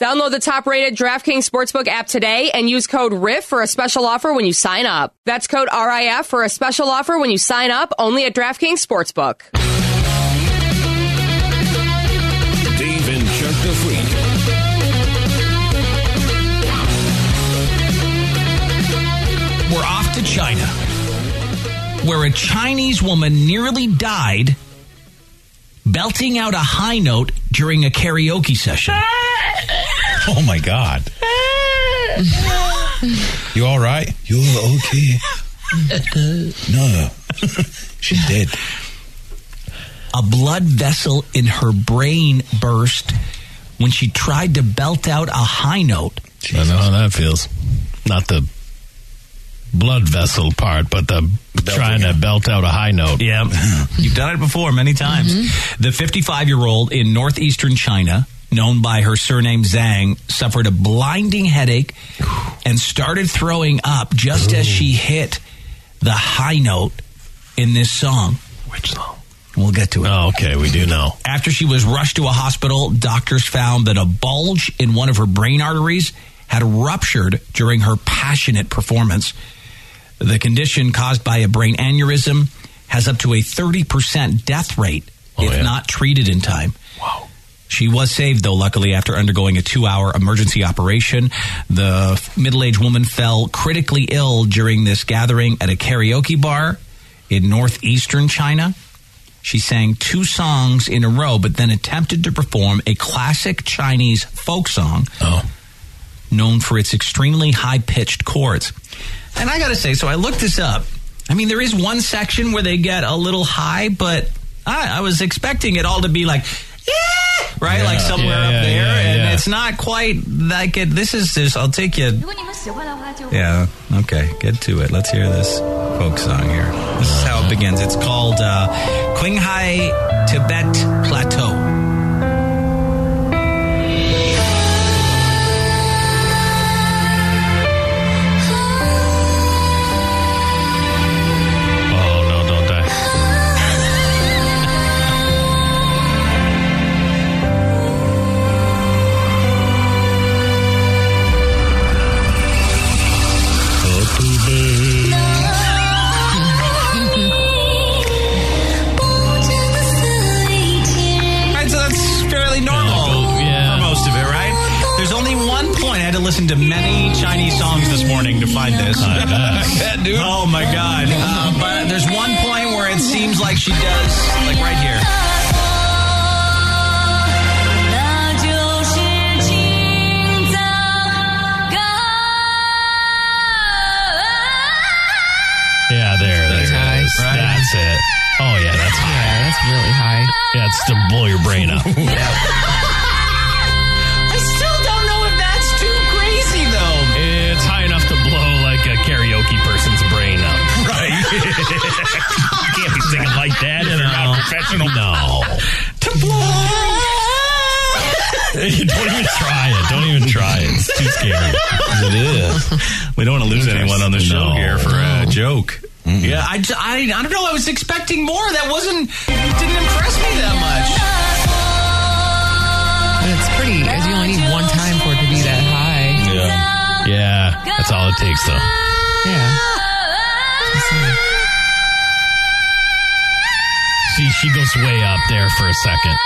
Download the top rated DraftKings Sportsbook app today and use code RIF for a special offer when you sign up. That's code RIF for a special offer when you sign up only at DraftKings Sportsbook. Dave and Chuck the Freak. We're off to China, where a Chinese woman nearly died belting out a high note during a karaoke session. Oh my God. You all right? You're okay. no, she's dead. A blood vessel in her brain burst when she tried to belt out a high note. I know how that feels. Not the blood vessel part, but the trying to belt out a high note. Yeah, you've done it before many times. The 55 year old in northeastern China, known by her surname Zhang, suffered a blinding headache and started throwing up just as she hit the high note in this song. Which song? We'll get to it. Oh, okay, we do know. After she was rushed to a hospital, doctors found that a bulge in one of her brain arteries had ruptured during her passionate performance. The condition caused by a brain aneurysm has up to a 30% death rate Oh, if yeah. not treated in time. Wow. She was saved, though, luckily, after undergoing a two hour emergency operation. The middle aged woman fell critically ill during this gathering at a karaoke bar in northeastern China. She sang two songs in a row, but then attempted to perform a classic Chinese folk song Oh. known for its extremely high pitched chords. And I gotta say, so I looked this up. I mean, there is one section where they get a little high, but I, I was expecting it all to be like, "Yeah," right? like somewhere Yeah, up yeah, there. yeah, and yeah. it's not quite like it. This is just, I'll take you. 如果你们喜欢的话，就 Yeah, okay, get to it. Let's hear this folk song here. This is how it begins. It's called uh, Qinghai Tibet Plateau. Oh, no, don't die. Right, so that's fairly normal Yeah. for most of it, right? There's only one point. I had to listen to many Chinese songs this morning to find this. Oh my god! Uh, but there's one point where it seems like she does, like right here. 那就是青藏高 Yeah, there, there it is. Right? That's it. Oh, yeah, that's high. That's really high. Yeah, it's to blow your brain up. I still don't know if that's too crazy though. it's high enough to blow, like, a karaoke person's brain up. Right. you can't be singing like that if you're not professional. No. To blow. Don't even try it. Don't even try it. It's too scary. It is. We don't want to lose anyone on the show here for a joke. Yeah, I, ju- I, I don't know. I was expecting more. That wasn't didn't impress me that But it's pretty. You only need one time for it to be that high. Yeah. Yeah. That's all it takes, though. Yeah. She she goes way up there for a second.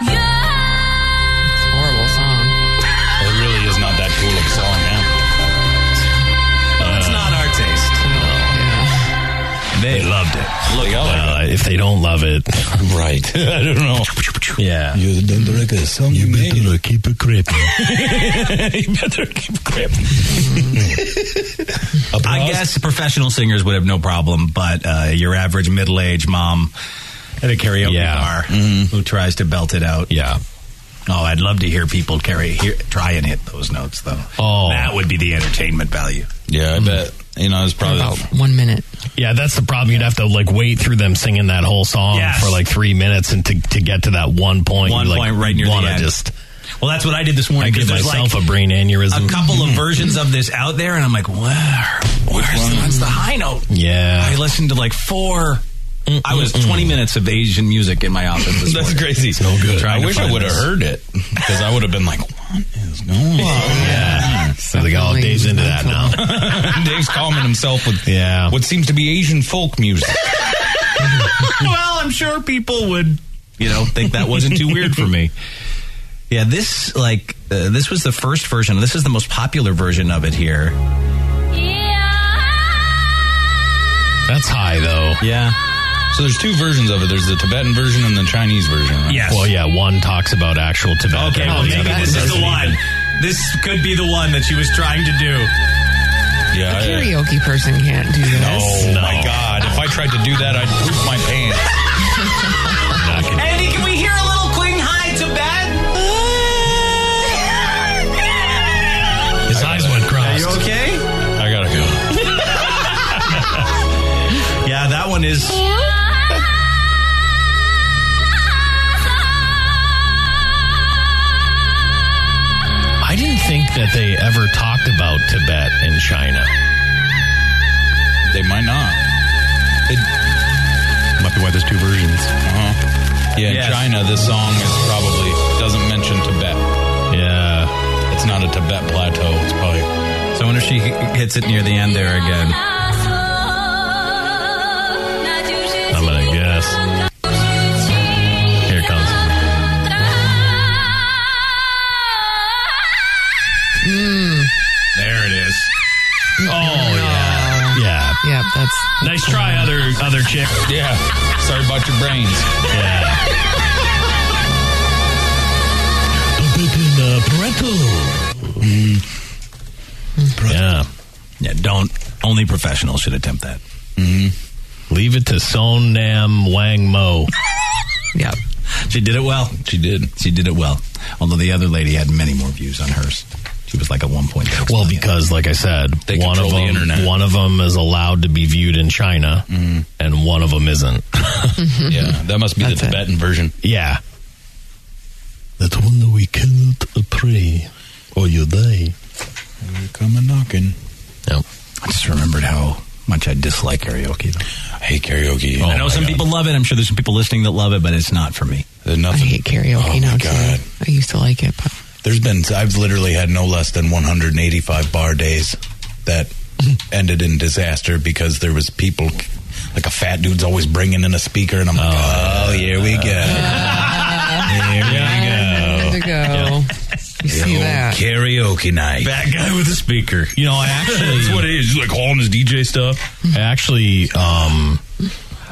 It's a horrible song. It really is not that cool of a song, yeah. much. That's not our taste. Yeah. Uh, They loved it. Look, I Uh, if they don't love it, like Right. I don't know. Yeah. You don't like a song you made. keep it gripping. you better keep gripping. I guess professional singers would have no problem, but uh, your average middle aged mom at a karaoke Yeah. bar who tries to belt it out. Yeah. Oh, I'd love to hear people carry hear, try and hit those notes though. Oh. that would be the entertainment value. Yeah, I bet. You know, it's probably. About one minute. Yeah, that's the problem. You'd have to like wait through them singing that whole song Yes. for like three minutes, and to, to get to that one point, One you, like, point right near the wanna end. Just Well, that's what I did this I morning. 'cause give there's, myself like, a brain aneurysm. a couple of versions of this out there, and I'm like, where? Where's the, what's the high note? Yeah. I listened to like four I was 20 minutes of Asian music in my office this That's morning. crazy. It's no good. Trying I to wish I find would have this. heard it because I would have been like, "What is going on?" Yeah. Oh, So they got all days into that now. Dave's calming himself with Yeah. what seems to be Asian folk music. well, I'm sure people would, you know, think that wasn't too weird for me. Yeah, this like uh, this was the first version. This is the most popular version of it here. That's high Oh, though. Yeah, So there's two versions of it. There's the Tibetan version and the Chinese version. Right? Yes. Well, yeah, one talks about actual Tibetan. Okay, well, and the maybe other this one is the doesn't one. even. This could be the one that she was trying to do. Yeah. I- Karaoke person can't do this. Oh my God! If I tried to do that, I'd poop my pants. Andy, can we hear a little Queen High Tibet? His eyes went Are you crossed. okay? I gotta go. Yeah, that one is. I didn't think that they ever talked about Tibet and China. They might not. It, Might be why there's two versions. uh-huh. Yeah, in Yes. China, this song is probably doesn't mention Tibet. Yeah. It's not a Tibet plateau. It's probably So I wonder if she hits it near the end there again. I'm gonna guess. Here it comes. There it is. Oh yeah. Yeah. Yep, that's Nice try, other other chick. yeah. Sorry about your brains. Yeah. Mm. Yeah. Yeah, don't. Only professionals should attempt that. Leave it to Son Nam Wang Mo. yep. She did it well. She did. She did it well. Although the other lady had many more views on hers. She was like a one point. Well, because like I said, They one of control the them, internet. one of them is allowed to be viewed in China, Mm. and one of them isn't. Mm-hmm. Yeah, Uh, that must be That's the it. Tibetan version. yeah. That one that we cannot pray, Oh, or you die. Come a knocking. No. I just remembered how much I dislike karaoke. Oh I hate karaoke. I know some people love it. I'm sure there's some people listening that love it, but it's not for me. There's I nothing. hate karaoke oh now my too. God. I used to like it, but There's been I've literally had no less than 185 bar days that ended in disaster because there was people like a fat dude's always bringing in a speaker and I'm like, oh, here we go. here Time to go. You see that? Karaoke night. That guy with the speaker. You know, I actually. That's what it is. You like hauling his DJ stuff. I actually um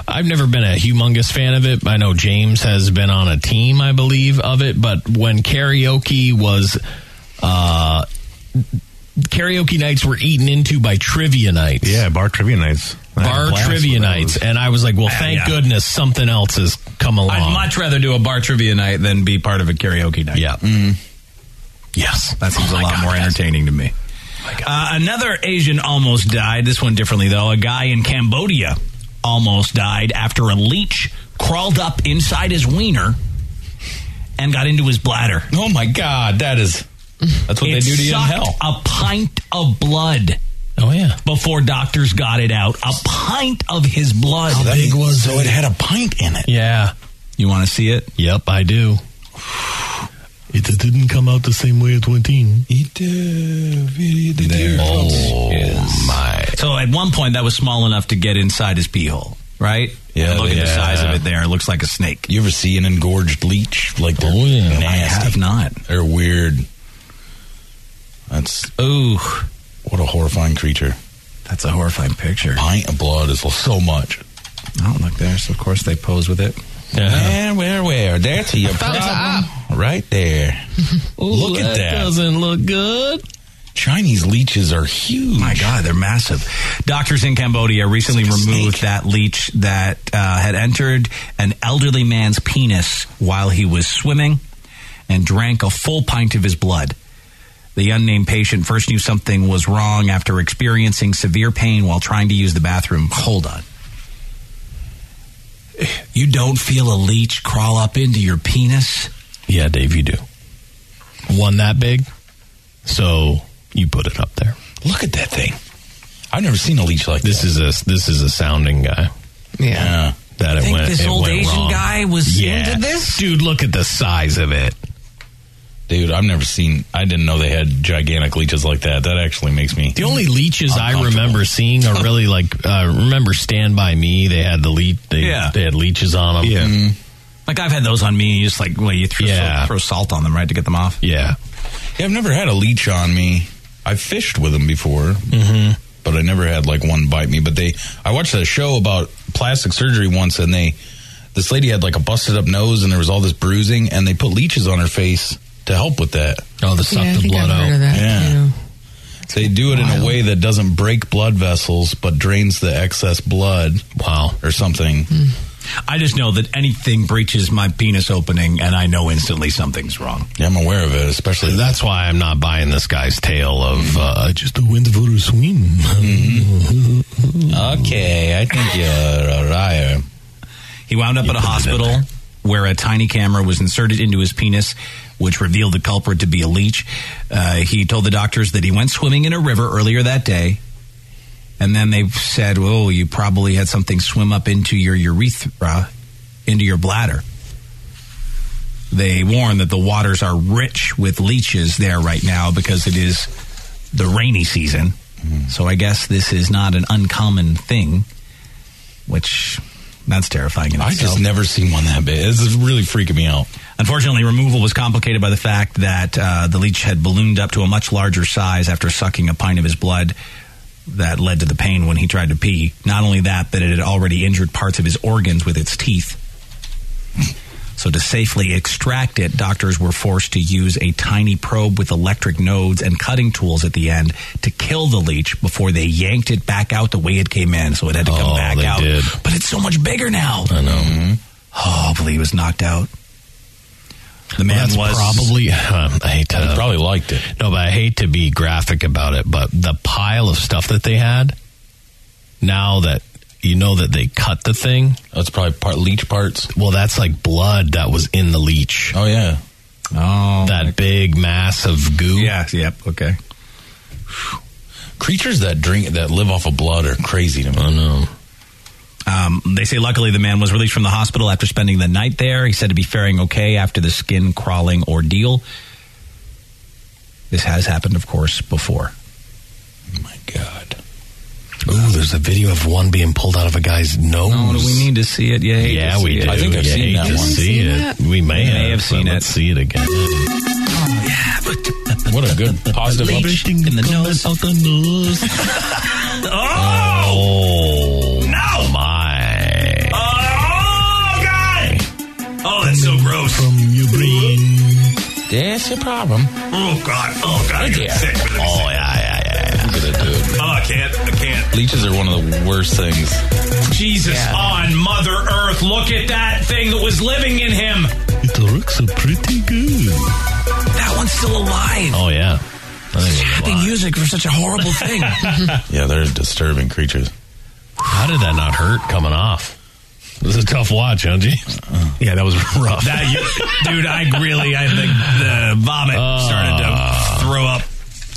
I've never been a humongous fan of it. I know James has been on a team, I believe, of it, but when karaoke was uh karaoke nights were eaten into by trivia nights. Yeah, bar trivia nights. I had a Bar blast trivia with nights. those. And I was like, well, thank yeah. goodness something else has come along. I'd much rather do a bar trivia night than be part of a karaoke night. yeah. Yes. That seems a lot more entertaining to me. Uh, another Asian almost died. This one differently, though. A guy in Cambodia almost died after a leech crawled up inside his wiener and got into his bladder. Oh my God, that is that's what it they do to you in sucked hell. a pint of blood Oh yeah. before doctors got it out. A pint of his blood. That- so it had a pint in it. Yeah. You want to see it? Yep, I do. It didn't come out the same way it went in. Oh my! So at one point, that was small enough to get inside his pee hole, right? Yeah, Look at the yeah. size of it there. It looks like a snake. You ever see an engorged leech like they're Oh, yeah. nasty? I have not. They're weird. That's Ooh, what a horrifying creature. that's a horrifying picture. Pint of blood is so much. Oh, look there. So of course they pose with it. Where, where, where? That's your problem. Right there. Look at that. Doesn't look good. Chinese leeches are huge. My God, they're massive. Doctors in Cambodia recently It's like a removed snake. that leech that uh, had entered an elderly man's penis while he was swimming and drank a full pint of his blood. The unnamed patient first knew something was wrong after experiencing severe pain while trying to use the bathroom. Hold on. You don't feel a leech crawl up into your penis? Yeah, Dave, you do. One that big, so you put it up there. Look at that thing. I've never seen a leech like This that. is a this is a sounding guy. Yeah. Yeah. that it Think went. this it old went Asian wrong. guy was yeah. into this? dude. Look at the size of it. Dude, I've never seen. I didn't know they had gigantic leeches like that. That actually makes me. The only leeches I Uncomfortable. remember seeing are really like uh, remember Stand by Me. They had the leech. They, Yeah. they had leeches on them. Yeah. Mm-hmm. Like I've had those on me. You just like well, you throw, Yeah. throw salt on them, right, to get them off. yeah. Yeah, I've never had a leech on me. I've fished with them before, mm-hmm. but I never had like one bite me. But they, I watched a show about plastic surgery once, and they, this lady had like a busted up nose, and there was all this bruising, and they put leeches on her face to help with that. Oh, the suck yeah, I the think blood I've heard out. of that Yeah. too. They do it in a way that doesn't break blood vessels, but drains the excess blood Wow. or something. I just know that anything breaches my penis opening, and I know instantly something's wrong. Yeah, I'm aware of it, especially that. That's why I'm not buying this guy's tale of uh, Oh, just a wind for a swim. Okay, I think you're a liar. He wound up at a put it in hospital there. where a tiny camera was inserted into his penis, which revealed the culprit to be a leech. Uh, he told the doctors that he went swimming in a river earlier that day. And then they said, "Oh, you probably had something swim up into your urethra, into your bladder." They warn that the waters are rich with leeches there right now because it is the rainy season. Hmm. So I guess this is not an uncommon thing, which that's terrifying. In I itself. just never seen one that big. This is really freaking me out. Unfortunately, removal was complicated by the fact that uh, the leech had ballooned up to a much larger size after sucking a pint of his blood. That led to the pain when he tried to pee. Not only that, that it had already injured parts of his organs with its teeth. So, to safely extract it, doctors were forced to use a tiny probe with electric nodes and cutting tools at the end to kill the leech before they yanked it back out the way it came in. So, it had to come Oh, back they out. did. But it's so much bigger now. I know. Oh, hopefully he was knocked out. The man That's was probably. Uh, I hate to. Probably liked it. No, but I hate to be graphic about it, but the pile of stuff that they had, now that you know that they cut the thing, That's probably part leech parts. well, that's like blood that was in the leech. Oh yeah, oh That big mass of goo. yeah yep okay. creatures that drink that live off of blood are crazy to me. I know. Um, they say luckily the man was released from the hospital after spending the night there. He said to be faring okay after the skin crawling ordeal. This has happened, of course, before. My God, Ooh, there's a video of one being pulled out of a guy's nose. Oh, do we need to see it? Yeah, hate to Yeah, see we it. do. I think I've You seen hate that to one. See Seen it. that? We may, We have, may have but seen Let's it. see it again. what a good positive Leech update. in the nose. Oh no! My Oh, God! Oh, that's so gross. from your brain. That's your problem. Oh, God. Oh, God. I get Yeah. sick. with it. Oh yeah, yeah, yeah. yeah. Look at it, dude. Oh, I can't. I can't. Leeches are one of the worst things. Jesus on Mother Earth. Look at that thing that was living in him. It looks pretty good. That one's still alive. Oh yeah. I think it was a Happy lot. music for such a horrible thing. Yeah, they're disturbing creatures. How did that not hurt coming off? This is a tough watch, huh, G? yeah, that was rough. That, you, dude, I really, I think the vomit Oh. Uh, started to throw up.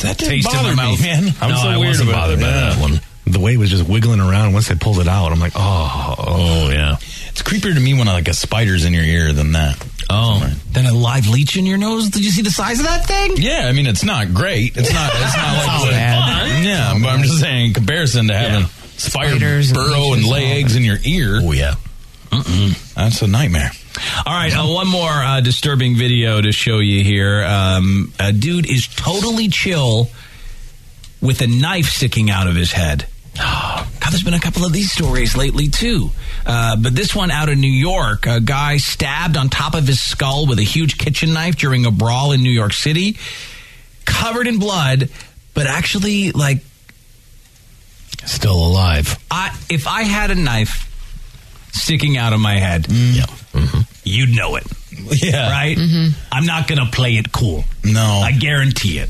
That didn't Taste in bother my me, mouth. man. I'm no, so I weird wasn't about bothered it. by Yeah. that one. the way it was just wiggling around. Once they pulled it out, I'm like, oh, Oh yeah. It's creepier to me when like a spider's in your ear than that. Oh. Then a live leech in your nose. Did you see the size of that thing? Yeah, I mean it's not great. It's not. It's not like all bad. Yeah, but I'm just saying in comparison to having spider Spiders and burrow and leeches lay and all eggs in your ear. Oh yeah. That's a nightmare. All right, uh, one more uh, disturbing video to show you here. Um, a dude is totally chill with a knife sticking out of his head. Oh. God, there's been a couple of these stories lately too, uh, but this one out of New York, a guy stabbed on top of his skull with a huge kitchen knife during a brawl in New York City, covered in blood, but actually like Still alive. I, if I had a knife sticking out of my head, you'd know it. Yeah. Right? I'm not going to play it cool. No. I guarantee it.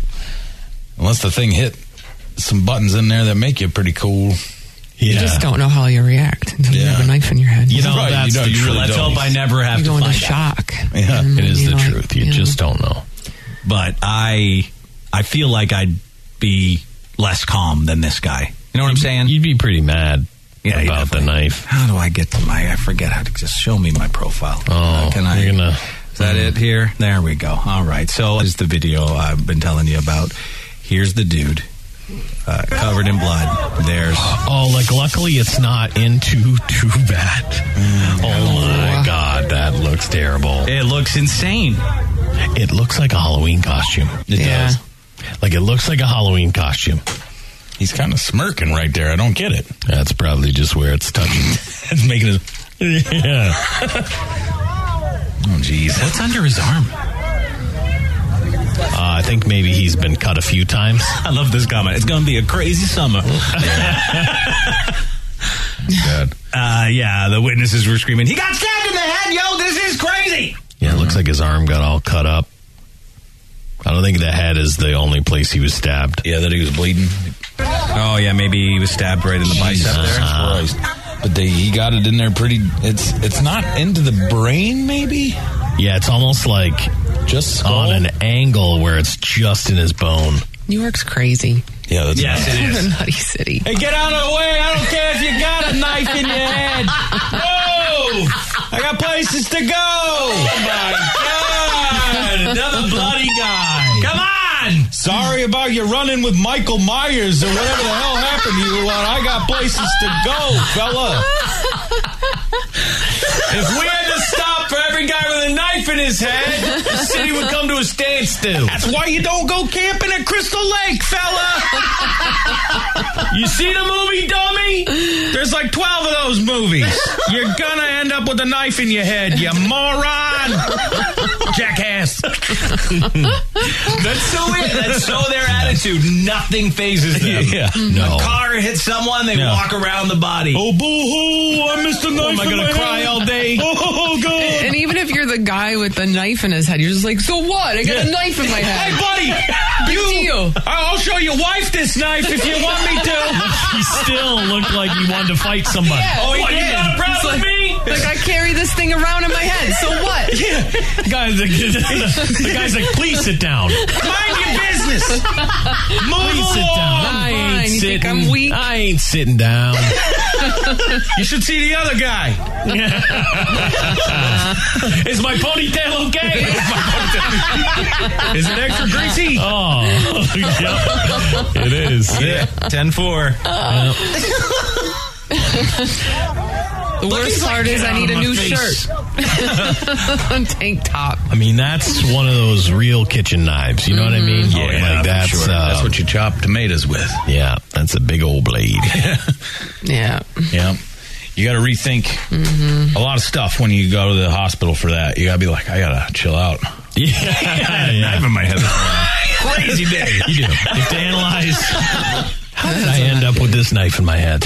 Unless the thing hit some buttons in there that make you pretty cool. Yeah. You just don't know how you react until you have Yeah. a knife in your head. You know Right, you that's know, the you truth. really Let's don't. hope I never have you go to into find out. shock. Yeah, And It is you the like, truth. You know, just don't know. But I, I feel like I'd be less calm than this guy. You know what I'm saying? You'd be pretty mad. Yeah, you about the definitely- knife. How do I get to my? I forget how to just show me my profile. Uh, Oh, can I? you're gonna- is that it here? There we go. All right. So this is the video I've been telling you about. Here's the dude uh, covered in blood. There's Oh, like luckily it's not into too bad. oh my god, that looks terrible. uh, it looks insane. It looks like a Halloween costume. It Yeah. does. Like it looks like a Halloween costume. He's kind of smirking right there. I don't get it. That's probably just where it's touching. It's making his. yeah. Oh, jeez. What's under his arm? Uh, I think maybe he's been cut a few times. I love this comment. It's going to be a crazy summer. Uh, yeah, the witnesses were screaming, "He got stabbed in the head, yo! This is crazy!" Yeah, it looks like his arm got all cut up. I don't think the head is the only place he was stabbed. Yeah, that he was bleeding. Oh yeah, maybe he was stabbed right in the bicep Jesus there. Christ. But they, he got it in there pretty. It's it's not into the brain, maybe. Yeah, it's almost like Just on skull? an angle where it's just in his bone. New York's crazy. Yeah, that's Yes, it It's is. a nutty city. Hey, get out of the way! I don't care if you got a knife in your head. Whoa! I got places to go. Oh my god! Another bloody guy. Come on. Sorry about you running with Michael Myers or whatever the hell happened to you. I got places to go, fella. If we had to stop for every guy with a knife in his head, the city would come to a standstill. That's why you don't go camping at Crystal Lake, fella. You see the movie, dummy? There's like 12 of those movies. You're gonna end up with a knife in your head, you moron. Jackass. That's so it. That's so their attitude. Nothing phases them. Yeah. No. A car hits someone, they walk around the body. Oh, boo hoo. I missed a knife. am I in gonna my cry head? all day? Oh, God. And even if you're the guy with the knife in his head, you're just like, so what? I got a knife in my Hey, head. buddy. Big You. deal. I'll show your wife this knife if you want me to. He still looked like he wanted to fight somebody. Yeah. Oh, he What, did. you got a problem It's like- It's Like, I carry this thing around in my head, so what? The guy's, like, the guy's like, please sit down. Mind your business. Please sit down. I'm fine. You think I'm weak? I ain't sitting down. You should see the other guy. Is my ponytail okay? Is it extra greasy? oh, yeah. It is. Yeah. 10 4. The worst part is I need a new shirt. Tank top. I mean, that's one of those real kitchen knives. You know what I mean? Mm-hmm. Oh, yeah, like that's sure. uh, that's what you chop tomatoes with. yeah, that's a big old blade. Yeah. Yeah. You got to rethink Mm-hmm. a lot of stuff when you go to the hospital for that. You got to be like, I got to chill out. yeah, in my head. Crazy day. You do. You have to analyze. How did I end up with this knife in my head?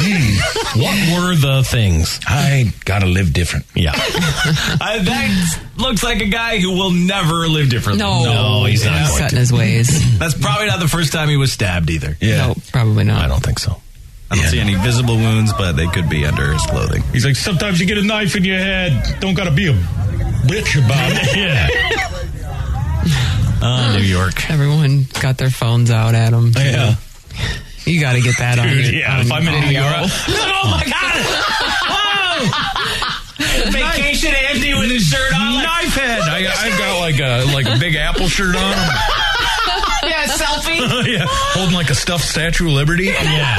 what were the things? Hmm. I got to live different. Yeah. Uh, that looks like a guy who will never live differently. No. No, he's not going set in his ways. That's probably not the first time he was stabbed either. No, probably not. I don't think so. I don't see any visible wounds, but they could be under his clothing. He's like, sometimes you get a knife in your head. Don't got to be a bitch about it. Yeah. Ah, Uh, New York. Everyone got their phones out at him. Yeah. You got to get that on. your- Yeah. on If I'm in New video. York. Oh my god! Vacation Andy with his shirt on. Knife head. I, I got like a like a big apple shirt on. Yeah, selfie. yeah, holding like a stuffed Statue of Liberty. Yeah.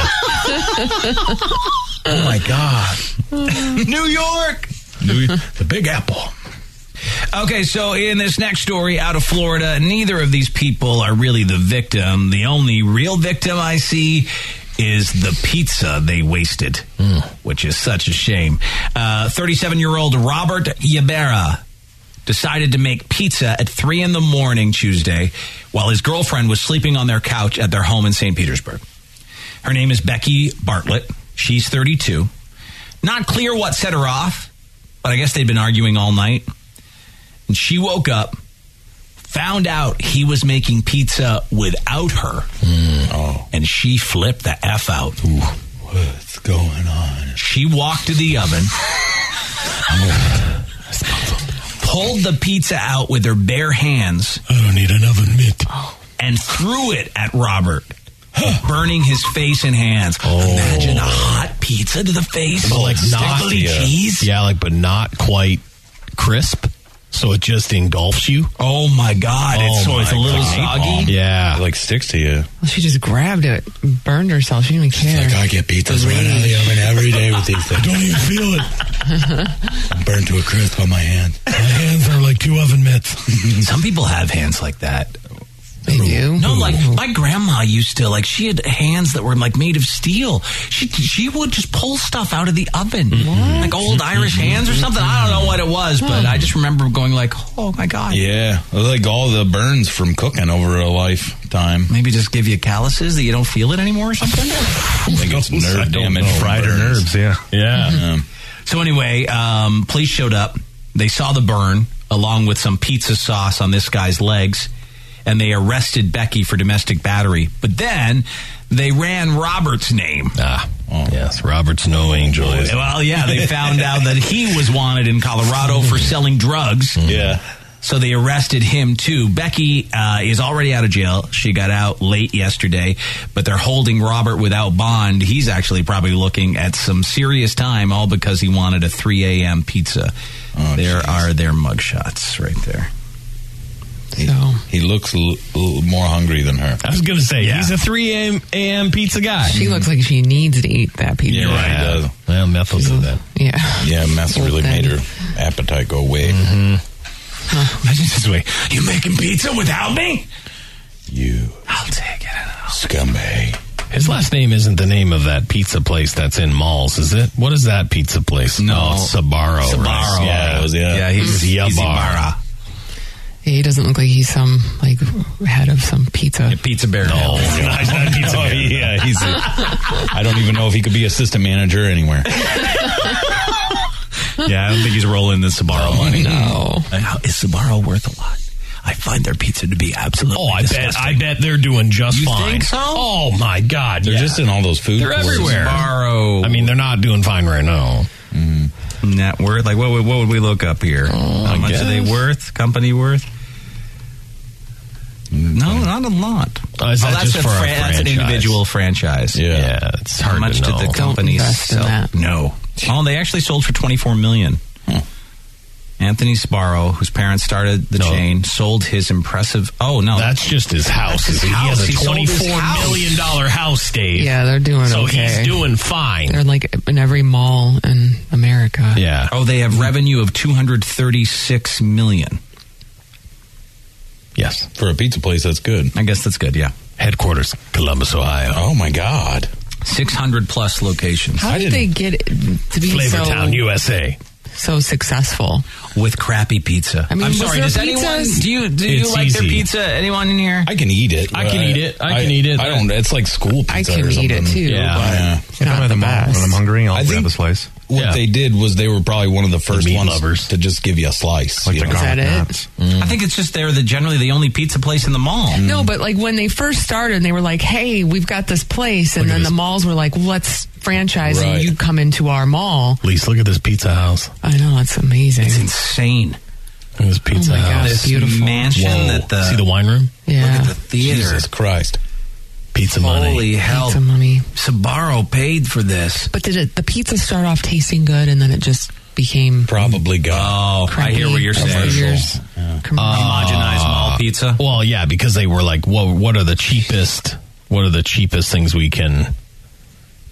oh my God, New York. New- the Big Apple. Okay, so in this next story out of Florida, neither of these people are really the victim. The only real victim I see is the pizza they wasted, which is such a shame. 37 year old Robert Yabera decided to make pizza at 3 in the morning Tuesday while his girlfriend was sleeping on their couch at their home in St. Petersburg. Her name is Becky Bartlett. She's 32. Not clear what set her off, but I guess they'd been arguing all night. And she woke up, found out he was making pizza without her, Mm. and she flipped the F out. Oh. What's going on? She walked to the oven, pulled the pizza out with her bare hands, I don't need an oven mitt. and threw it at Robert. burning his face and hands. Oh. Imagine a hot pizza to the face, but like not Sticky cheese. Yeah, like but not quite crisp. So it just engulfs you. Oh my god! it's, so it's a little soggy. Yeah, Like sticks to you. Well, she just grabbed it, burned herself. She didn't even care. Like I get pizzas right out of the oven every day with these things. I don't even feel it. I'm burned to a crisp on my hand. My hands are like two oven mitts. Some people have hands like that. they do. No, like my grandma used to. Like she had hands that were like made of steel. She she would just pull stuff out of the oven, Mm-hmm. like old Irish hands or something. I don't know what it was, but I just remember going like, "Oh my god!" Yeah, like all the burns from cooking over a lifetime. Maybe just give you calluses that you don't feel it anymore or something. I think it's nerve damage, from Fried burns. nerves, yeah. yeah. Um, So anyway, um, police showed up. They saw the burn along with some pizza sauce on this guy's legs, and they arrested Becky for domestic battery. But then they ran Robert's name. Ah, Oh. yes. Robert's no angel. is- Well, yeah, they found out that he was wanted in Colorado for selling drugs. Mm-hmm. yeah. So they arrested him too. Becky uh, is already out of jail. She got out late yesterday, but they're holding Robert without bond. He's actually probably looking at some serious time, all because he wanted a 3 a.m. pizza. Oh, there are their mugshots right there. So He looks l- l- more hungry than her. I was gonna say Yeah. he's a three a.m. a.m. pizza guy. she looks like she needs to eat that pizza. Yeah, right. He does. Well, meth will do that. Yeah. Yeah, mess really Okay. made her appetite go away. Mm-hmm. Imagine this way: you making pizza without me? You eh? I'll take it. scumbag. His last name isn't the name of that pizza place that's in malls, is it? What is that pizza place? No. oh, it's Sabaro. Sabaro. Right? Yeah, it was, yeah. Yeah, he's, He's he's Yabara. Yabara. He doesn't look like he's some like head of some pizza. Pizza Bear. No. Oh, yeah, he's. A, I don't even know if he could be assistant manager anywhere. Yeah, I don't think he's rolling the Sabaro money. No. Now, is Sabaro worth a lot? I find their pizza to be absolutely. Oh, I bet disgusting. I bet they're doing just You fine. think so? Oh my god. They're just in all those food. They're courts. everywhere. Sabaro. I mean, they're not doing fine right now. net worth? Like, what would, what would we look up here? Oh, How much are they worth? Company worth? No, not a lot. Mm-hmm. Oh, is that that's just for a that's an franchise? individual franchise. Yeah. it's How hard much to did know. the company invest in sell? that. No. Oh, they actually sold for twenty four million. Hmm. Anthony Sparrow, whose parents started the No. chain, sold his impressive. Oh no, That's just his house. That's his he house. has a He sold his twenty-four million dollar house, Dave. Yeah, they're doing so okay. he's doing fine. they're like in every mall in America. yeah. oh they have revenue of two hundred thirty six million. Yes. For a pizza place, that's good. I guess that's good. Yeah, Headquarters, Columbus, Ohio. Oh my god. six hundred plus locations How did they get it to be so, Flavortown, USA. so successful? with crappy pizza. I mean, am was sorry. there Does anyone pizzas? do you do It's you like their easy. pizza? Anyone in here? I can eat it. I can eat but it. I can eat it. I don't. It's like school pizza. I can or eat it something. too. Yeah. But Yeah. it's If not I'm at the mall best. when I'm hungry, I'll I grab think- a slice. What Yeah. they did was they were probably one of the first meat ones lovers. to just give you a slice. Like you the know? garlic that it? knots. I think it's just they're the generally the only pizza place in the mall. No, but like when they first started, and they were like, "Hey, we've got this place," and then the malls were like, "Let's franchise Right. and you come into our mall." Lise, look at this pizza house. I know that's amazing. Oh It's insane. Look at this pizza my God, house. This beautiful. mansion that the, See the wine room? yeah, look at the theater. Jesus Christ. Pizza money. Holy hell! pizza money. Sabaro paid for this. But did it, the pizza start off tasting good, and then it just became Probably God. Oh, I crappy hear what you're over the saying. Uh, years? Commercial. Homogenized mall pizza. Uh, Well, yeah, because they were like, what, what are the cheapest, what are the cheapest things we can,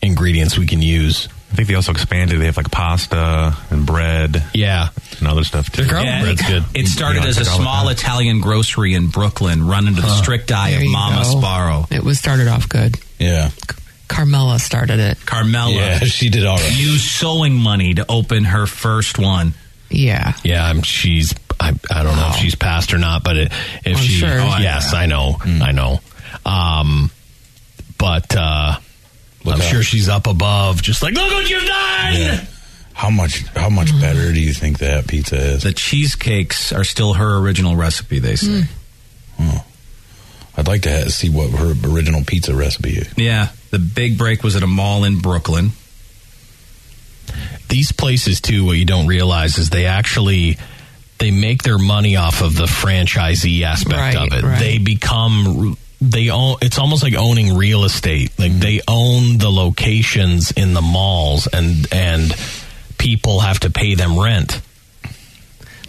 ingredients we can use? I think they also expanded. They have like pasta and bread Yeah. and other stuff too. garlic Yeah, bread's good. It started Yeah, as a garlic small bread. Italian grocery in Brooklyn, run under the strict eye There of you Mama go. Sparrow. It was started off good. Yeah. Carmela started it. Carmela Yeah, she did all right. used sewing money to open her first one. Yeah. Yeah, I'm, she's. I, I don't know if she's passed or not, but it, if I'm she, sure. oh, yes, I know, Hmm. I know. Um, but uh, I'm out. sure she's up above, just like look what you've done. Hmm. Yeah. How much? How much better do you think that pizza is? The cheesecakes are still her original recipe, they say. Hmm. I'd like to ha- see what her original pizza recipe is. Yeah. The big break was at a mall in Brooklyn. These places too, what you don't realize is they actually they make their money off of the franchisee aspect Right, of it. right. They become r- they own it's almost like owning real estate like they own the locations in the malls and and people have to pay them rent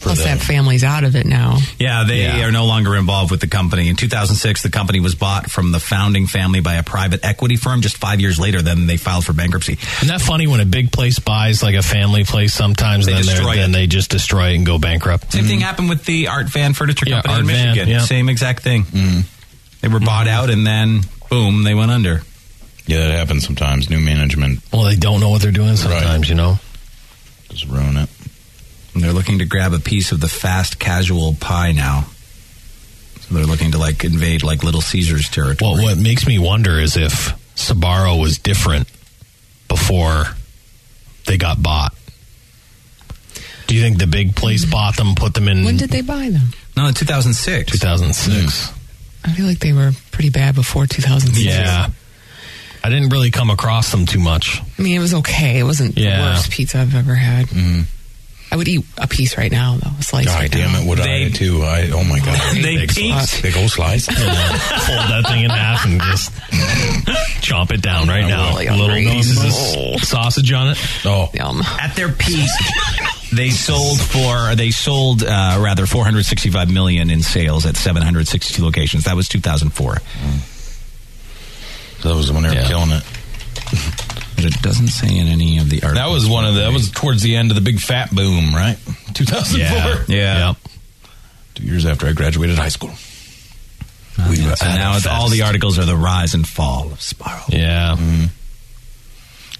Plus, that family's out of it now. Yeah, they are no longer involved with the company. In 2006, the company was bought from the founding family by a private equity firm. Just five years later, then they filed for bankruptcy. isn't that funny when a big place buys like a family place sometimes They then, they're- destroy then it. they just destroy it and go bankrupt Same thing happened with the Art Van Furniture Mm. Yeah, Company Art in Van, Michigan. yeah. Mm-hmm. Same exact thing. Mm. They were bought out, and then boom, they went under. Yeah, that happens sometimes. New management well they don't know what they're doing sometimes you know just ruin it. And they're looking to grab a piece of the fast casual pie now. So they're looking to like invade like Little Caesars territory. Well, what makes me wonder is if Sabaro was different before they got bought. Do you think the big place Mm. bought them, put them in When did they buy them? No, in 2006. 2006? Mm. I feel like they were pretty bad before 2006. Yeah. I didn't really come across them too much. I mean, it was okay. It wasn't the Yeah. worst pizza I've ever had. I would eat a piece right now, though. A slice God right damn now. it! Would They- Mm-hmm. I too? I oh my god! They Big peaked. Big old slice. Fold that thing in half and just chomp it down right now. really Little hungry. pieces of s- sausage on it. Oh, Yum. at their peak, they sold for they sold uh, rather 465 million in sales at 762 locations. That was 2004. that was when they were Yeah. killing it. But it doesn't say in any of the articles. That was one of the, that was towards the end of the big fat boom, right? 2004. Yeah. Yeah. Yep. Two years after I graduated high school. we were Ah, so at now it it's, all fast. the articles are the rise and fall of Sparrow. Yeah. Mm-hmm.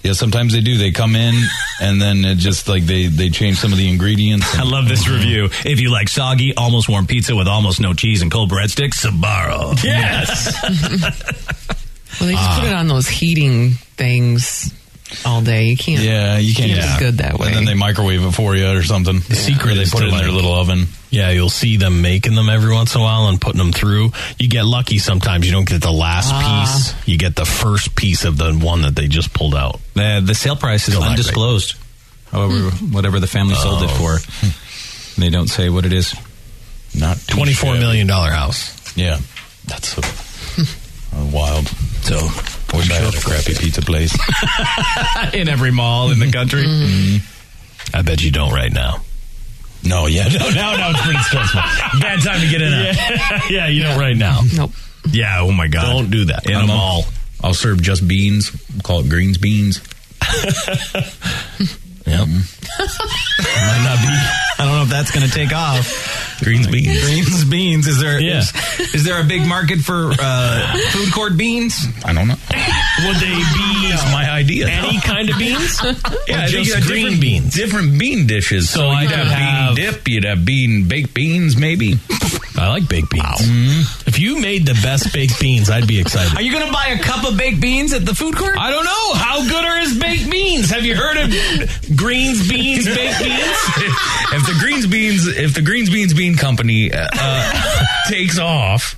Yeah, sometimes they do. They come in and then it just like they they change some of the ingredients. I and- Mhm. love this review. If you like soggy, almost warm pizza with almost no cheese and cold breadsticks, Sabaro. Yes. Well, they just put it on those heating things all day. You can't. yeah, you can't. Can't be just good that way. And then they microwave it for you or something. The secret they is put to, it in their like- little oven. Yeah, you'll see them making them every once in a while and putting them through. You get lucky sometimes. You don't get the last piece. You get the first piece of the one that they just pulled out. the, the sale price is Still not great. undisclosed. However, whatever the family sold it Oh. for, they don't say what it is. Not too Twenty-four shabby. million dollar house. Yeah, that's a, a wild. So, Wish I had a crappy pizza place. in every mall in the country. I bet you don't right now. Mm-hmm. no, yeah, no, no. No, no, it's pretty stressful. Bad time to get in. Yeah, yeah you don't right now. Nope. Yeah. Oh my God. Don't do that. In a I'm mall. All, I'll serve just beans. Call it greens beans. Yep. Might not be. I don't know if that's going to take off. Greens beans. Greens beans. Is there? Yeah. Is is there a big market for uh, food court beans? I don't know. Would they be My idea. any kind of beans? Yeah, or I think you just had green different- beans? Different bean dishes. So So, I you'd could have, have- bean dip, you'd have bean baked beans, maybe. I like baked beans. If you made the best baked beans, I'd be excited. Are you going to buy a cup of baked beans at the food court? I don't know. How good are his baked beans? Have you heard of greens, beans, baked beans? if the greens beans, if the greens beans bean company uh, uh, takes off,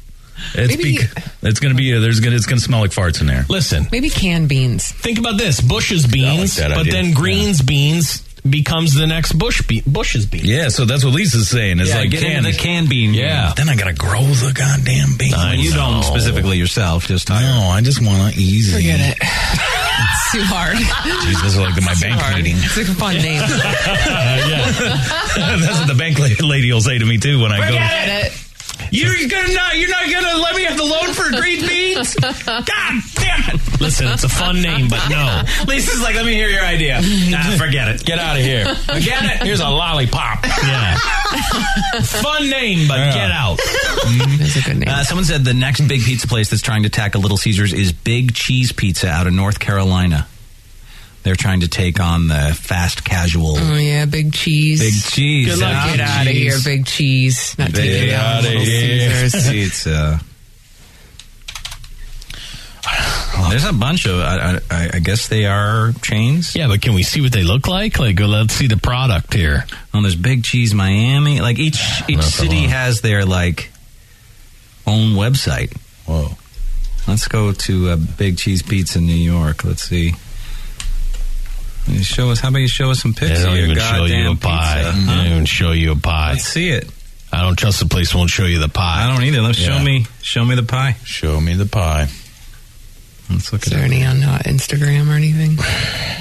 it's Maybe- bec- it's gonna be a, there's gonna it's gonna smell like farts in there. Listen, Maybe canned beans. think about this. Bush's beans, that but idea. then Yeah. greens beans becomes the next Bush be- Bush's beans. Yeah, so that's what Lisa's saying. It's Yeah, like get canned. into the canned bean. Yeah. Then I gotta grow the goddamn beans. Well, you No, don't specifically yourself. Just tire. I just want to easy. Forget it. it's too hard. Jeez, this is like my bank hard. meeting. It's a fun name. that's what the bank la- lady will say to me too when I go. Forget it. You're gonna not. You're not gonna let me have the loan for green beans. God damn it! Listen, it's a fun name, but no. Lisa's like, let me hear your idea. nah, forget it. Get out of here. Forget it. Here's a lollipop. Yeah. fun name, but Mm-hmm. Yeah. get out. It's a good name. Uh, someone said the next big pizza place that's trying to tackle Little Caesars is Big Cheese Pizza out of North Carolina. They're trying to take on the fast casual oh yeah, big cheese. Big Cheese. Good luck. Get out of here, big cheese. Not Get taking down outta Little here. Caesars. Pizza. There's a bunch of. I, I, I guess they are chains. Yeah, but can we see what they look like? Like, let's see the product here. Well, there's Big Cheese Miami. Like each each That's a city lot. has their like own website. Whoa. Let's go to uh, Big Cheese Pizza in New York. Let's see. Can you show us. How about you show us some They pics don't of your even show goddamn you a pie. pizza? They huh? don't even show you a pie. Let's see it. I don't trust the place won't show you the pie. I don't either. Let's show Yeah. me, show me the pie. Show me the pie. Let's look Is at there it. any on uh, Instagram or anything?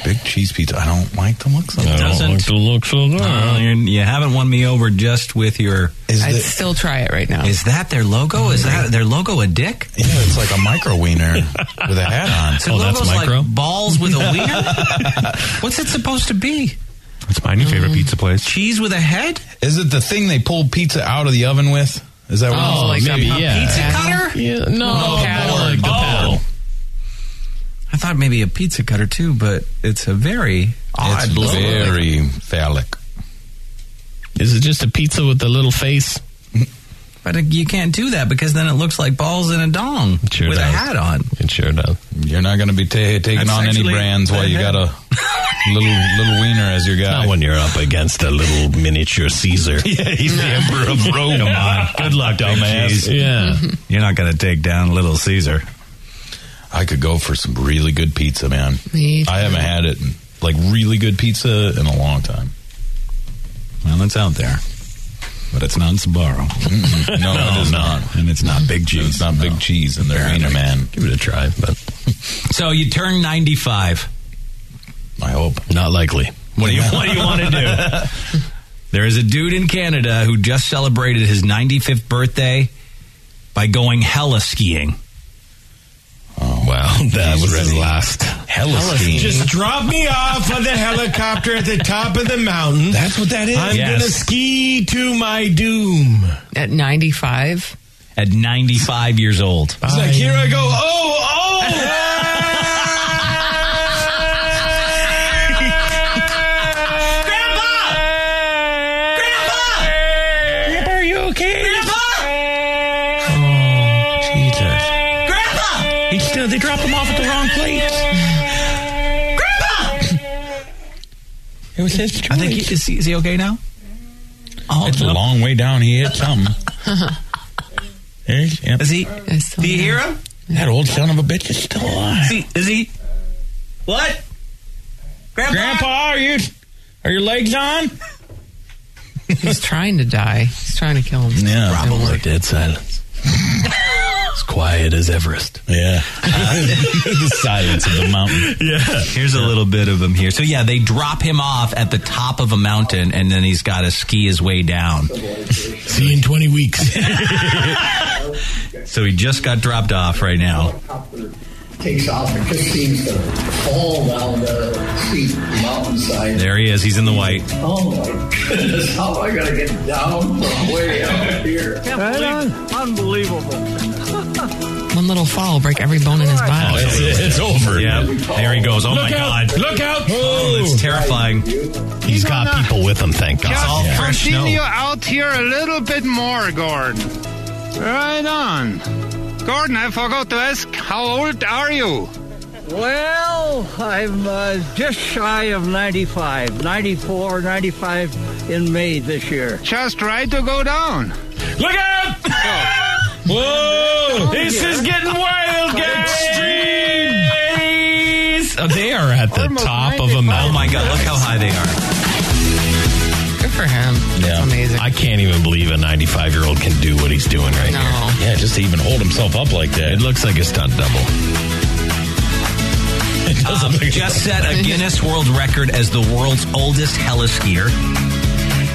Big cheese pizza. I don't like the looks of I it. don't like doesn't- the looks of that. Oh, you're- you haven't won me over just with your. Is I'd the- still try it right now. Is that their logo? Is that their logo a dick? yeah, it's like a micro wiener with a hat on. So Oh, that's logo's micro? like balls with a wiener. What's it supposed to be? It's my new favorite pizza place. Cheese with a head? Is it the thing they pull pizza out of the oven with? Is that what Oh, it's like maybe, a yeah. pizza Cutter? Oh. Yeah, no, Oh, Oh, more paddle. like the paddle. I thought maybe a pizza cutter too, but it's a very odd It's logo. very phallic. Is it just a pizza with a little face? But it- you can't do that because then it looks like balls in a dong Sure with a does. hat on. It sure does. You're not going to be ta taking That's on any actually brands while you the got a little little wiener as your guy. Not when you're up against a little miniature Caesar. yeah, he's the emperor of Rome. Come on. Good luck, cheese. Yeah. You're not going to take down Little Caesar. I could go for some really good pizza, man. Me I haven't had it like really good pizza in a long time. Well, it's out there, but it's not Sbarro. No, it is not. and it's not Big Cheese. It's not big No. cheese in their wiener, man. Give it a try, but So you turn 95. I hope. not likely. What do you What do you want to do? There is a dude in Canada who just celebrated his 95th birthday by going hella skiing. Oh, Wow, that was his last. Hella skiing. drop me off of the helicopter at the top of the mountain. That's what that is. Yes. gonna ski to my doom. at 95. At 95 years old. It's like here I go. Oh, uh, They drop him off at the wrong place. It was his I think he, is, he, is he okay now? Oh, It's a long way down. He hit something. There he- yep. is he? I still Do you have- hear him? That old son of a bitch is still alive. Is he? Is he what? Grandpa? Grandpa, are you? Are your legs on? He's trying to die. He's trying to kill himself. Yeah, Don't worry. Dead silence. as quiet as Everest. Yeah. the silence of the mountain. Here's a little bit of him here. So yeah, they drop him off at the top of a mountain, and then he's got to ski his way down. See you in 20 weeks. So he just got dropped off right now. takes off and just seems to fall down the steep mountainside. There he is. He's in the white. Um, Oh my goodness, how am I going to get down from way out here? One little fall will break every bone in his Ah, body. it's, it's over. Yeah. There he goes. Oh my God. Look out. Oh, that's terrifying. He's got people with him, thank God. It's all fresh snow. Continue out here a little bit more, Gordon. Right on. Gordon, I forgot to ask, how old are you? Well, I'm uh, just shy of 95, 94, 95 in May this year. Just try to go down. Look out! Oh, Whoa! This is getting wild, guys! Extreme! They are at the Almost top of a Oh 95. mountain. my God. Look how high they are. Good for him. Yeah. That's amazing. I can't even believe a 95 year old can do what he's doing right now. no. Yeah, just to even hold himself up like that. It looks like a stunt double. Um, just set a Guinness World Record as the world's oldest heliskier.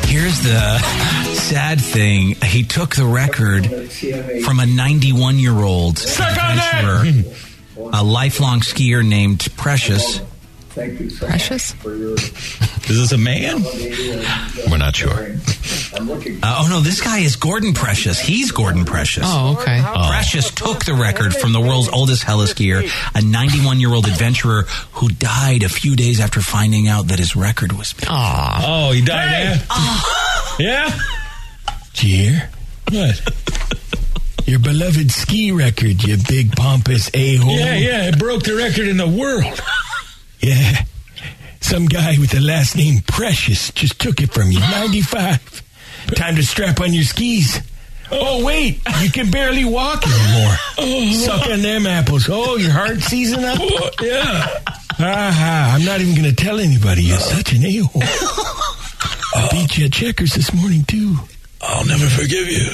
Here's the sad thing. He took the record from a 91 year old adventurer, a lifelong skier named Precious. Precious? Is this a man? We're not sure. Uh, oh no, this guy is Gordon Precious. He's Gordon Precious. Uh, Oh, okay. Precious took the record from the world's oldest heliskier, a 91 year old adventurer who died a few days after finding out that his record was. Aw. Oh, he died. Yeah. yeah? Dear, What? your beloved ski record, you big pompous a hole. Yeah, yeah. It broke the record in the world. Yeah. Some guy with the last name Precious just took it from you. 95. Time to strap on your skis. Oh, wait. You can barely walk anymore. Oh. Suck on them apples. Oh, your heart season up? Yeah. Aha. I'm not even going to Uh. tell anybody. You're such an a hole. I beat you at checkers this morning, too. I'll never forgive you.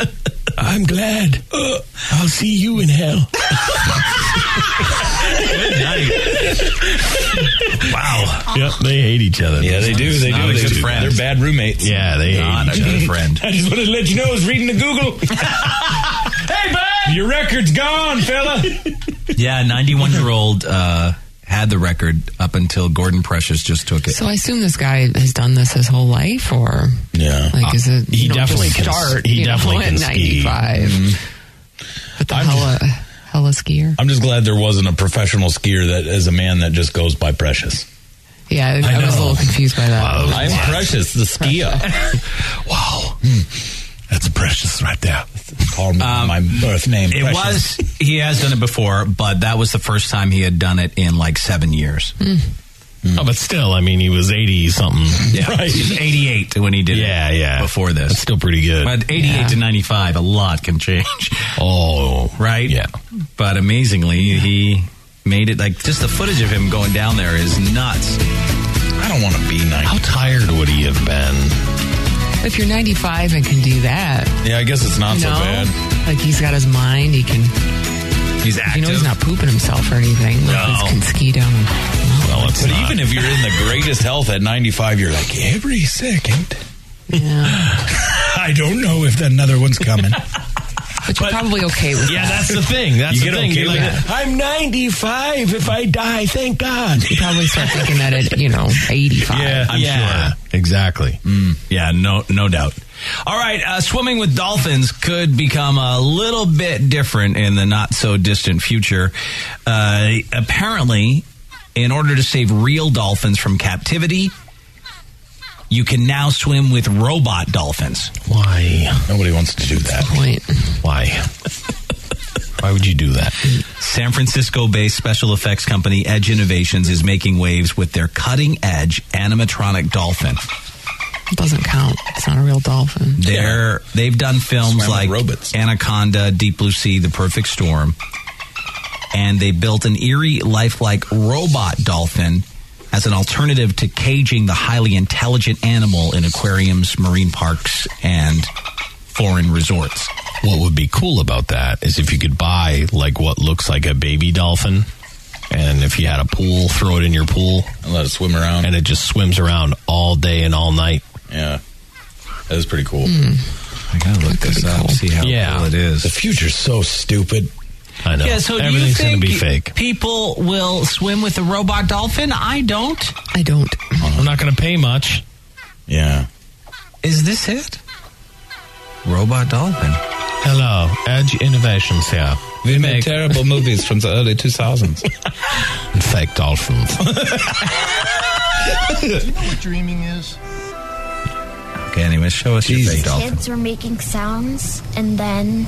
I'm glad. Uh, I'll see you in hell. Good night. wow. Yep, they hate each other. Yeah, they do. They Not do. a They good do. friend. They're bad roommates. Yeah, they hate Not each a other. good friend. I just wanted to let you know I was reading the Google. hey, bud! Your record's gone, fella. Yeah, 91 year old uh, had the record up until Gordon Precious just took it. So I assume this guy has done this his whole life, or yeah, like is it? He you don't definitely just can s- start. he you know, definitely at can ski. 95. But the hella, hella skier. Mm-hmm. I'm just glad there wasn't a professional skier that is a man that just goes by Precious. Yeah, I, I was a little confused by that. I'm Precious, the skier. wow. That's precious right there. Call me Um, my birth name. It Precious. was, he has done it before, but that was the first time he had done it in like seven years. Hmm. Oh, but still, I mean, he was 80 something. Yeah. He was 88 when he did Yeah, it yeah. before this. That's still pretty good. But 88 to 95, a lot can change. Oh, right? Yeah. But amazingly, he made it like just the footage of him going down there is nuts. I don't want to be nice. How tired would he have been? If you're 95 and can do that, Yeah, I guess it's not you so know? bad. Like he's got his mind. He can. He's active. You know, he's not pooping himself or anything. Like, No. He can ski down. Well, but even if you're in the greatest health at 95, you're like every second. I don't know if another one's coming. But you're probably okay with Yeah, that. that's the thing. That's the You get thing. okay You're with like, that? I'm 95. If I die, thank God. You probably start thinking that at you know 85. I'm sure. Exactly. Mm. Yeah, no, no doubt. All right, uh, swimming with dolphins could become a little bit different in the not so distant future. Uh, apparently, in order to save real dolphins from captivity, you can now swim with robot dolphins. Why? Nobody wants to do that. Point. Why? Why would you do that? San Francisco based special effects company Edge Innovations is making waves with their cutting edge animatronic dolphin. It doesn't count. It's not a real dolphin. They're they've done films Swam with like robots. Anaconda, Deep Blue Sea, The Perfect Storm, and they built an eerie, lifelike robot dolphin as an alternative to caging the highly intelligent animal in aquariums, marine parks, and foreign resorts. What would be cool about that is if you could buy like what looks like a baby dolphin, and if you had a pool, throw it in your pool, And let it swim around. and it just swims around all day and all night. yeah, that is pretty cool. Hmm. I gotta look this up, see how Yeah. cool it is. The future's so stupid. I know. Yeah, so do you Everything's think gonna be fake. people will swim with a robot dolphin? I don't. I don't. I'm not going to pay much. Yeah. Is this it? Robot dolphin. Hello, Edge Innovations here. We made terrible movies from the early 2000s. Fake dolphins. dreaming is? Okay, anyway, show us your fake dolphin. Kids were making sounds, and then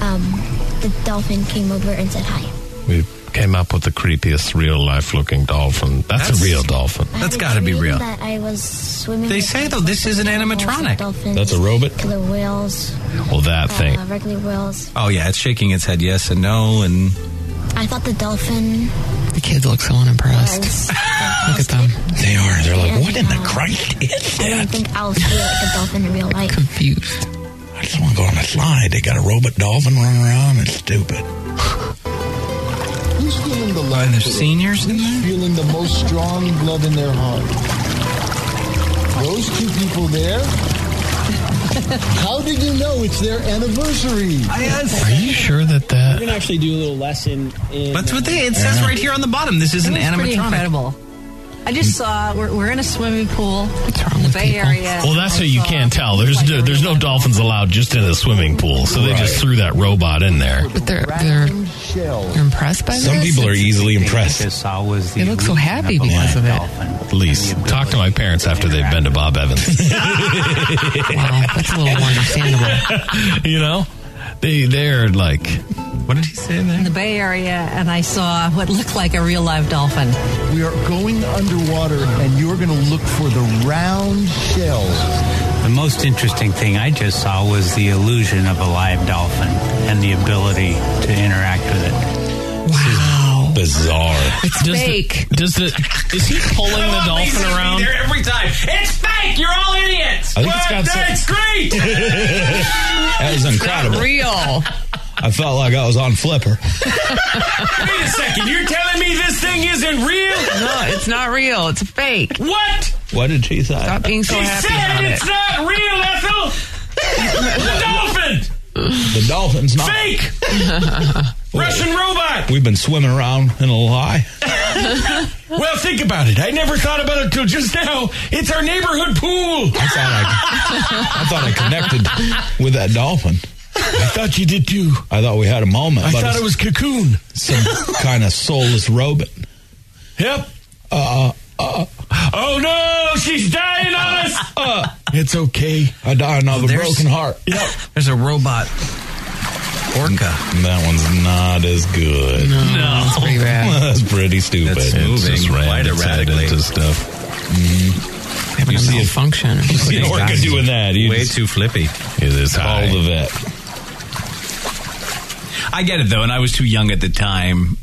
um, the dolphin came over and said hi. We came up with the creepiest real life looking dolphin. That's, That's- a real dolphin. I That's had a gotta be dream real. That I was swimming. They with say, though, this is an animals and animatronic. Dolphins, That's a robot? Killer whales. Well, that thing. Uh, regular whales. Oh yeah, it's shaking its head yes and no, and I thought the dolphin The kids look so unimpressed. was. Look at them, They are. They're like, what in the Christ is I don't that? think I'll feel like a dolphin in real life. confused. I just want to go on a slide. They got a robot dolphin running around. It's stupid. Who's feeling the and life? there's seniors in there. Who's feeling the most strong love in their heart? Those two people there. How did you know it's their anniversary? Are you sure that that? gonna actually do a little lesson in. That's what they. It says right here on the bottom. This is an It was pretty animatronic. incredible. I just saw we're, we're in a swimming pool in the Bay Area. Well, that's I what you saw- can't tell. There's d- there's no dolphins allowed just in a swimming pool, so they just threw that robot in there. But they're they're, they're impressed by Some this. people are easily impressed. Saw was They look so happy because of it. Please talk to my parents after they've been to Bob Evans. Wow, that's a little more understandable. you know, they they're like, What did he say in there? the Bay Area, and I saw what looked like a real live dolphin. We are going underwater, and you're going to look for the round shells. The most interesting thing I just saw was the illusion of a live dolphin and the ability to interact with it. Wow. bizarre. It's does fake. The, does the is he pulling the dolphin around? there every time. It's fake. You're all idiots. I think it's got some- that's great. That was incredible. real. I felt like I was on Flipper. Wait a second. You're telling me this thing isn't real? No, it's not real. It's fake. What? What did she say? Stop being so she happy said about it's it. not real, Ethel. the dolphin. The dolphin's not. Fake. Russian robot. We've been swimming around in a lie. Well, think about it. I never thought about it till just now. It's our neighborhood pool. I thought I, I thought I connected with that dolphin. I thought you did too. I thought we had a moment. I but thought it's it was cocoon. some kind of soulless robot. Yep. Uh, uh, Oh no, she's dying on us. uh, it's okay. I die of a There's- broken heart. Yep. There's a robot orca. That one's not as good. No. It's pretty bad. That's pretty stupid. That's moving quite erratically. stuff. Mm-hmm. Having You a see it- malfunction. you see an orca doing that, you Way just- too flippy. It is Call the vet. I get it though, and I was too young at the time,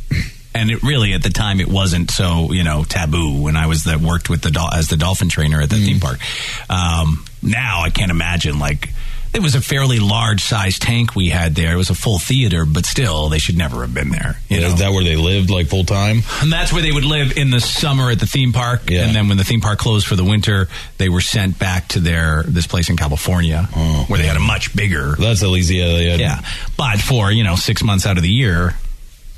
and it really at the time it wasn't so you know taboo when I was that worked with the dol- as the dolphin trainer at the theme park. Mm-hmm. Um, now I can't imagine like. It was a fairly large sized tank we had there. It was a full theater, but still, they should never have been there. You know? Is that where they lived, like full time? And that's where they would live in the summer at the theme park. Yeah. And then when the theme park closed for the winter, they were sent back to their this place in California where they had a much bigger. That's at least yeah, they had- Yeah. But for, you know, six months out of the year,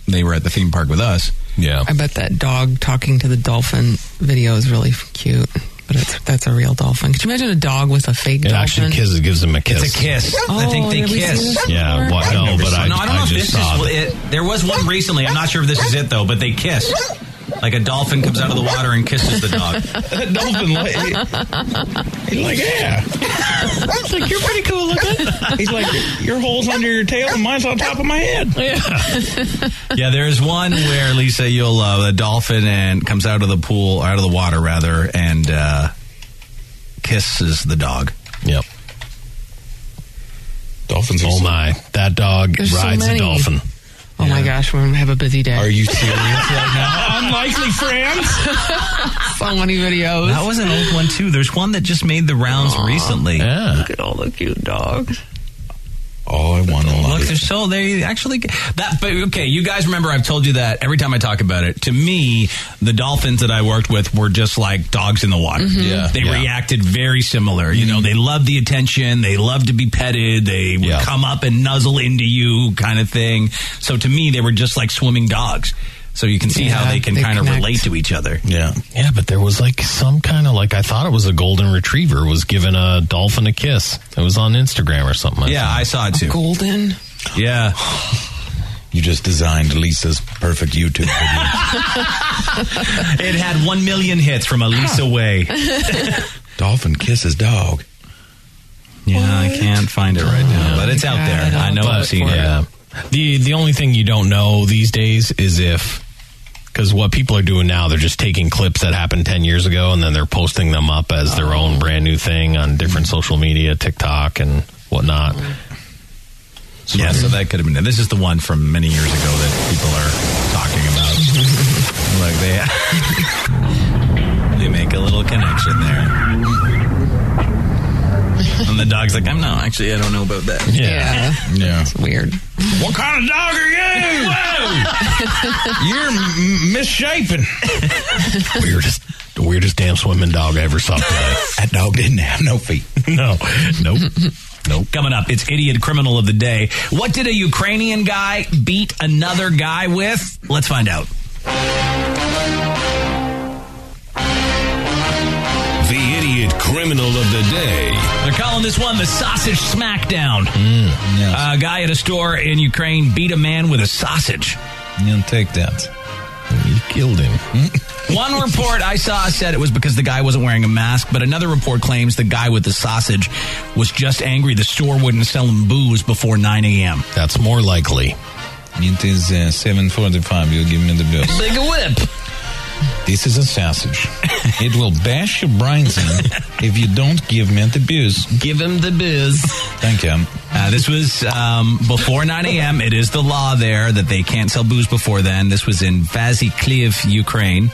they were at the theme park with us. Yeah. I bet that dog talking to the dolphin video is really f- cute. But it's, that's a real dolphin. Could you imagine a dog with a fake It dolphin? actually kisses, gives him a kiss. It's a kiss. I think they have we seen kiss. this Yeah, before? what? No, but I, no, I don't know if just this saw is that. it. There was one recently. I'm not sure if this is it though, but they kiss. Like a dolphin comes out of the water and kisses the dog. That dolphin, like, he's like, yeah. It's like you're pretty cool looking. He's like, your hole's under your tail and mine's on top of my head. Yeah, there's one where Lisa, you'll love a dolphin and comes out of the pool, out of the water rather, and uh, kisses the dog. Yep. Dolphins. Are Oh so- my! That dog There's so rides a many. dolphin. Oh my gosh, we're gonna have a busy day. Are you serious right now? Unlikely friends. so many videos? That was an old one too. There's one that just made the rounds recently. Yeah. Look at all the cute dogs. All Oh, I want in Look, life. they're so they actually that. But okay, you guys remember I've told you that every time I talk about it. To me, the dolphins that I worked with were just like dogs in the water. Mm-hmm. Yeah, they yeah. reacted very similar. You know, they loved the attention. They loved to be petted. They would Yeah. come up and nuzzle into you, kind of thing. So to me, they were just like swimming dogs. So you can see how Yeah, they can they kind of connect. relate to each other. Yeah. Yeah, but there was like some kind of like I thought it was a golden retriever was giving a dolphin a kiss. It was on Instagram or something. Yeah, I saw it too. Golden. Yeah, You just designed Lisa's perfect YouTube video. it had one million hits from Elisa Way. Dolphin kisses dog. Yeah, I can't find it right now, but it's out God, there. I I'll know look I've seen for it. it. Yeah. The the only thing you don't know these days is if because what people are doing now, they're just taking clips that happened ten years ago and then they're posting them up as their own brand new thing on different Mm-hmm. social media, TikTok and whatnot. Yeah, so that could have been it. This is the one from many years ago that people are talking about. Look, they they make a little connection there. And the dog's like, I'm no, actually, I don't know about that. Yeah. Yeah. It's weird. What kind of dog are you? You're m- misshapen. Weirdest the weirdest damn swimming dog I ever saw today. That dog didn't have no feet. no. Nope. Nope. Coming up, it's idiot criminal of the day. What did a Ukrainian guy beat another guy with? Let's find out. The idiot criminal of the day. Mm, They're calling this one the sausage smackdown. A guy at a store in Ukraine beat a man with a sausage. You'll take that. You killed him. One report I saw said it was because the guy wasn't wearing a mask, but another report claims the guy with the sausage was just angry the store wouldn't sell him booze before 9 a.m. That's more likely. It is uh, 7.45. You give me the bill. Big whip. This is a sausage. it will bash your brains in if you don't give me the booze. Give him the booze. Thank you. Uh, this was um, before 9 a.m. It is the law there that they can't sell booze before then. This was in Vazikliv, Ukraine.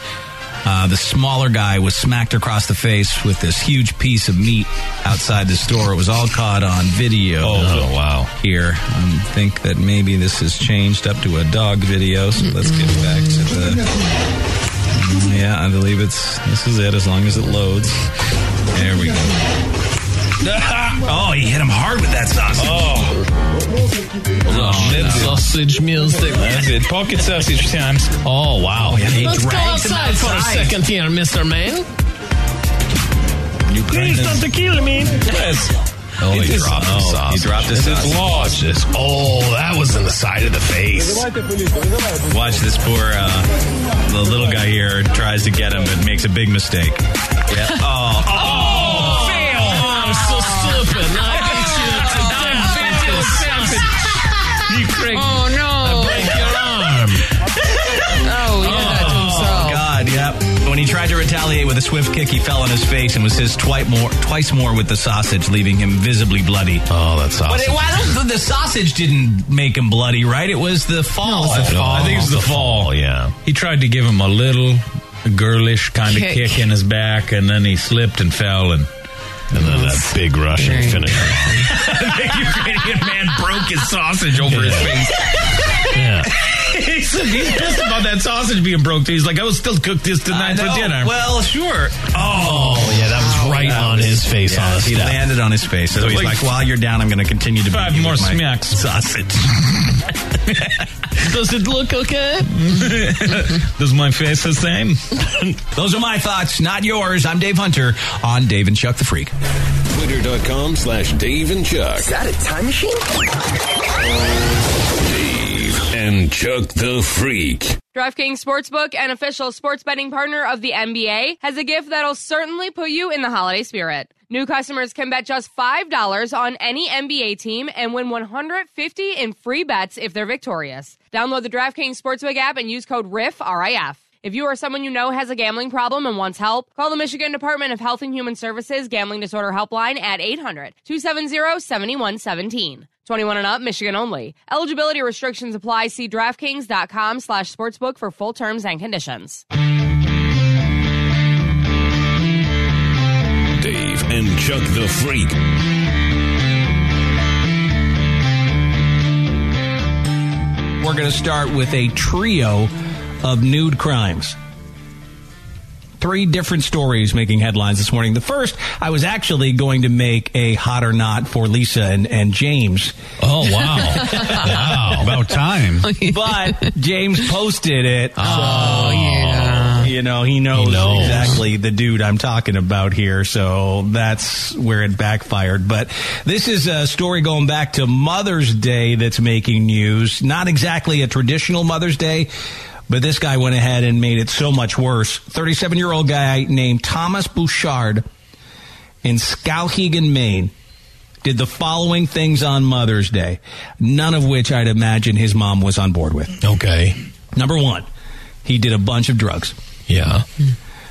Uh, the smaller guy was smacked across the face with this huge piece of meat outside the store. It was all caught on video. Oh, wow. Here. I think that maybe this has changed up to a dog video, so let's get back to the. Yeah, I believe it's. This is it as long as it loads. There we go. oh, he hit him hard with that sausage. Oh, no. sausage meals. That's it. Pocket sausage times. Oh, wow. yeah. He Let's go dragged him outside out for a outside. second here, Mr. Man. Please don't to kill me. Oh, It he is- dropped oh, the sauce. he dropped the It's sausage. lost. It's- oh, that was in the side of the face. Watch this poor uh, the little guy here tries to get him, but makes a big mistake. Yeah. Oh, Oh, fail. I'm so stupid. I beat you to death with your sausage. You prick. Oh, no. I break your arm. Oh, he did that to himself. God, yep. When he tried to retaliate with a swift kick, he fell on his face and was his twice more, twice more with the sausage, leaving him visibly bloody. Oh, that's But it, well, I don't, the sausage didn't make him bloody, right? It was the fall. the fall. I think it was the fall. Yeah. He tried to give him a little girlish kind of Kick. kick in his back, and then he slipped and fell, and and then that big Russian finish. the Oh. Ukrainian man broke his sausage over his face. Yeah. he's, he's pissed about that sausage being broke. too. He's like, I will still cook this tonight for dinner. Well, sure. Oh, yeah, that was right on his face, Yeah, honestly. he landed on his face. So he's like, while you're down, I'm going to continue to Five beat you more with my smacks. sausage. Does it look okay? Does my face the same? Those are my thoughts, not yours. I'm Dave Hunter on Dave and Chuck the Freak. Twitter.com slash Dave and Chuck. Is that a time machine? Dave and Chuck the Freak. DraftKings Sportsbook, an official sports betting partner of the NBA, has a gift that'll certainly put you in the holiday spirit. New customers can bet just $5 on any NBA team and win 150 in free bets if they're victorious. Download the DraftKings Sportsbook app and use code RIF, RIF. If you or someone you know has a gambling problem and wants help, call the Michigan Department of Health and Human Services Gambling Disorder Helpline at 800 270 7117. 21 and up, Michigan only. Eligibility restrictions apply. See DraftKings.com slash sportsbook for full terms and conditions. Dave and Chuck the Freak. We're going to start with a trio of nude crimes. Three different stories making headlines this morning. The first, I was actually going to make a hot or not for Lisa and, and James. Oh, wow. wow. About time. But James posted it. Oh, yeah. You know, he knows, exactly the dude I'm talking about here. So that's where it backfired. But this is a story going back to Mother's Day that's making news. Not exactly a traditional Mother's Day. But this guy went ahead and made it so much worse. 37 year old guy named Thomas Bouchard in Skowhegan, Maine, did the following things on Mother's Day, none of which I'd imagine his mom was on board with. Okay. Number one, he did a bunch of drugs. Yeah.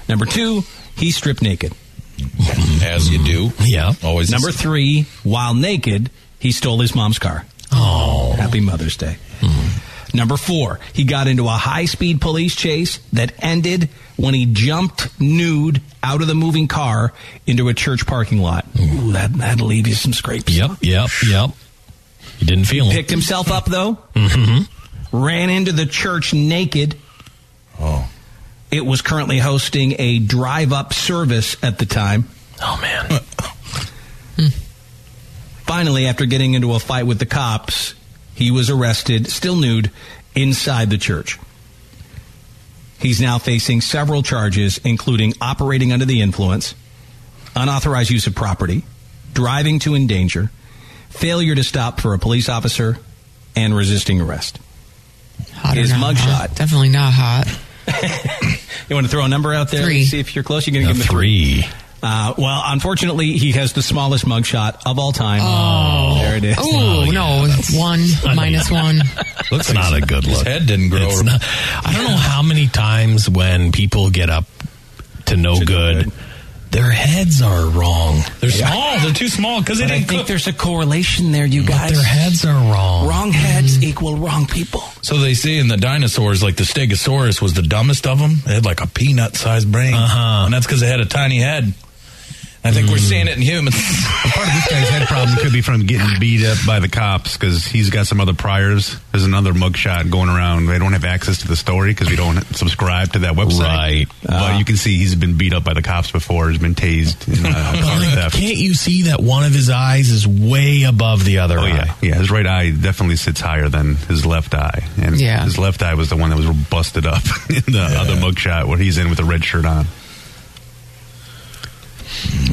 Number two, he stripped naked. as you do. Yeah. Always Number three, while naked, he stole his mom's car. Oh. Happy Mother's Day. Number four, he got into a high speed police chase that ended when he jumped nude out of the moving car into a church parking lot. Ooh, that, that'll leave you some scrapes. Yep, yep, yep. You didn't feel him. Picked himself up, though, Mm-hmm. ran into the church naked. Oh. It was currently hosting a drive up service at the time. Oh, man. Finally, after getting into a fight with the cops, he was arrested, still nude, inside the church. He's now facing several charges, including operating under the influence, unauthorized use of property, driving to endanger, failure to stop for a police officer, and resisting arrest. Hot or His not mugshot. hot? Definitely not hot. You want to throw a number out there? Three. See if you're close. You're going to A give him a three. Uh, well, unfortunately, he has the smallest mugshot of all time. Oh. There it is. Ooh, no. One minus one. Looks not a good look. His head didn't grow. It's not- I don't know how many times when people get up to no good, their heads are wrong. They're small. They're too small because they But I didn't think cook. there's a correlation there, you guys. their heads are wrong. Mm-hmm. Wrong heads equal wrong people. So they say in the dinosaurs, like the Stegosaurus was the dumbest of them. It had like a peanut-sized brain, uh-huh. and that's because it had a tiny head. I think Hmm. we're seeing it in humans. Part of this guy's head problem could be from getting beat up by the cops because he's got some other priors. There's another mugshot going around. They don't have access to the story because we don't subscribe to that website. Right. Uh-huh. but you can see he's been beat up by the cops before. He's been tased. In, uh, But, car like, theft. can't you see that one of his eyes is way above the other Oh eye? yeah, yeah. His right eye definitely sits higher than his left eye, and Yeah. his left eye was the one that was busted up in the other mugshot where he's in with a red shirt on.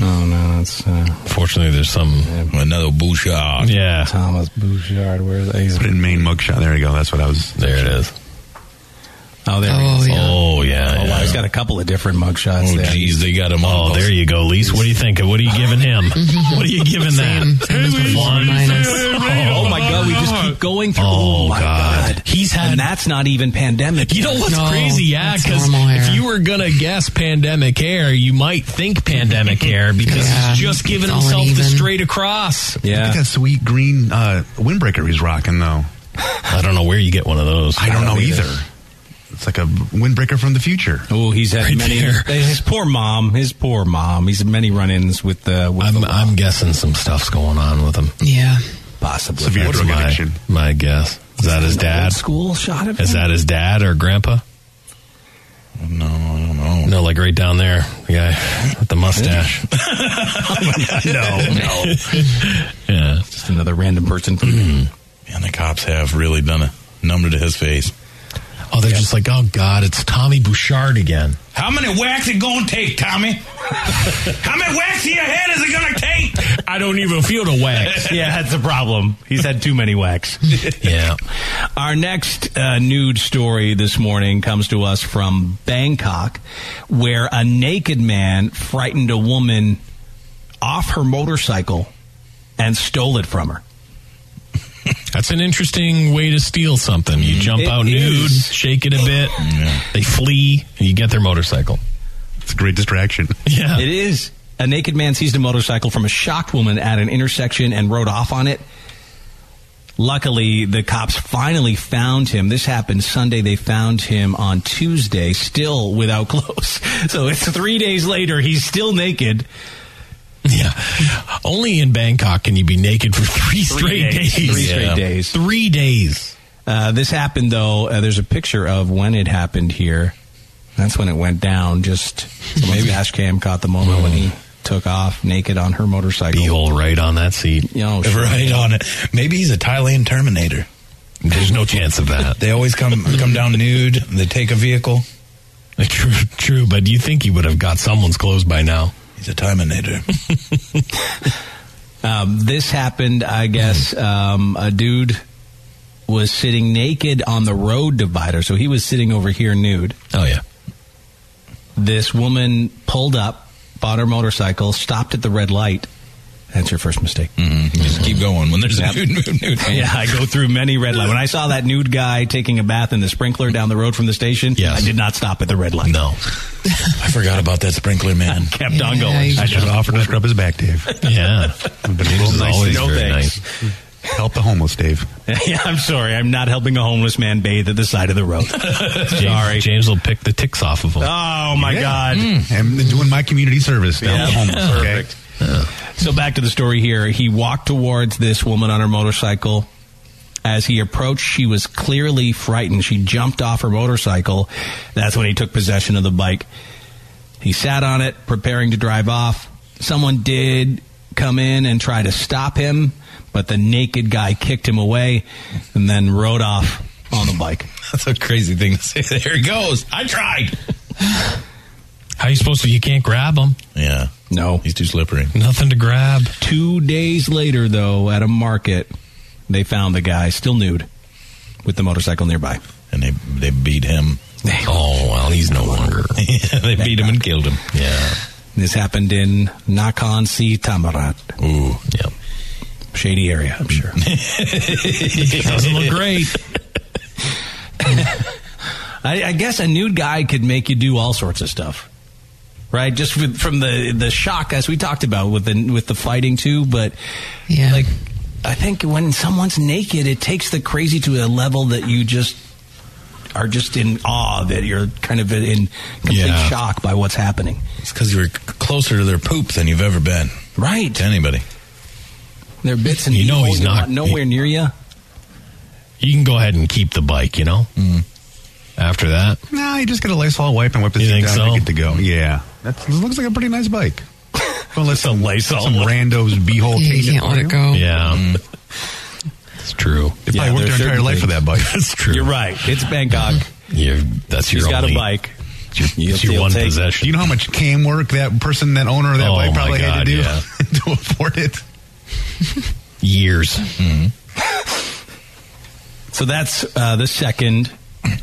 Oh no, that's uh, fortunately there's some another Bouchard. Oh, Yeah, Thomas Bouchard. Where's he's put in main mugshot? There you go. That's what I was. There it is. Oh, there Oh, he is. yeah. Oh, yeah, Oh, wow. yeah. He's got a couple of different mugshots there. they got him. Oh, there you go, Lise. What do you think? What are you giving him? what are you giving that? One. Oh, my God. We just keep going through. Oh, my God. He's had. And that's not even pandemic. You know what's crazy? Yeah, because if you were gonna guess pandemic hair, you might think pandemic hair because Yeah, he's just giving it's all himself the uneven. straight across. Look at that sweet green uh, windbreaker he's rocking though. I don't know where you get one of those. I don't, I don't know either. either. It's like a windbreaker from the future. Oh, he's had Right many. there. His poor mom. His poor mom. He's had many run-ins with. Uh, with I'm, I'm guessing some stuff's going on with him. Yeah. Possibly. Severe That's drug my- addiction. My guess is that his dad. School shot of Is him? that his dad or grandpa? No, I don't know. No, like right down there, the guy with the mustache. no, no. yeah, just another random person. And the cops have really done a number to his face. Oh, they're just like, oh God, it's Tommy Bouchard again. How many whacks it gonna take, Tommy? How many whacks to your head is it gonna take? I don't even feel the wax. yeah, that's the problem. He's had too many whacks. yeah. Our next uh, nude story this morning comes to us from Bangkok, where a naked man frightened a woman off her motorcycle and stole it from her. That's an interesting way to steal something. You jump It out nude, shake it a bit, they flee, and you get their motorcycle. It's a great distraction. Yeah. It is. A naked man seized a motorcycle from a shocked woman at an intersection and rode off on it. Luckily, the cops finally found him. This happened Sunday. They found him on Tuesday, still without clothes. So it's three days later. He's still naked. Yeah. Only in Bangkok can you be naked for three straight days. Three straight Yeah. days. Three days. Uh, this happened, though. Uh, there's a picture of when it happened here. That's when it went down. Just someone's dash cam caught the moment when he took off naked on her motorcycle. Beehole Hmm. right on that seat. Oh, sure. Right on it. Maybe he's a Thailand Terminator. There's no chance of that. They always come come down nude. They take a vehicle. True, true, but do you think he would have got someone's clothes by now? He's a Terminator. Um, this happened, I guess. Um, a dude was sitting naked on the road divider, so he was sitting over here nude. Oh yeah. This woman pulled up, bought her motorcycle, stopped at the red light. That's your first mistake. Mm-hmm. Just keep going. When there's Yep. a nude, nude, nude. Yeah, I go through many red lights. When I saw that nude guy taking a bath in the sprinkler down the road from the station, I did not stop at the red light. No. I forgot about that sprinkler man. Kept on going. I should offer to scrub his back, Dave. Yeah. But James is always no very thanks. Help the homeless, Dave. yeah, I'm sorry. I'm not helping a homeless man bathe at the side of the road. sorry. James will pick the ticks off of him. Oh my God. I'm Hmm. doing my community service. to help the homeless, okay? Perfect. So back to the story here. He walked towards this woman on her motorcycle. As he approached, she was clearly frightened. She jumped off her motorcycle. That's when he took possession of the bike. He sat on it, preparing to drive off. Someone did come in and try to stop him, but the naked guy kicked him away and then rode off on the bike. That's a crazy thing to say. There he goes. I tried. How you supposed to? You can't grab him. Yeah. No. He's too slippery. Nothing to grab. Two days later, though, at a market, they found the guy still nude with the motorcycle nearby. And they they beat him. Oh well, he's no longer. yeah, they beat him and killed him. Yeah. This happened in Nakhon Si Tamarat. Ooh. Yep. Shady area, I'm sure. Doesn't look great. I, I guess a nude guy could make you do all sorts of stuff, right? Just with, from the the shock, as we talked about with the with the fighting too. But yeah, like I think when someone's naked, it takes the crazy to a level that you just are just in awe that you're kind of in complete Yeah. shock by what's happening. It's because you're c- closer to their poop than you've ever been. Right. To anybody. Their bits and You know people, he's you're not- nowhere near you. You can go ahead and keep the bike, you know? After that. No, Mm. you just get a Lysol wipe and wipe the You seat think down so? and get to go. Yeah. That looks like a pretty nice bike. Well, let some Lysol. Some rando's beehole. Yeah, you taking can't let for it you. Mm. go. Yeah. It's true. They probably worked their entire life for that bike. That's true. You're right. It's Bangkok. you that's She's your got a only- bike. It's your, it's your You'll one take- possession. You know how much cam work that person, that owner of that Oh, bike, my probably had God, to do yeah. to afford it. Years. Mm-hmm. So that's uh, the second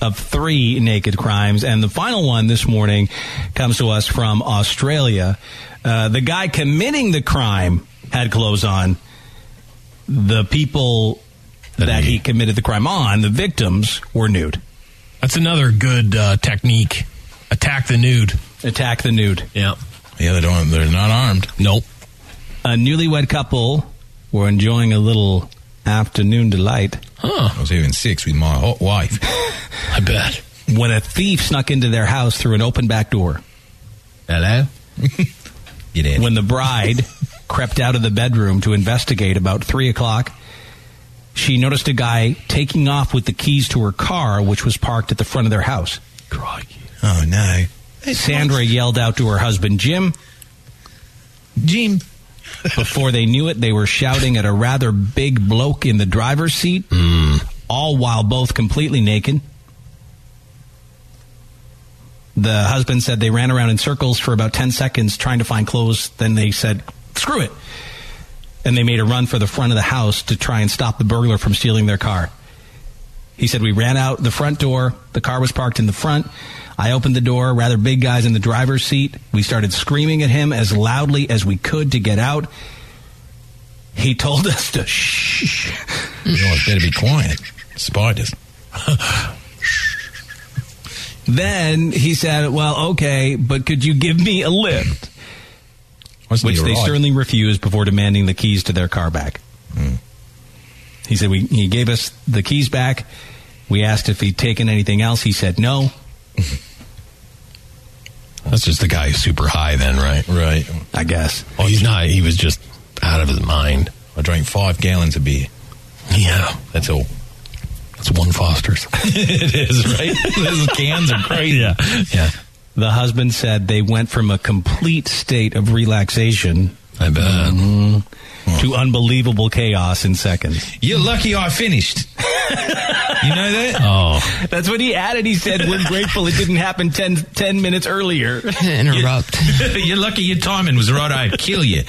of three naked crimes. And the final one this morning comes to us from Australia. Uh, the guy committing the crime had clothes on. The people that he committed the crime on, the victims, were nude. That's another good uh, technique. Attack the nude. Attack the nude. Yeah. Yeah, they don't. They're not armed. Nope. A newlywed couple were enjoying a little afternoon delight. Huh. I was having sex with my hot wife. I bet. When a thief snuck into their house through an open back door. Hello. Get in. When the bride crept out of the bedroom to investigate about three o'clock, she noticed a guy taking off with the keys to her car, which was parked at the front of their house. Oh, no. Sandra yelled out to her husband, Jim. Jim. Before they knew it, they were shouting at a rather big bloke in the driver's seat, Hmm. all while both completely naked. The husband said they ran around in circles for about 10 seconds trying to find clothes. Then they said, screw it. And they made a run for the front of the house to try and stop the burglar from stealing their car. He said, We ran out the front door. The car was parked in the front. I opened the door. Rather big guys in the driver's seat. We started screaming at him as loudly as we could to get out. He told us to shh. You know, it better be quiet. Spiders. then he said, Well, okay, but could you give me a lift? Which your they ride? sternly refused before demanding the keys to their car back. He said we, he gave us the keys back. We asked if he'd taken anything else. He said no. That's just the guy who's super high, then, right? Right. I guess. Oh, he's not. He was just out of his mind. I drank five gallons of beer. Yeah. That's all. That's one Foster's. it is right. Those cans are crazy. Yeah. yeah. The husband said they went from a complete state of relaxation. I bet. To unbelievable chaos in seconds. Mm-hmm. You're lucky I finished. You know that? Oh. That's what he added. He said, We're grateful it didn't happen 10, 10 minutes earlier. Interrupt. You're lucky your timing was right. I'd kill you.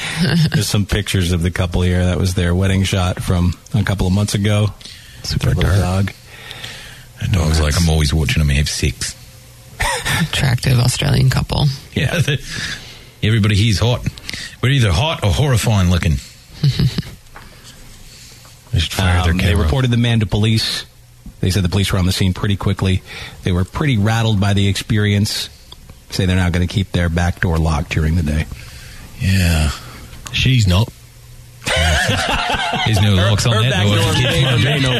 There's some pictures of the couple here. That was their wedding shot from a couple of months ago. Super dark. dog. That dog's like, I'm always watching them have sex. Attractive Australian couple. Yeah. Everybody here's hot. We're either hot or horrifying looking. Um, they reported the man to police. They said the police were on the scene pretty quickly. They were pretty rattled by the experience. Say they're not going to keep their back door locked during the day. Yeah. She's not. There's no locks on her that back door.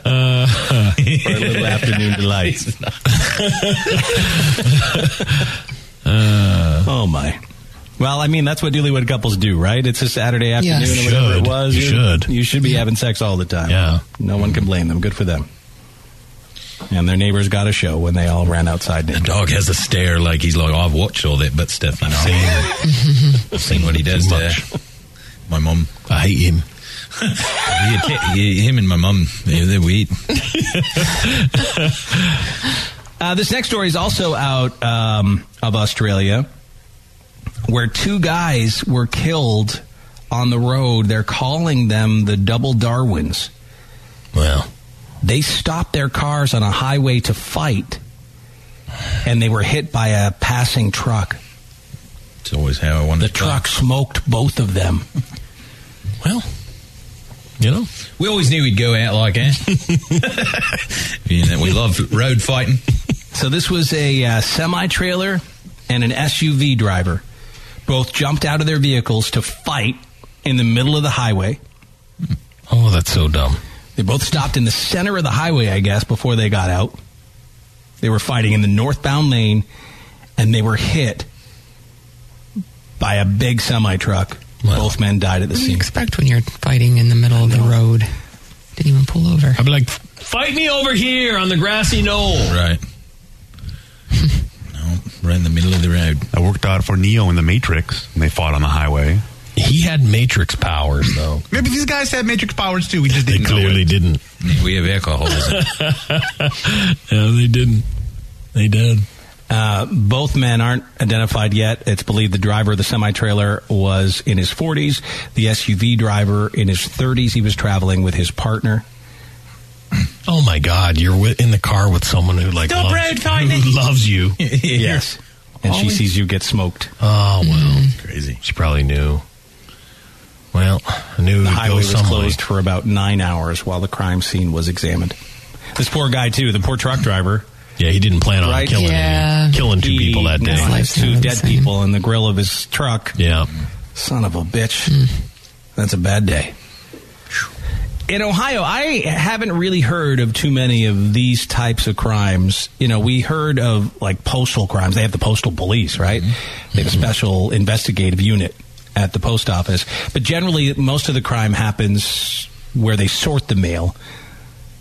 door may remain For a open. little afternoon delight. oh my. Well, I mean, that's what newlywed couples do, right? It's a Saturday afternoon You or whatever should. it was. You should. You should be having sex all the time. Yeah. No one can blame them. Good for them. And their neighbors got a show when they all ran outside. The dog has a stare like he's like, I've watched all that, but stuff. You know, I've seen what he does there. My mum. I hate him. him and my mum, they, they weed. Uh, this next story is also out um, of Australia, where two guys were killed on the road. They're calling them the Double Darwins. Well, they stopped their cars on a highway to fight, and they were hit by a passing truck. It's always how I want The truck smoked both of them. Well, You know, we always knew we'd go out like eh? you know, we love road fighting. So this was a uh, semi trailer and an SUV driver. Both jumped out of their vehicles to fight in the middle of the highway. Oh, that's so dumb. They both stopped in the center of the highway, I guess, before they got out. They were fighting in the northbound lane and they were hit by a big semi truck. Both men died at the What do you scene. expect when you're fighting in the middle of the road? Didn't even pull over. I'd be like, fight me over here on the grassy knoll. Right. Right in the middle of the road. I worked out for Neo in the Matrix, and they fought on the highway. He had Matrix powers, though. Maybe these guys had Matrix powers too. We just didn't. They clearly didn't. We have alcoholism. No, they didn't. They did. Uh, both men aren't identified yet. It's believed the driver of the semi trailer was in his 40s, the SUV driver in his 30s. He was traveling with his partner. Oh my God! You're wi- in the car with someone who like Don't loves, road fight who me. loves you. yes, and she Always- sees you get smoked. Oh well, crazy. She probably knew. Well, I knew The it would highway go was some way. closed for about nine hours while the crime scene was examined. This poor guy too, the poor truck driver. Yeah, he didn't plan on killing Yeah. any- killing two people that day. His life's Two never the dead same. people in the grill of his truck. Yeah, son of a bitch. That's a bad day. In Ohio, I haven't really heard of too many of these types of crimes. You know, we heard of like postal crimes. They have the postal police, right? They have a special investigative unit at the post office. But generally, most of the crime happens where they sort the mail.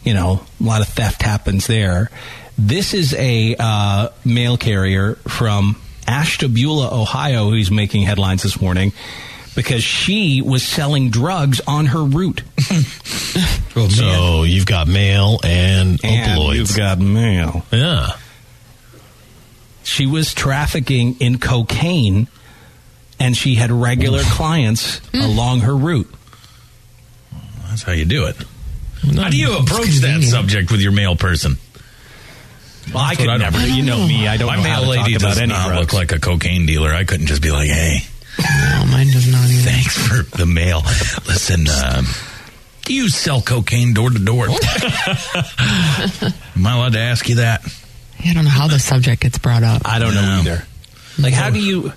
You know, a lot of theft happens there. This is a uh, mail carrier from Ashtabula, Ohio, who's making headlines this morning because she was selling drugs on her route. so you've got mail and, And opioids. you've got mail. Yeah. She was trafficking in cocaine and she had regular clients along her route. That's how you do it. how do you approach that subject with your male person? Well, I That's could what never. do. You know me. I don't My know male how to talk lady does about any not drugs. Oh, look like a cocaine dealer. I couldn't just be like, "Hey, No, mine does not either. thanks for the mail." Listen, um, do you sell cocaine door to door? Am I allowed to ask you that? I don't know how the subject gets brought up. I don't know either. Like, how do you?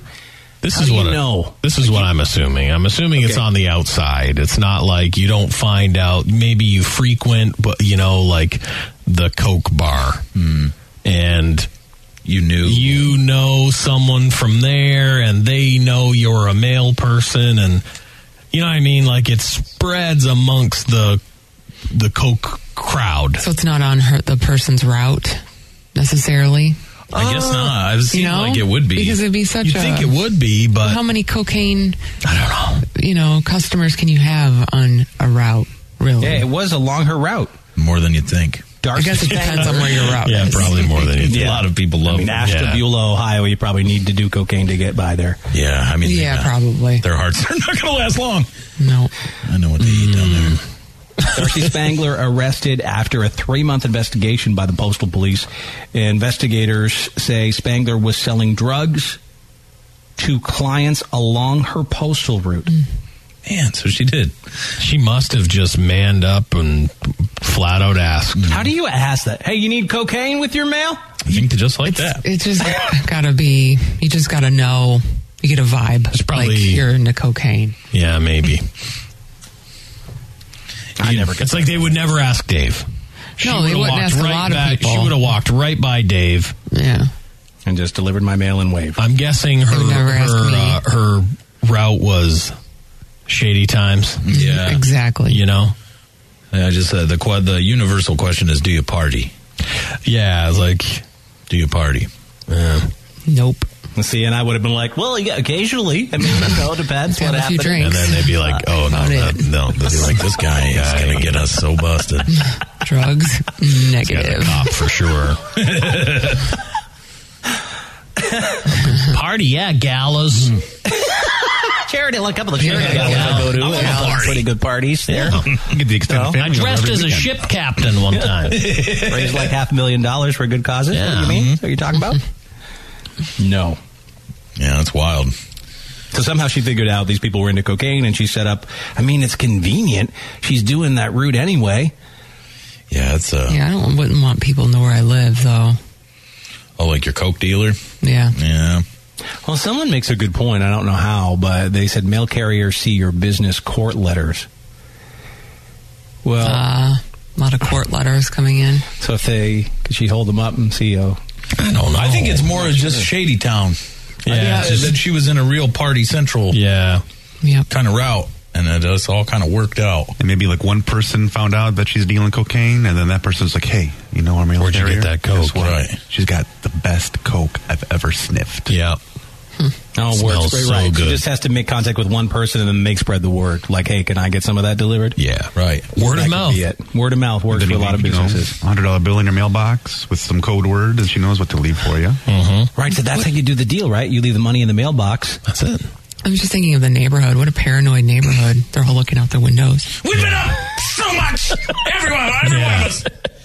This how is do what you I- know. This is what I'm assuming. I'm assuming it's Okay. on the outside. It's not like you don't find out. Maybe you frequent, but you know, like the Coke bar, Hmm. and you knew you know someone from there, and they know you're a male person, and you know what I mean. Like it spreads amongst the the Coke crowd. So it's not on her the person's route necessarily. I guess not. It seemed you know? like it would be because it'd be such. You'd a, think it would be, but how many cocaine? I don't know. You know, customers can you have on a route? Really? Yeah, it was along her route. more than you'd think. Darcy I guess it depends on where your route Yeah, is. probably more than anything. A lot of people love I mean, them. Ashtabula, Ohio. You probably need to do cocaine to get by there. Yeah, I mean, Yeah, uh, they're not- probably. Their hearts are not going to last long. No. I know what they eat down there. Mm. Darcy Spangler arrested after a three month investigation by the postal police. Investigators say Spangler was selling drugs to clients along her postal route. Man, so she did. She must have just manned up and flat out asked. How do you ask that? Hey, you need cocaine with your mail? Mm, I think just like that. It just gotta be. You just gotta know. You get a vibe. It's probably- like you're into cocaine. Yeah, maybe. I never. It's like they would never ask Dave. No, would they have wouldn't walked ask a right lot of back- She people. would have walked right by Dave. Yeah. And just delivered my mail and wave. I'm guessing her would never ask her me. uh, her route was shady times. Yeah. Exactly. You know. Yeah, just uh, the quad. The universal question is, do you party? Yeah, it's like, do you party? Yeah. Nope. See, and I would have been like, well, yeah, occasionally. I mean, you know, it depends Have what Uh, a few happens. drinks. And then they'd be like, "Oh no, About that, no, They'd be this like, this guy is going to get us so busted. Drugs. got a Negative. cop for sure." Party, yeah, galas. Charity, like a couple of Yeah, charity yeah, galas I go to. I want a I have party. pretty good parties there. Get the extended I family over dressed every as a weekend. ship captain one time. Raised like half a million dollars for good causes. What Yeah. mm-hmm. do you mean? What are you talking about? Mm-hmm. no. Yeah, that's wild. So somehow she figured out these people were into cocaine and she set up. I mean, it's convenient. She's doing that route anyway. Yeah, it's a. Yeah, uh, I don't wouldn't want people to know where I live though. Oh, like your coke dealer? Yeah. Yeah. Well, someone makes a good point. I don't know how, but they said mail carriers see your business court letters. Oh. Well, uh, a lot of court letters coming in. So if they could she hold them up and see oh I don't know. I think it's more of just Shady Town. Yeah. Yeah. That she was in a real Party Central yeah. kind of route. And it just all kind of worked out. And maybe like one person found out that she's dealing cocaine, and then that person's like, "Hey, you know our mail Where'd you carrier? get that coke?" Guess what? Right. She's got the best coke I've ever sniffed. Yeah. Oh, Smells word spray, so right. She good. just has to make contact with one person and then make spread the word. Like, hey, can I get some of that delivered? Yeah, right. Word of mouth. Word of mouth works for a lot of businesses. Hundred dollar bill in your mailbox with some code word, and she knows what to leave for you. Mm-hmm. Right, so that's how you do the deal, right? You leave the money in the mailbox. That's it. I'm just thinking of the neighborhood. What a paranoid neighborhood. They're all looking out their windows. We've been up so much. Everyone, every one of us.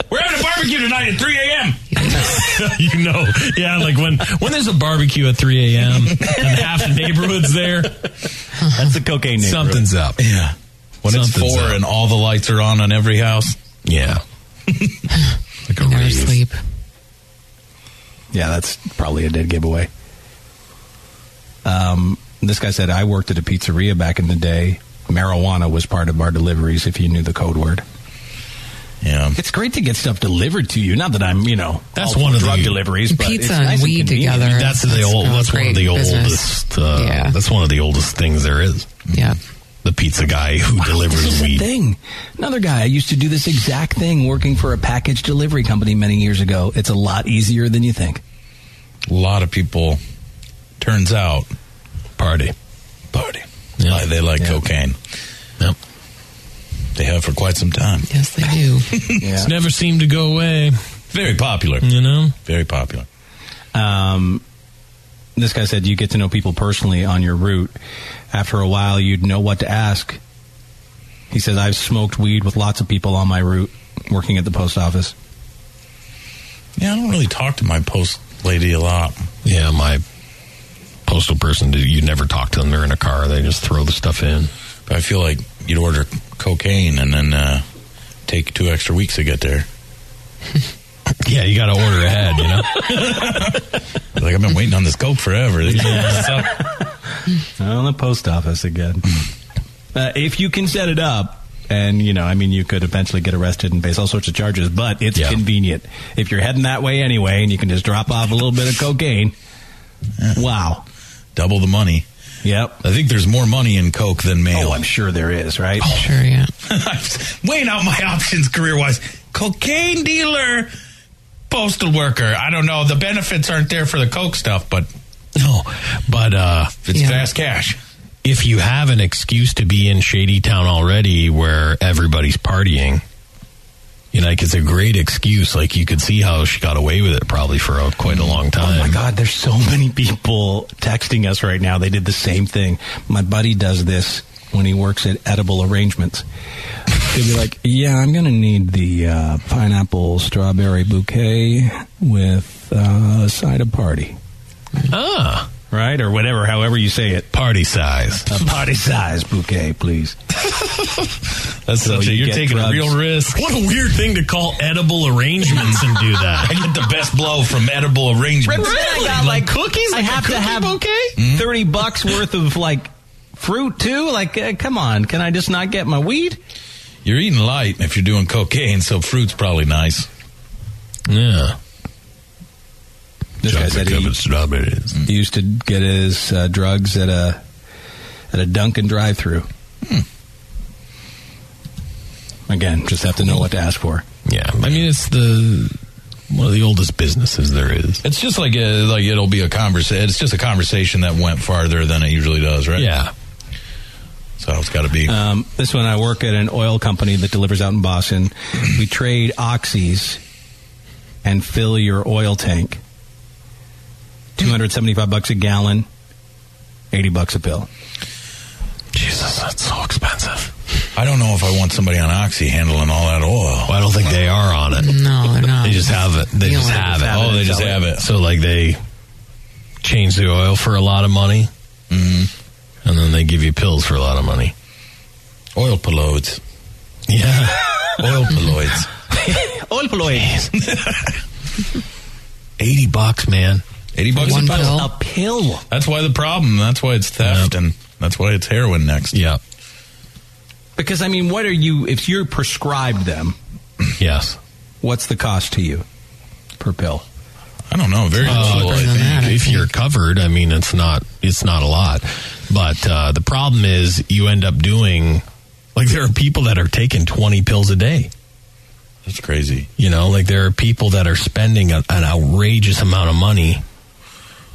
We're having a barbecue tonight at 3 a.m. you know, yeah, like when when there's a barbecue at 3 a.m. and half the neighborhood's there. That's the cocaine neighborhood. Something's up. Yeah. When it's Something's four up. and all the lights are on on every house. Yeah. like a never sleep. Yeah, that's probably a dead giveaway. Um, this guy said, I worked at a pizzeria back in the day. Marijuana was part of our deliveries if you knew the code word. Yeah. It's great to get stuff delivered to you. Not that I'm, you know, That's all for one of drug the- deliveries, but it's Pizza and nice weed convenient. together. That's the That's old. a That's one of the great business. oldest. Uh, Yeah. That's one of the oldest things there is. Yeah. The pizza guy who This is delivers the weed. thing. Another guy I used to do this exact thing working for a package delivery company many years ago. It's a lot easier than you think. A lot of people, turns out, party. Party. Like, they like cocaine. Yep. They have for quite some time. Yes, they do. It's never seemed to go away. Very popular. You know. Very popular. Um, this guy said you get to know people personally on your route. After a while, you'd know what to ask. He says I've smoked weed with lots of people on my route working at the post office. Yeah, I don't really talk to my post lady a lot. Yeah, my postal person. dude, You never talk to them. They're in a car. They just throw the stuff in. But I feel like you'd order cocaine and then uh, take two extra weeks to get there. Yeah, you got to order ahead. You know. like I've been waiting on this coke forever. They don't mess up. On the post office again. uh, if you can set it up, and you know, I mean, you could eventually get arrested and face all sorts of charges, but it's convenient if you're heading that way anyway, and you can just drop off a little bit of cocaine. Wow, double the money. Yep. I think there's more money in coke than mail. Oh, Oh, I'm sure there is, right? Sure, yeah. weighing out my options career wise. Cocaine dealer, postal worker. I don't know. The benefits aren't there for the coke stuff, but No, but uh, it's fast cash. if you have an excuse to be in Shady Town already where everybody's partying, you know, like it's a great excuse. Like you could see how she got away with it probably for a, quite a long time. Oh my God, there's so many people texting us right now. They did the same thing. My buddy does this when he works at Edible Arrangements. He'll be like, Yeah, I'm going to need the uh, pineapple strawberry bouquet with uh, a side of party. Ah. Right? Or whatever, however you say it. Party size. A party size bouquet, please. That's So such a, you you're get taking drugs. a real risk. What a weird thing to call edible arrangements and do that. I get the best blow from edible arrangements. I got like cookies. I Like a have to cookie have thirty bucks worth of like fruit too. Like, uh, come on, can I just not get my weed? You're eating light if you're doing cocaine, so fruit's probably nice. Yeah. This guy said he, strawberries. he used to get his uh, drugs at a at a Dunkin' drive-through. Hmm. Again, just have to know what to ask for. Yeah. I mean, it's the one of the oldest businesses there is. It's just like a, like it'll be a conversation. It's just a conversation that went farther than it usually does, right? Yeah. So it's got to be. Um, this one, I work at an oil company that delivers out in Boston. We trade oxys and fill your oil tank. Two hundred seventy-five bucks a gallon, eighty bucks a pill. Jesus, that's so expensive. I don't know if I want somebody on oxy handling all that oil. Well, I don't think they are on it. No, they're not. They just have it. They You just don't have it. have it. Oh, they just Sell it. have it. So like they change the oil for a lot of money. and then they give you pills for a lot of money. Mm-hmm. Oil paloids. Yeah. Oil paloids. Oil paloids. 80 bucks, man. 80 bucks One a pill. pill? A pill. That's why the problem. That's why it's theft, and that's why it's heroin next. Yeah. Because I mean, what are you if you're prescribed them? Yes. What's the cost to you per pill? I don't know. Very Oh, I think if you're covered, I mean, it's not it's not a lot. But uh, the problem is, you end up doing like there are people that are taking twenty pills a day. That's crazy. You know, like there are people that are spending a, an outrageous amount of money.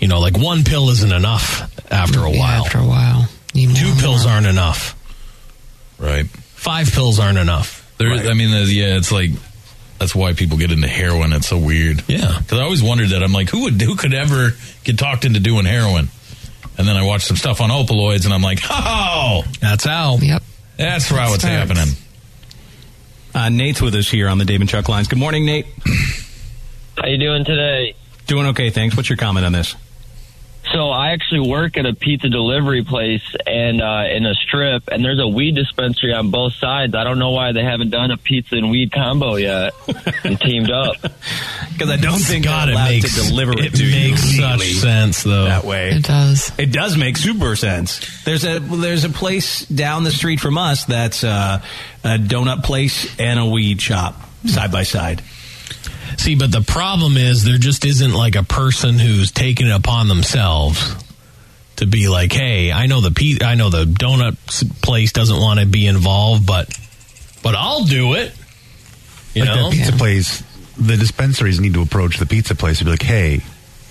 You know, like one pill isn't enough after a while. After a while, two pills aren't enough. Right. Five pills aren't enough. There, I mean, there's- yeah, it's like that's why people get into heroin. It's so weird. Yeah, because I always wondered that. I'm like, who would who could ever get talked into doing heroin? And then I watched some stuff on opioids, and I'm like, oh, that's how. Yep, that's how it's Starts. happening. Uh, Nate's with us here on the Dave and Chuck lines. Good morning, Nate. How you doing today? Doing okay, thanks. What's your comment on this? So I actually work at a pizza delivery place and uh, in a strip, and there's a weed dispensary on both sides. I don't know why they haven't done a pizza and weed combo yet and teamed up. Because I don't think God, they're it allowed makes- to deliver it, it to you makes such legally sense, though. That way, it does. It does make super sense. There's a there's a place down the street from us that's uh, a donut place and a weed shop side by side. See, but the problem is there just isn't like a person who's taken it upon themselves to be like, "Hey, I know the pe- I know the donut s- place doesn't want to be involved, but but I'll do it." You like know, that pizza place, the dispensaries need to approach the pizza place and be like, "Hey,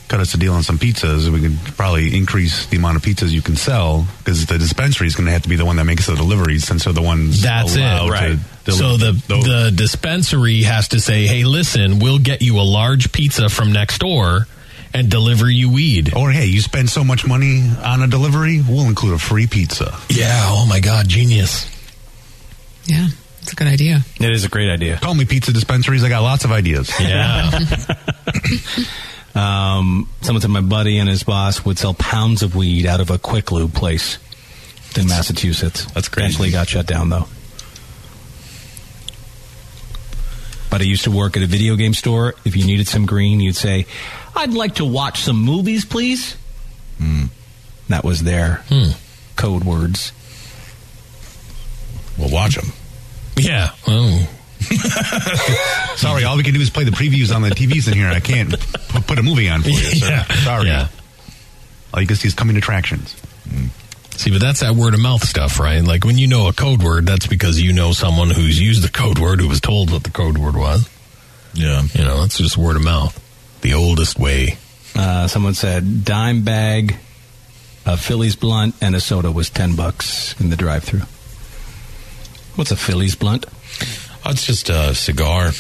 cut us a deal on some pizzas. We could probably increase the amount of pizzas you can sell because the dispensary is going to have to be the one that makes the deliveries since they're the ones That's it, allowed to right? So deliver the those. the dispensary has to say, "Hey, listen, we'll get you a large pizza from next door and deliver you weed." Or hey, you spend so much money on a delivery, we'll include a free pizza. Yeah. Oh my God, genius. Yeah, it's a good idea. It is a great idea. Call me pizza dispensaries. I got lots of ideas. Yeah. Um, someone said my buddy and his boss would sell pounds of weed out of a quick lube place in Massachusetts. That's crazy. Eventually got shut down though. But I used to work at a video game store. If you needed some green, you'd say, "I'd like to watch some movies, please." Hmm. That was their code words. Well, watch them. Yeah. Oh. Sorry, all we can do is play the previews on the TVs in here. I can't p- put a movie on for you. Sir. Sorry. All you can see is coming attractions. See, but that's that word of mouth stuff, right? Like when you know a code word, that's because you know someone who's used the code word who was told what the code word was. Yeah. You know, it's just word of mouth. The oldest way. Uh, someone said dime bag, a Phillies blunt, and a soda was ten bucks in the drive-through. What's a Phillies blunt? Oh, it's just a cigar.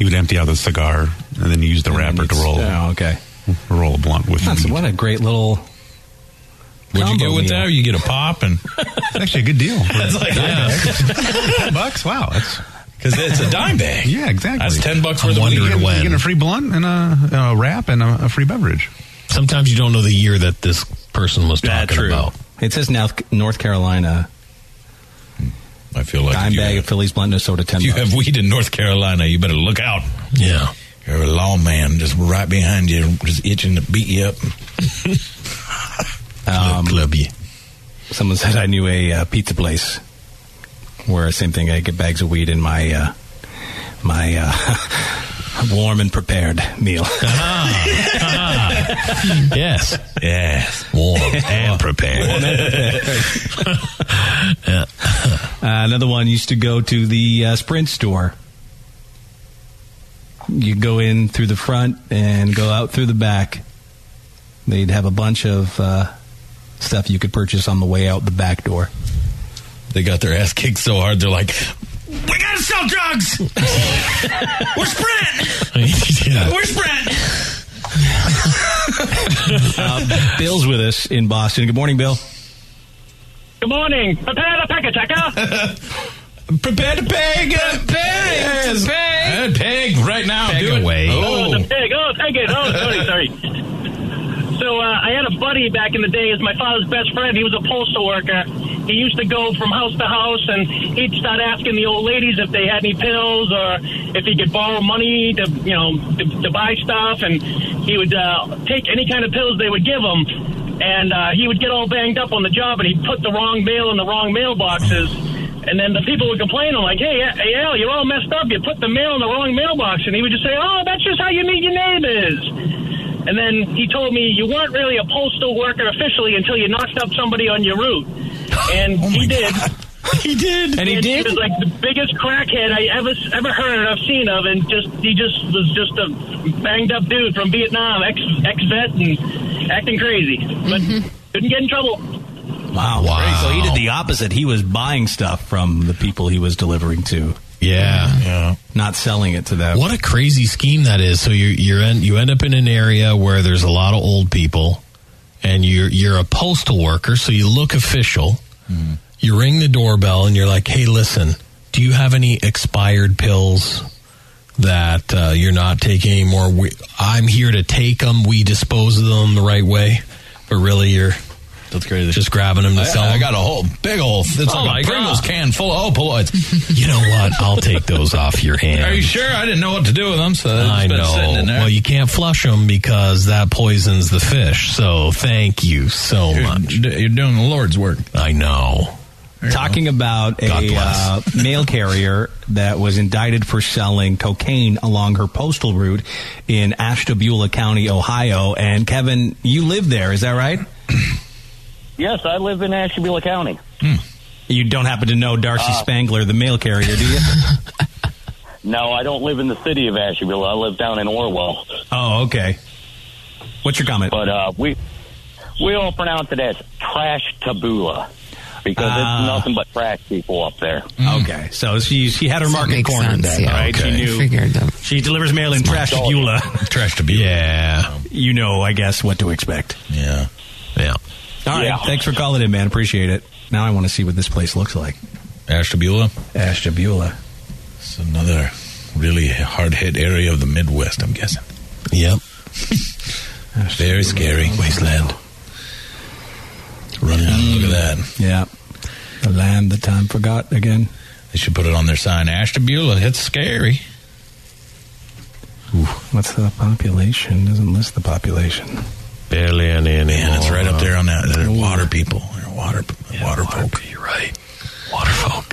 You would empty out the cigar and then you use the wrapper to roll. Oh, okay. Roll a blunt with. That's weed. what a great little. What'd you combo get with meal. that? You get a pop, and It's actually a good deal. That's like- ten bucks. Wow, that's because it's a dime bag. Yeah, exactly. That's ten bucks I'm worth of wondering weed. You get, when. you get a free blunt and a, a wrap and a, a free beverage. Sometimes you don't know the year that this person was Yeah, talking about. It says now North Carolina Hmm. I feel like dime if you, bag of Phillies blunt and a soda ten. if you bucks. have weed in North Carolina, you better look out. Yeah. You're a lawman just right behind you, just itching to beat you up. Um, Club you. Someone said I knew a uh, pizza place where same thing. I get bags of weed in my uh, my uh, warm and prepared meal. Uh-huh. yes. Yes. Warm and prepared. Uh, another one used to go to the uh, Sprint store. You go in through the front and go out through the back. They'd have a bunch of uh, stuff you could purchase on the way out the back door. They got their ass kicked so hard, they're like, "We gotta sell drugs. We're Sprint. yeah. We're Sprint." Uh, Bill's with us in Boston. Good morning, Bill. Good morning. Prepare to pick a checker. Prepare to peg, uh, peg, peg, peg right now. Peg do it. away. Oh, Oh, it's a pig. Oh, take it. Oh, sorry, sorry. So uh, I had a buddy back in the day as my father's best friend. He was a postal worker. He used to go from house to house, and he'd start asking the old ladies if they had any pills or if he could borrow money to, you know, to, to buy stuff. And he would uh, take any kind of pills they would give him, and uh, he would get all banged up on the job, and he'd put the wrong mail in the wrong mailboxes. And then the people would complain, I'm like, hey, hey, Al, you're all messed up. You put the mail in the wrong mailbox. And he would just say, oh, that's just how you meet your neighbors. And then he told me, you weren't really a postal worker officially until you knocked up somebody on your route. And he did. He did, and Oh he did. He was like the biggest crackhead I ever ever heard of, seen of, and just he just was just a banged up dude from Vietnam, ex ex vet, and acting crazy, but Mm-hmm. couldn't get in trouble. Wow. wow. So he did the opposite. He was buying stuff from the people he was delivering to. Yeah. Yeah. Not selling it to them. What a crazy scheme that is. So you you end you end up in an area where there's a lot of old people, and you're you're a postal worker, so you look official. Mm-hmm. You ring the doorbell, and you're like, "Hey, listen, do you have any expired pills that uh, you're not taking anymore? We, I'm here to take them. We dispose of them the right way, but really, you're." That's crazy. Just grabbing them to I, sell I them. got a whole big old. It's Oh my like a Pringles God. can full of opioids. You know what? I'll take those off your hand. Are you sure? I didn't know what to do with them, so they've I just been know. sitting in there. Well, you can't flush them because that poisons the fish. So thank you so much. You're doing the Lord's work. I know. Talking about God a bless. uh, mail carrier that was indicted for selling cocaine along her postal route in Ashtabula County, Ohio. And Kevin, you live there, is that right? Yes, I live in Ashtabula County. You don't happen to know Darcy Uh. Spangler, the mail carrier, do you? No, I don't live in the city of Ashtabula. I live down in Orwell. oh, okay. What's your comment? But uh, we we all pronounce it as trash tabula because Ah. it's nothing but trash people up there. Okay, so she she had her So it market makes cornered sense, then, yeah. right? Okay. She knew. Figured She delivers mail in Smart. Trashtabula. Trashtabula. Yeah, you know, I guess what to expect. Yeah, yeah. All right, thanks for calling in, man. Appreciate it. Now I want to see what this place looks like. Ashtabula. Ashtabula. It's another really hard hit area of the Midwest. I'm guessing. Yep. Very scary wasteland. Running out. Mm. Look at that. Yeah. The land that time forgot again. They should put it on their sign. Ashtabula. It's scary. What's the population? Doesn't list the population. Barely any anymore. Man, it's right up there on that. They're water people. They're water water folk. You're right. Water folk.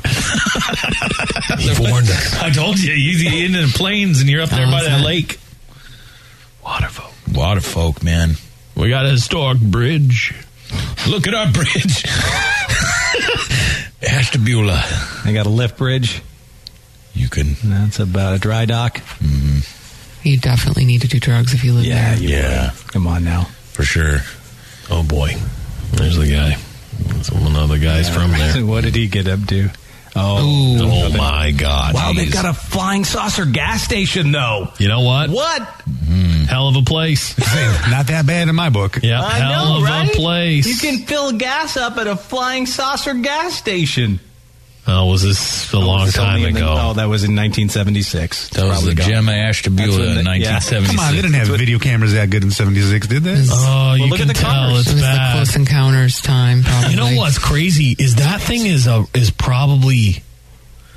You've warned us. I told you. You're in the plains and you're up there by that lake. Water folk. Water folk, man. We got a historic bridge. Look at our bridge. Ashtabula. They got a lift bridge. You can. That's about a dry dock. You definitely need to do drugs if you live there. yeah. Come on now. For sure. Oh boy, there's the guy. That's one of the guys from there. what did he get up to? Oh, Oh, nothing. my God! Wow, they've Jeez. got a flying saucer gas station, though. You know what? What? Mm-hmm. Hell of a place. Not that bad in my book. Yeah, hell of a place. You can fill gas up at a flying saucer gas station. Oh, was this a long It's time only in the- ago? oh, that was in 1976. That was the Gemma Ashtabula in 1976. Come on, they didn't have video cameras that good in '76, did they? Oh, you can tell it's it was bad. the close encounters time. Probably. You know what's crazy is that thing is a is probably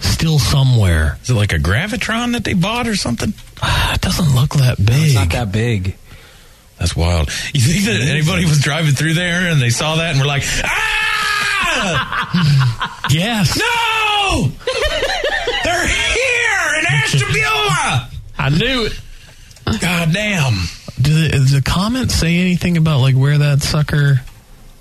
still somewhere. Is it like a gravitron that they bought or something? It doesn't look that big. It's not that big. That's wild. You think that anybody was driving through there and they saw that and were like, ah! yes. No! They're here in Ashtabula! I knew it. God damn. Do the, does the comment say anything about like where that sucker?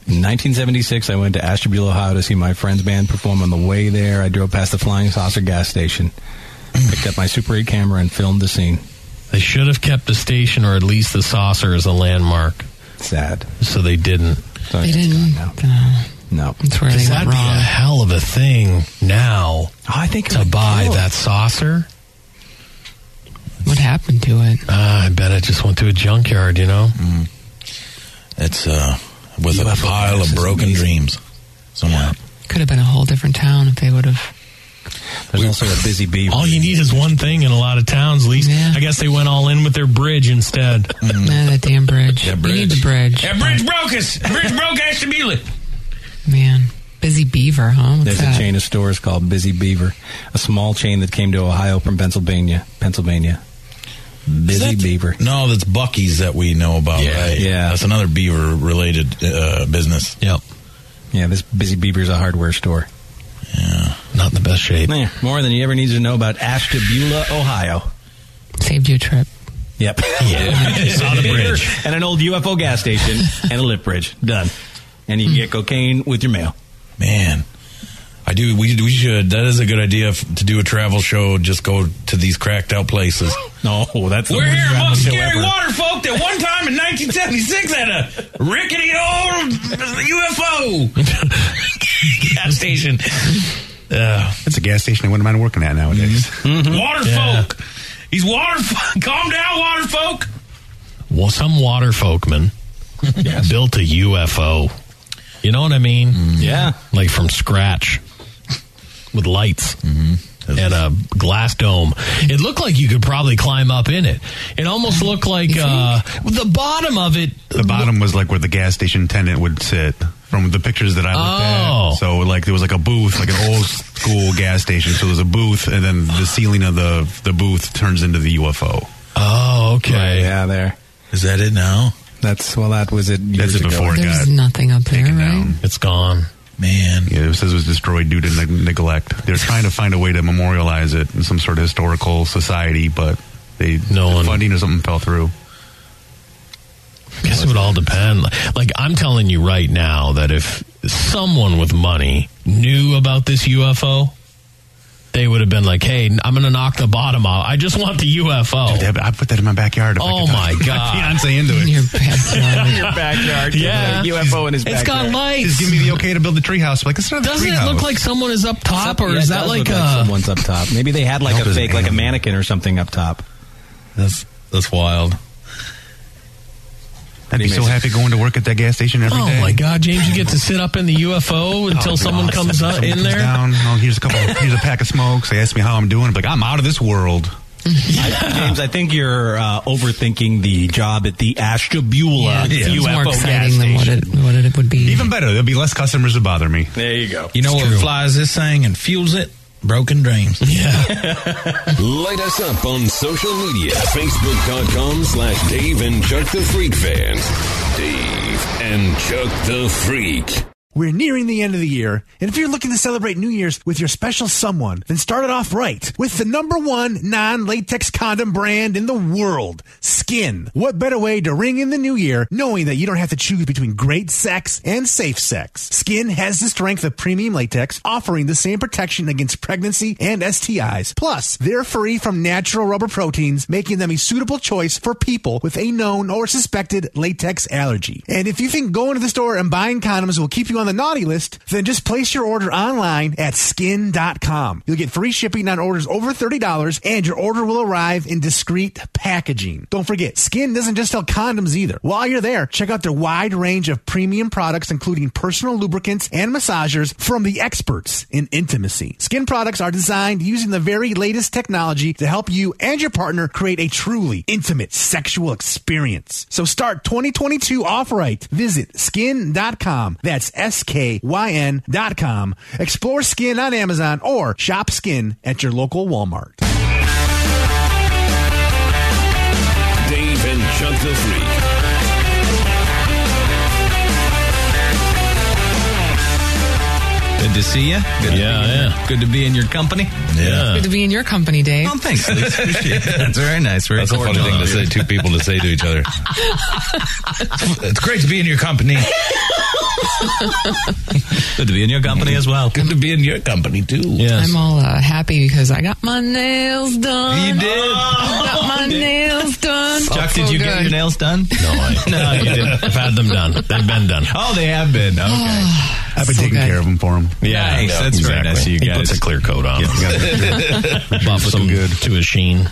In 1976, I went to Ashtabula, Ohio to see my friend's band perform. On the way there, I drove past the Flying Saucer gas station, picked up my Super 8 camera, and filmed the scene. They should have kept the station or at least the saucer as a landmark. Sad. So they didn't. So They it's didn't. gone now. No. No. That's where Because they that'd went be a wrong. hell of a thing now Oh, I think it to would buy kill. that saucer. What happened to it? Uh, I bet it just went to a junkyard. You know, Mm. It's uh, with a UFO pile gas of is broken amazing. dreams somewhere. Could have been a whole different town if they would have. There's also a busy bee. all you need is one thing in a lot of towns. At least Yeah. I guess guess they went all in with their bridge instead. Mm. Nah, that damn bridge. You need the bridge. That bridge broke us. That bridge broke Ashton Mueller. Man. Busy Beaver, huh? What's There's that? a chain of stores called Busy Beaver, a small chain that came to Ohio from Pennsylvania. Pennsylvania. Busy Beaver. No, that's Bucky's that we know about, Yeah, right? yeah. That's another beaver related uh, business. Yep. Yeah, this Busy Beaver's a hardware store. Yeah. Not in the best shape. Yeah, more than you ever need to know about Ashtabula, Ohio. Saved you a trip. Yep. It's on a bridge. and an old UFO gas station and a lip bridge. Done. And you can get cocaine with your mail. Man, I do. We, we should. That is a good idea f- to do a travel show. Just go to these cracked out places. no, that's We're here amongst scary water folk that one time in 1976 had a rickety old UFO gas station. That's a gas station I wouldn't mind working at nowadays. Mm-hmm. Water folk. He's water folk. Calm down, water folk. Well, some water folkman built a UFO. You know what I mean? Yeah. Like from scratch with lights and a glass dome. It looked like you could probably climb up in it. It almost looked like uh, the bottom of it. The bottom was like where the gas station tenant would sit from the pictures that I Oh. looked at. So like there was like a booth, like an old school gas station. So there's a booth, and then the ceiling of the the booth turns into the UFO. Oh, okay. Yeah, there. Is that it now? That's, well, that was it. Years That's it before it There's got nothing up there, right? It's gone. Man. Yeah, it says it was destroyed due to neg- neglect. They're trying to find a way to memorialize it in some sort of historical society, but they no funding or something fell through. guess it would all depend. Like I'm telling you right now that if someone with money knew about this UFO, they would have been like, "Hey, I'm going to knock the bottom out. I just want the UFO." I put that in my backyard. oh my god! Fiance into it. Your Your backyard. Yeah. UFO in his It's got backyard. lights. Just give me the okay to build the treehouse. Like it's not the Doesn't it treehouse. look like someone is up top, or Yeah, is it that does like uh, look a? someone's up top? Uh, Maybe they had like Nope, a it's an fake, like a animal. mannequin or something up top. That's that's wild. I'd be so happy going to work at that gas station every day. Oh, oh my god, James! You get to sit up in the UFO until someone comes up in there. Down. Oh, here's a couple. Here's a pack of smokes. They ask me how I'm doing. I'm like, I'm out of this world. I, James, I think you're uh, overthinking the job at the Ashtabula Yeah, it's UFO more gas exciting station. than What it, what it would be. Even better, there'll be less customers to bother me. There you go. You know what flies this thing and fuels it? Broken dreams. Light us up on social media. Facebook.com slash Dave and Chuck the Freak fans. Dave and Chuck the Freak. We're nearing the end of the year, and if you're looking to celebrate New Year's with your special someone, then start it off right with the number one non latex condom brand in the world, Skin. What better way to ring in the new year knowing that you don't have to choose between great sex and safe sex? Skin has the strength of premium latex, offering the same protection against pregnancy and STIs. Plus, they're free from natural rubber proteins, making them a suitable choice for people with a known or suspected latex allergy. And if you think going to the store and buying condoms will keep you on the naughty list, then just place your order online at skin.com. You'll get free shipping on orders over $30 and your order will arrive in discreet packaging. Don't forget, Skin doesn't just sell condoms either. While you're there, check out their wide range of premium products including personal lubricants and massagers from the experts in intimacy. Skin products are designed using the very latest technology to help you and your partner create a truly intimate sexual experience. So start 2022 off right. Visit skin.com. That's S K Y N.com. Explore skin on Amazon or shop skin at your local Walmart. Dave and Chuck the Freak. Good to see you. Good to yeah, be yeah. Good to be in your company. Good to be in your company, Dave. Oh, thanks. Lisa. Appreciate it. That's very nice. Very That's a funny cordial. thing to say. Two people to say to each other. It's great to be in your company. Good to be in your company as well. Good to be in your company too. I'm all uh, happy because I got my nails done. You did. I got my nails done. Chuck, Felt did so you get good. your nails done? No, I, no, you didn't. I've had them done. They've been done. Oh, they have been. Okay. I've been taking care of them for them. Yeah, Nice. yeah, That's very nice of you He guys. puts a clear coat on. Buff Looking some good. to his sheen.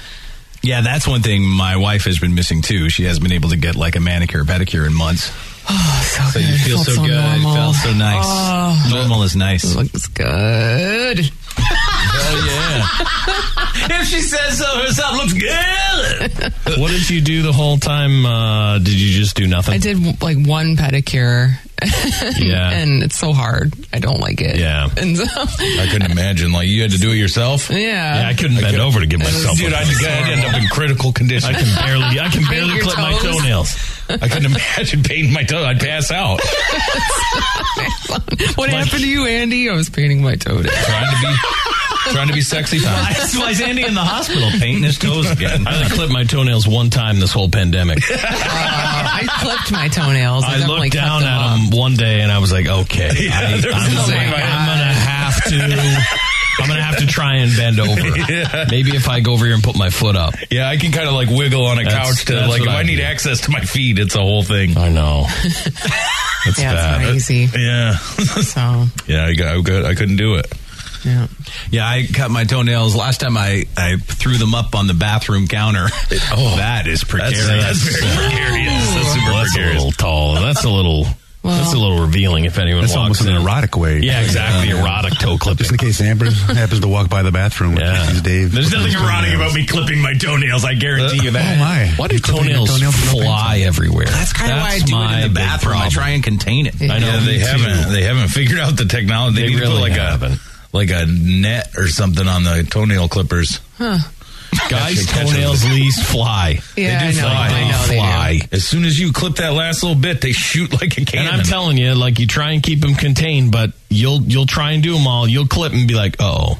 Yeah, that's one thing my wife has been missing too. She hasn't been able to get like a manicure, pedicure in months. Oh, so, So good. you feel Felt so, good. It normal. felt so nice. Oh, normal is nice. looks good. Oh yeah. if she says so herself, looks good. what did you do the whole time? Uh, did you just do nothing? I did like one pedicure. Yeah. and it's so hard. I don't like it. Yeah. And so, I couldn't imagine. Like you had to do it yourself. Yeah. Yeah, I couldn't bend over to give myself Dude, one. I think I'd end up in critical condition. I can barely- I can barely Paint your clip my toes. toenails. I couldn't imagine painting my toe. I'd pass out. what happened to you, Andy? I was painting my toe. Trying to be, trying to be sexy. Why- why is Andy in the hospital painting his toes again? I only clipped my toenails one time this whole pandemic. I clipped my toenails. I don't, looked like, cut down them at up. him one day and I was like, okay, Yeah, I, am there was no way gonna my- have to. I'm gonna have to try and bend over. Maybe if I go over here and put my foot up. Yeah, I can kind of like wiggle on a That's- couch to that's like if what I, I need do. access to my feet, it's a whole thing. I know. It's Yeah, it's bad. not easy. Yeah. so Yeah, I got, I got- I couldn't do it. Yeah. Yeah, I cut my toenails last time. I, I threw them up on the bathroom counter. oh, that is precarious. that's very precarious. That's super Well, that's a precarious. little tall. That's a little. Well- that's a little revealing if anyone That's walks almost in. an erotic way. Yeah, exactly. Erotic toe clipping. Just in case Amber happens to walk by the bathroom yeah. sees Dave. There's with nothing his erotic toenails. about me clipping my toenails. I guarantee you that. Oh, my. Why do You clipping your toenails, toenails with no pants fly everywhere? That's kind of why I That's do it in my the big bathroom. I problem. try and contain it. I know Yeah, they me too. haven't. They haven't figured out the technology. They, They need to put really like haven't. a like a net or something on the toenail clippers. Huh. Guys, toenails least fly. Yeah, they I do know. fly. I know they they do. fly. As soon as you clip that last little bit, they shoot like a And cannon. I'm telling you, like you try and keep them contained, but you'll you'll try and do them all. You'll clip and be like, oh,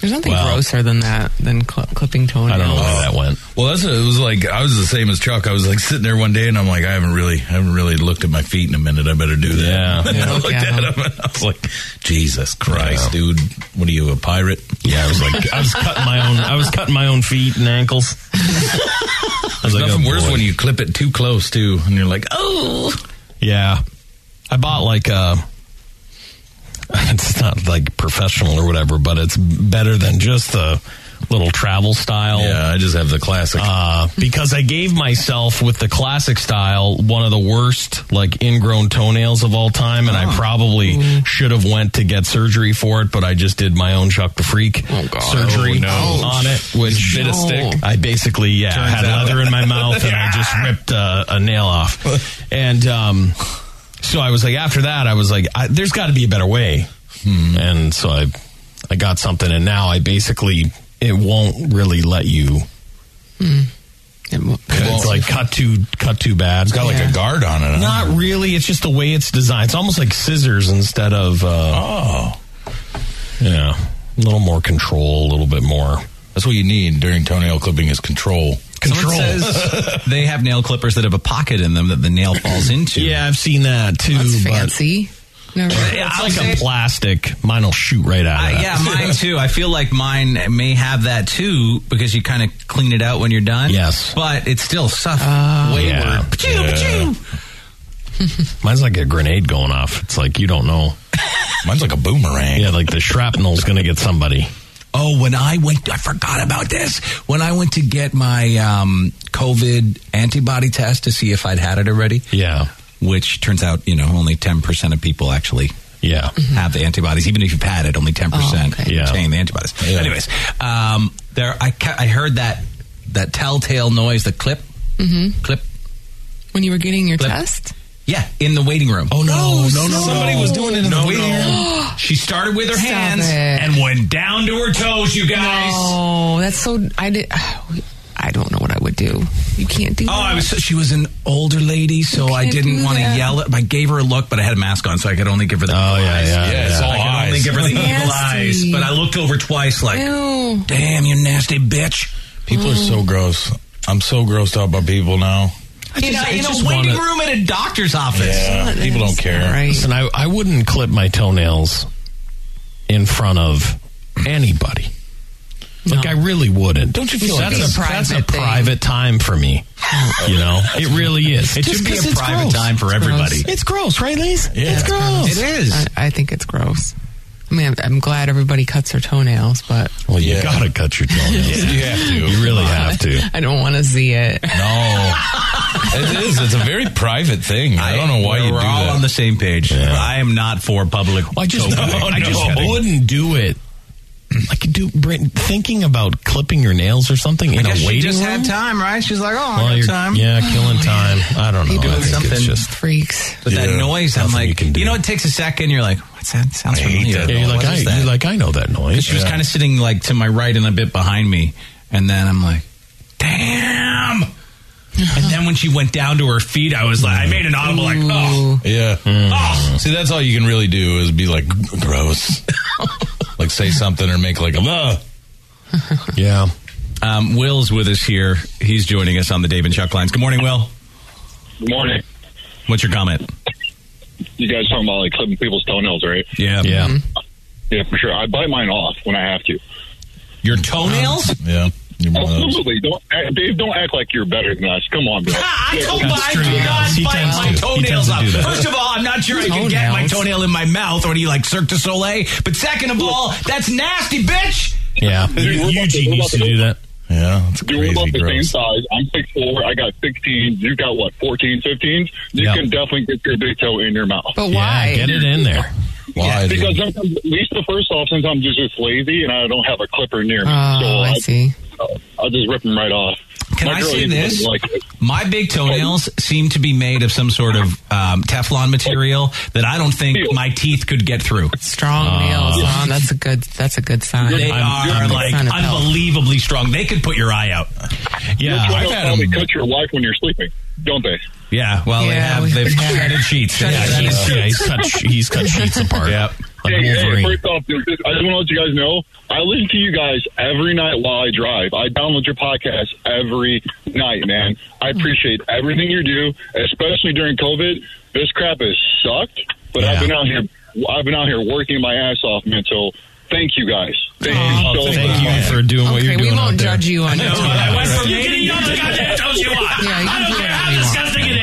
There's nothing Well- grosser than that than cl- clipping toenails. that went. Well, that's what it was like. I was the same as Chuck. I was like sitting there one day, and I'm like, I haven't really, I haven't really looked at my feet in a minute. I better do that. Yeah. And I Yeah, looked yeah. at him, and I was like, Jesus Christ, dude, what are you, a pirate? Yeah, I was like, I was cutting my own. I was cutting my own feet and ankles. There's like, nothing oh, worse boy. when you clip it too close too, and you're like, oh. Yeah, I bought like uh It's not like professional or whatever, but it's better than just the little travel style. Yeah, I just have the classic. Uh, because I gave myself with the classic style one of the worst like ingrown toenails of all time, and I probably Mm-hmm. should have went to get surgery for it, but I just did my own Chuck the Freak surgery Oh, no. on it, which Just bit a stick. I basically yeah Turns had out. leather in my mouth, and I just ripped uh, a nail off, and um, so I was like after that I was like I, there's got to be a better way, Hmm. and so I I got something, and now I basically it won't really let you. It's like cut too cut too bad. It's got like a guard on it. huh? Not really. It's just the way it's designed. It's almost like scissors instead of. Uh, oh, yeah, a little more control, a little bit more. That's what you need during toenail clipping is control. Someone says they have nail clippers that have a pocket in them that the nail falls into. Yeah, I've seen that too. That's but fancy. Never. it's like a plastic. Mine will shoot right out. I, of that. Uh, yeah, mine too. I feel like mine may have that too because you kind of clean it out when you're done. Yes. but it's still stuff wayward. Oh, Yeah. Pachoo, Yeah. pachoo. Mine's like a grenade going off. It's like you don't know. Mine's like a boomerang. Yeah, like the shrapnel's going to get somebody. Oh, when I went, I forgot about this. When I went to get my um, COVID antibody test to see if I'd had it already, Yeah, which turns out, you know, only 10% of people actually yeah. have the antibodies. Even if you've had it, only 10% Oh, okay. Yeah. retain the antibodies. Yeah. Anyways, um, there, I, ca- I heard that, that telltale noise, the clip, Mm-hmm. clip. When you were getting your Clip. test? Yeah, in the waiting room. Oh, no, no, no, Somebody no. was doing it in No, the waiting no. room. She started with her Stop hands it. and went down to her toes, you guys. Oh, that's so. I did. I don't know what I would do. You can't do. Oh, that. I was. She was an older lady, so I can't didn't do want to that. yell. At, I gave her a look, but I had a mask on, so I could only give her the. Oh, evil yeah, eyes. yeah, Yeah, it's yeah. all I could only eyes. give her the evil Nasty. eyes. But I looked over twice, like, Ew. "Damn, you nasty bitch!" People are so gross. I'm so grossed out by people now. in just- a, I in a just waiting wanna- room at a doctor's office. Yeah, people don't care. Right. Listen, I, I wouldn't clip my toenails in front of anybody. Like I really wouldn't. Don't you feel like that's it's a, a that's a private thing? private time for me? You know, it really is. It Just should be 'cause a it's private gross. time for everybody. It's gross, right, Lise? Yeah. it's It's gross. It is. I, I think it's gross. I mean, I'm, I'm glad everybody cuts their toenails, but Well, you Yeah. gotta cut your toenails. You have to. You really have to. I don't want to see it. No, it is. It's a very private thing. I, don't know why we're you do all that. on the same page. Yeah. Oh, I am not for public. I just, token. I just No. wouldn't do it like do Brent, thinking about clipping your nails or something in a guess she waiting just room. had time, right? She's like, oh, While I got you're- time. Yeah, killing time. I don't know. You're doing I think something. It's just freaks. But that Yeah, noise, I'm like, you, know, it takes a second. You're like, what's that? Sounds I hate familiar. that Yeah, you're noise. like, What I- is that? you're like, I know that noise. 'Cause She was Yeah. kind of sitting like to my right and a bit behind me, and then I'm like, damn. and then when she went down to her feet, I was like, I made an audible like, oh, Yeah. Oh. See, that's all you can really do is be like gross, like say something or make like a. "Ugh." yeah. Um, Will's with us here. He's joining us on the Dave and Chuck lines. Good morning, Will. Good morning. What's your comment? You guys talking about like clipping people's toenails, right? Yeah. Mm-hmm. Yeah. Yeah, for sure. I bite mine off when I have to. Your toenails? Uh, Yeah. Absolutely. Don't act, Dave, don't act like you're better than us. Come on, bro. Ah, I told That's I true. do not He Oh bite tends my to. He tends toenails to up. do that. First of all, I'm not sure I can get my Toenails? toenail in my mouth. Or do you like Cirque du Soleil? But second of all, that's nasty, bitch. Yeah. Eugene used to do that. Yeah, it's Dude, we're about the same size. I'm 6'4". I got 16. You got, what, 14, 15s? You Yeah. can definitely get your big toe in your mouth. But why? Yeah, get it in there. Why? Because sometimes, at least the first off, sometimes I'm just, just lazy and I don't have a clipper near me. Oh, so uh, I see. I'll just rip them right off. Can My I girl say even this? doesn't Like it. My big toenails seem to be made of some sort of um, Teflon material that I don't think my teeth could get through. Strong Uh, nails, huh? Oh, That's a good. That's a good sign. They are like Sign of health. unbelievably strong. They could put your eye out. Yeah, Your I've toenails had 'em. probably cut your wife when you're sleeping, don't they? Yeah, well, Yeah, they we- have. They've shredded sheets. Shredded Yeah, sheets. yeah, he's cut sheets apart. Yep. Like Hey, hey, Wolverine. first off, dude, I just want to let you guys know I listen to you guys every night while I drive. I download your podcast every night, man. I appreciate everything you do, especially during COVID. This crap has sucked, but I've been out here. I've been out here working my ass off, man. So thank you guys. Thank you so thank much. you for doing what you're we doing. won't out there. judge you on I know, it. but I went from Right. beginning up to goddamn toes you are. I don't Yeah, you can do care whatever how you want. disgusting it is.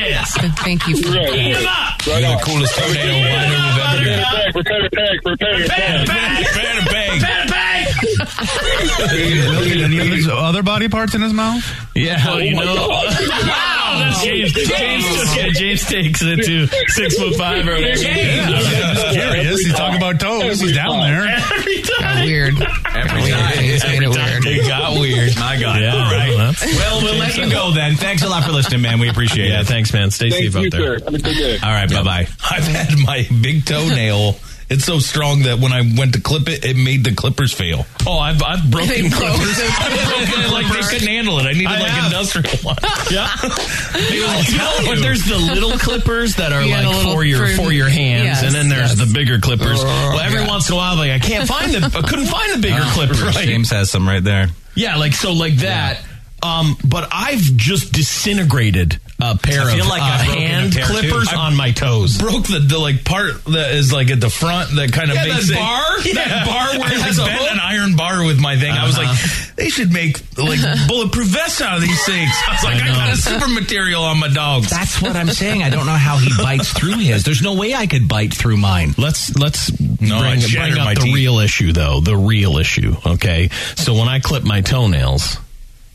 Thank you. For Right, Eat 'em right. up. Right You're on. the coolest toenail winder we've ever Prepare to bang, prepare to bang, prepare to bang. Prepare to bang. Prepare to bang. Will get any of his other body parts in his mouth? Oh Yeah, you my know. God. wow, that's James. James. James, just, yeah, James takes it to six foot five or whatever. Yeah, I'm just curious. He's talking about toes. He's down there. Every Got weird. Every time. Every time. It got weird. My God. Yeah, All right. that's- Well, we'll let you go then. Thanks a lot for listening, man. We appreciate it. Yeah, thanks, man. Stay Thank safe out you, there. Have a good day. All right. Bye bye. I've had my big toenail. It's so strong that when I went to clip it, it made the clippers fail. Oh, I've, I've They broken broke clippers. it. I've broken it like they couldn't handle it. I needed I like have. industrial one. Yeah. I'll you tell know, you. but there's the little clippers that are You got a like little for your prune. for your hands, Yes, and then there's yes. the bigger clippers. Oh, well, every once in a while, like I can't find the I couldn't find the bigger Oh, clipper. Right? James has some right there. Yeah, like so, like that. Um, but I've just disintegrated a pair I feel of like uh, I've broken a hand pair, too. clippers I on my toes. Broke the, the like part that is like at the front that kind of Yeah, makes that it- bar? Yeah. That bar where I, it like, has a bent hook? Uh-huh. an iron bar with my thing. I was like, they should make like bulletproof vests out of these things. I was like, I, know. got a super material on my dogs. That's what I'm saying. I don't know how he bites through his. There's no way I could bite through mine. Let's let's I bring, shattered bring my up the teeth. real issue though. The real issue. Okay. So when I clip my toenails,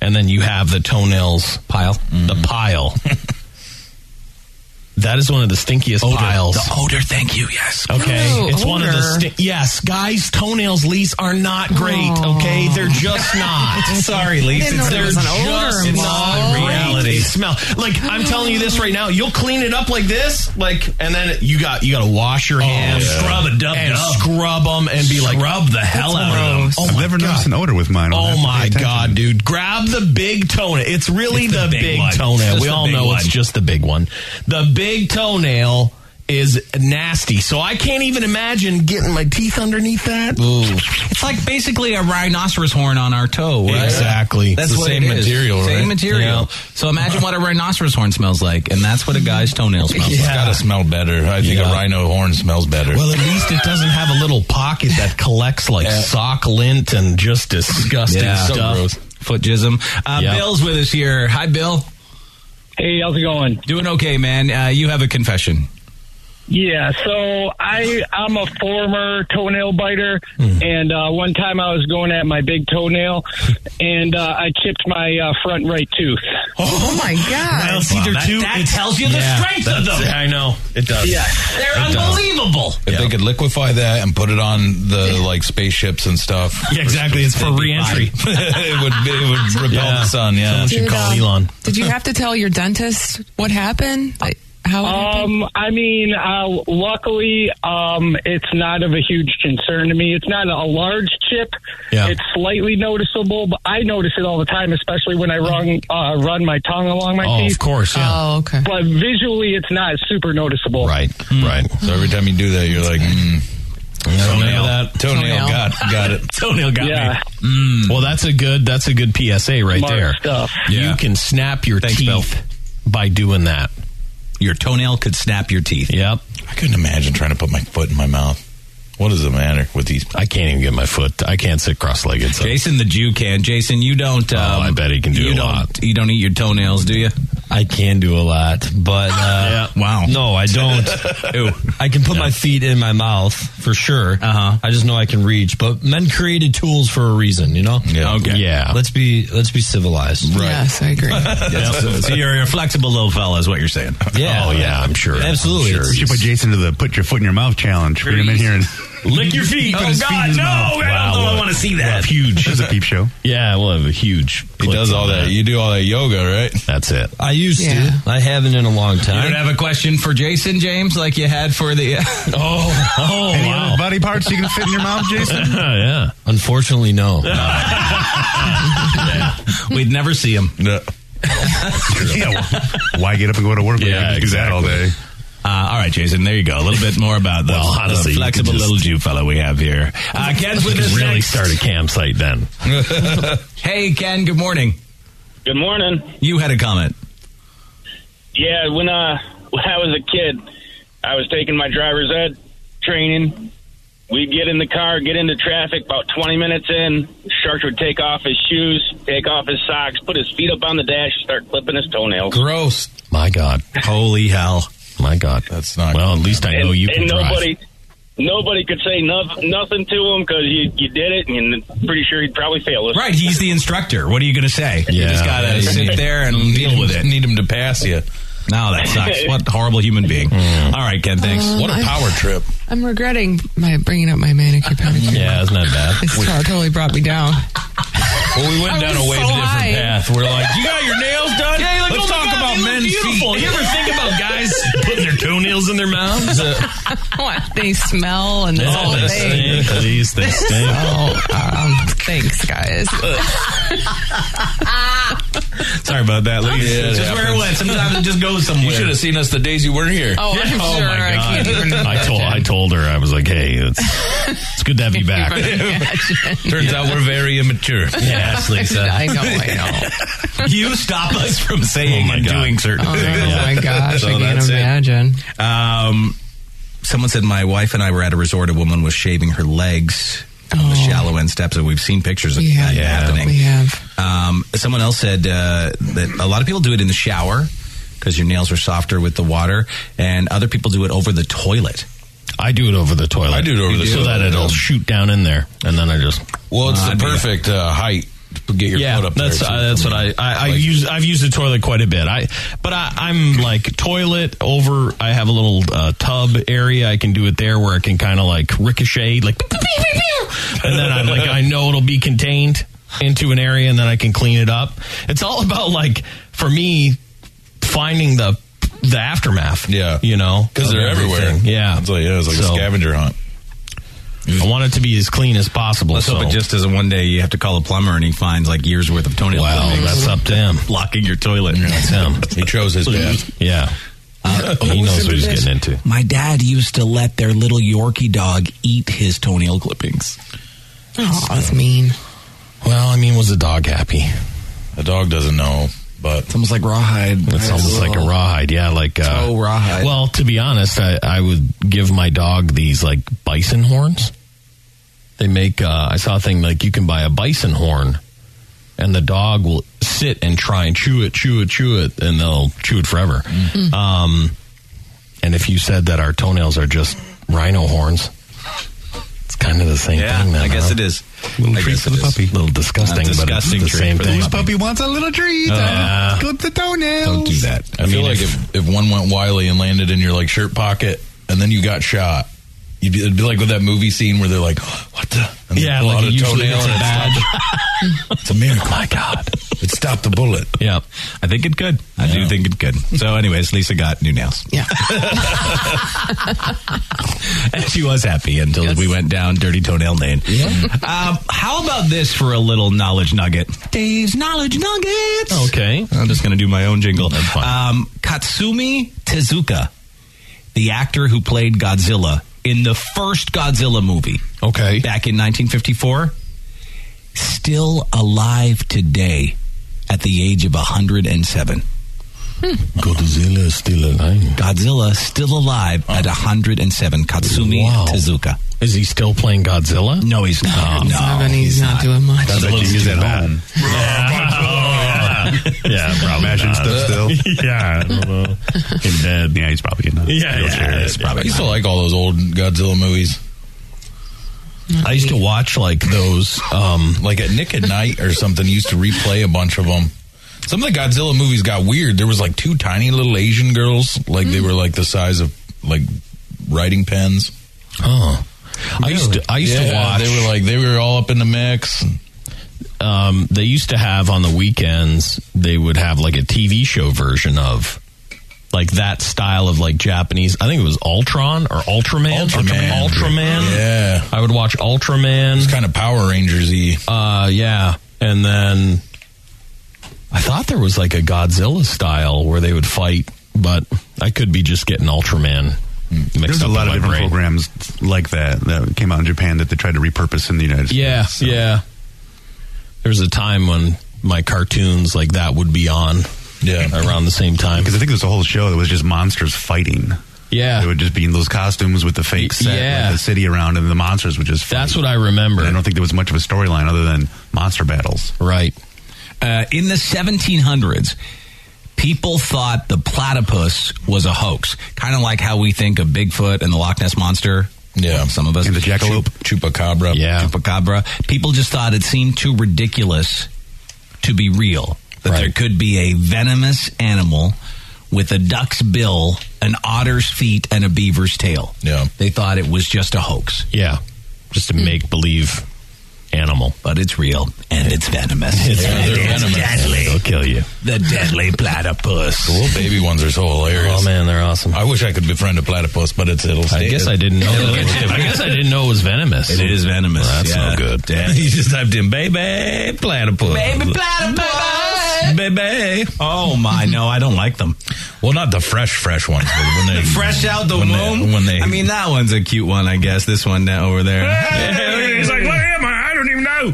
and then you have the toenails pile, Mm-hmm. the pile. that is one of the stinkiest piles. The odor. Thank you. Yes. Okay, Ooh, it's one of the odor. sti- yes, guys. Toenails, Lise, are not great. Okay, they're just not. Sorry, Lise, Didn't it's- know there they're was an odor just not involved. great. Reality. They smell like I'm telling you this right now. You'll clean it up like this, like, and then you got you got to wash your hands, Oh, yeah. Scrub a dub and dub. scrub them, and be like Scrub the hell That's out of them. gross. Oh I've my never God. noticed an odor with mine. I'll have Oh to pay my attention. god, dude! Grab the big toenail. It's really It's the, the big, big one. It's toenail. just We the all big know it's one. just the big one. The big toenail is nasty. So I can't even imagine getting my teeth underneath that. It's like basically a rhinoceros horn on our toe, right? Exactly. That's It's the what same it is. material, Same right? material. Yeah. So imagine what a rhinoceros horn smells like, and that's what a guy's toenail smells It's like. got to smell better. I think a rhino horn smells better. Well, at least it doesn't have a little pocket that collects like Yeah. sock lint and just disgusting Yeah. So stuff. gross. Foot jism. Uh, Yeah. Bill's with us here. Hi, Bill. Hey, how's it going? Doing okay, man. Uh, you have a confession. Yeah, so I I'm a former toenail biter, Mm. and uh, one time I was going at my big toenail, and uh, I chipped my uh, front right tooth. Oh my god! Well, see, Wow, they're that- too- that it's- tells you the strength of that's- them. I know it does. Yeah. They're unbelievable. If they could liquefy that and put it on the like spaceships and stuff, Yeah, exactly. It's for they'd be re-entry. fine. it would it would repel Yeah. the sun. Yeah, Someone should Dude, call um, Elon. Did you have to tell your dentist what happened? Like, how it happened? Um, I mean, uh, luckily, um, it's not of a huge concern to me. It's not a large chip. It's slightly noticeable, but I notice it all the time, especially when I run uh, run my tongue along my Oh, of teeth. course, yeah. Oh, okay. But visually, it's not super noticeable. Right, right. So every time you do that, you're like, mm, Toenail. toenail, got got it. Toenail got Yeah. me. Mm. Well, that's a good that's a good PSA right Smart there. stuff. You can snap your Thanks, teeth Bill. by doing that. Your toenail could snap your teeth. Yep. I couldn't imagine trying to put my foot in my mouth. What does it matter with these? I can't even get my foot. I can't sit cross-legged. So. Jason the Jew can. Jason, you don't. Um, I bet he can do you a lot. You don't eat your toenails, do you? I can do a lot, but uh, wow, no, I don't. I can put my feet in my mouth for sure. Uh-huh. I just know I can reach, but men created tools for a reason, you know. Yeah. Okay. Yeah. Let's be let's be civilized. Right. Yes, I agree. Yeah. so, so you're a flexible little fella, is what you're saying. Yeah. Oh, yeah, I'm sure. Absolutely. Sure. We should put Jason to the put your foot in your mouth challenge. Bring him in here and Lick your feet. Put Oh, his God, feet in his no. mouth. I don't know. I wanna see that. Huge. There's a peep show. Yeah, we'll have a huge. He does all that. You do all that yoga, right? That's it. I used to. I haven't in a long You time. don't have a question for Jason, James, like you had for the. oh, oh, Any wow. other body parts you can fit in your mouth, Jason? yeah. Unfortunately, no. Uh, We'd never see him. yeah, well, why get up and go to work? when Yeah, you can do that all day. Uh, all right, Jason. There you go. A little bit more about the, Well, the honestly, you flexible could just- little Jew fellow we have here. Uh, Ken's with us. really next. start a campsite then. hey, Ken. Good morning. Good morning. You had a comment. Yeah, when uh when I was a kid, I was taking my driver's ed training. We'd get in the car, get into traffic. About twenty minutes in, Sharks would take off his shoes, take off his socks, put his feet up on the dash, start clipping his toenails. Gross. My God. Holy hell. My God. That's not. Well, at least I know you and can drive. nobody, nobody could say noth- nothing to him because you you did it, and I'm pretty sure he'd probably fail us. Right. He's the instructor. What are you going to say? You Yeah. just got to Yeah, you sit need- there and deal with it. Need him to pass you. No, that sucks. what a horrible human being. All Hmm. right, Ken. Thanks. Um, What a I- power trip. I'm regretting my bringing up my manicure pedicure. Yeah, it's not bad. It's to- totally brought me down. Well, we I went down was a way so different high. path. We're like, you got your nails done? Yeah, you're like, Let's oh my talk God, about they look men's beautiful. feet. You ever think about guys putting their toenails in their mouths? Uh, What, they smell and this Yeah, whole they thing. stink. Please, they stink. So, um, thanks, guys. Ah. Sorry about that. ladies. Yeah, it just where it happens. went. Sometimes it just goes somewhere. You should have seen us the days you weren't here. Oh, I'm Oh sure my I god! can't even I told I told her I was like, "Hey, it's it's good to have you back." Turns out we're very immature. Yes, Lisa. I know, I know. you stop us from saying Oh, my and God. doing certain Oh, things. my gosh, So I can't that's it. imagine. Um, someone said my wife and I were at a resort. A woman was shaving her legs on the shallow end steps, and we've seen pictures of We that have. happening. Oh. We have. Um, someone else said uh, that a lot of people do it in the shower because your nails are softer with the water, and other people do it over the toilet. I do it over the toilet. I do it over You the so toilet. that it'll shoot down in there, and then I just Well, it's Uh, I'd the be like- perfect uh, height to get your yeah, foot up that's there. uh, that's what I I, I use. I've used the toilet quite a bit. I but I, I'm like toilet over. I have a little uh, tub area. I can do it there where I can kind of like ricochet, like, pew, pew, pew, pew, pew. and then I'm like I know it'll be contained into an area, and then I can clean it up. It's all about like for me finding the the aftermath. Yeah. you know, because of they're everywhere. everything. Yeah, it's like, yeah, it's like So, a scavenger hunt. I want it to be as clean as possible. Let's so. hope it just doesn't one day you have to call a plumber and he finds like years worth of toenail. Wow, clippings that's up to him. blocking your toilet. That's him. He chose his path. Yeah. Uh, oh, he knows what he's getting into. My dad used to let their little Yorkie dog eat his toenail clippings. Oh, that's mean. Well, I mean, was the dog happy? The dog doesn't know, but It's almost like rawhide. It's almost like a rawhide. Yeah, like uh, Toe rawhide. Well, to be honest, I, I would give my dog these like bison horns. They make. Uh, I saw a thing like you can buy a bison horn, and the dog will sit and try and chew it, chew it, chew it, and they'll chew it forever. Um, And if you said that our toenails are just rhino horns, it's kind of the same Yeah, thing. Then, I guess huh? it is. Little I treat guess for it the is. puppy. Little disgusting, Not but it's disgusting the treat same for the thing. puppy. Puppy wants a little treat. Uh, clip the toenail. Don't do that. I, feel mean, like if- if, if one went wily and landed in your like shirt pocket, and then you got shot, you'd be, it'd be like with that movie scene where they're like, "What the?" And they Yeah, pull like out it a usually toenail is a and it bad- stopped- it's a miracle. Oh, My God, it stopped the bullet. Yeah, I think it could. I do think it could. So, anyways, Lisa got new nails. Yeah, and she was happy until we went down dirty toenail lane. um, how about this for a little knowledge nugget? Dave's knowledge nuggets. Okay, I'm just gonna do my own jingle. Um, Katsumi Tezuka, the actor who played Godzilla in the first Godzilla movie. Okay, back in 1954, still alive today at the age of 107. Hmm. Godzilla is still alive. Godzilla still alive at 107. Katsumi Tezuka. Is he still playing Godzilla? No, he's not. no, and he's, not, doing much. That's like he's at home. Yeah, probably Imagine not. stuff still. yeah, I don't know. In bed. Yeah, he's probably in a Yeah, wheelchair. yeah, It's probably I used to like all those old Godzilla movies. I used to watch like those, um, like at Nick at Night or something. Used to replay a bunch of them. Some of the Godzilla movies got weird. There was like two tiny little Asian girls, like Hmm. they were like the size of like writing pens. Oh, I used to. I used to Yeah, watch. They were like they were all up in the mix. Um, they used to have on the weekends. They would have like a TV show version of like that style of like Japanese. I think it was Ultron or Ultraman. Ultraman. Ultraman. Yeah. I would watch Ultraman. It's kind of Power Rangers y. Uh, yeah. And then I thought there was like a Godzilla style where they would fight, but I could be just getting Ultraman mixed There's up a lot in of my different brain. programs like that that came out in Japan that they tried to repurpose in the United States. Yeah, yeah. There was a time when my cartoons like that would be on. Yeah, around the same time. Because I think there's a whole show that was just monsters fighting. Yeah, they would just be in those costumes with the fake set, with yeah. the city around, and the monsters would just. Fight. That's what I remember. I don't think there was much of a storyline other than monster battles. Right. Uh, in the 1700s, people thought the platypus was a hoax, kind of like how we think of Bigfoot and the Loch Ness monster. Yeah, some of us. And the jackalope, chupacabra. Yeah, chupacabra. People just thought it seemed too ridiculous to be real. That there could be a venomous animal with a duck's bill, an otter's feet, and a beaver's tail. Yeah, they thought it was just a hoax. Yeah, just a make believe animal, but it's real and it's venomous. It's And rather venomous. It'll kill you. The deadly platypus. The little baby ones are so hilarious. Oh, man, they're awesome. I wish I could befriend a platypus, but it's it'll. I stay- guess I didn't know. it'll that get was- you. I guess I didn't know it was venomous. It is venomous, Well, that's yeah. no good. you just typed in baby platypus. Baby platypus. Baby. Oh my, no, I don't like them. Well, not the fresh, fresh ones. But when they Fresh out the when they- womb. when they, I mean, that one's a cute one, I guess. This one now over there. He's like, where am I? I don't even know.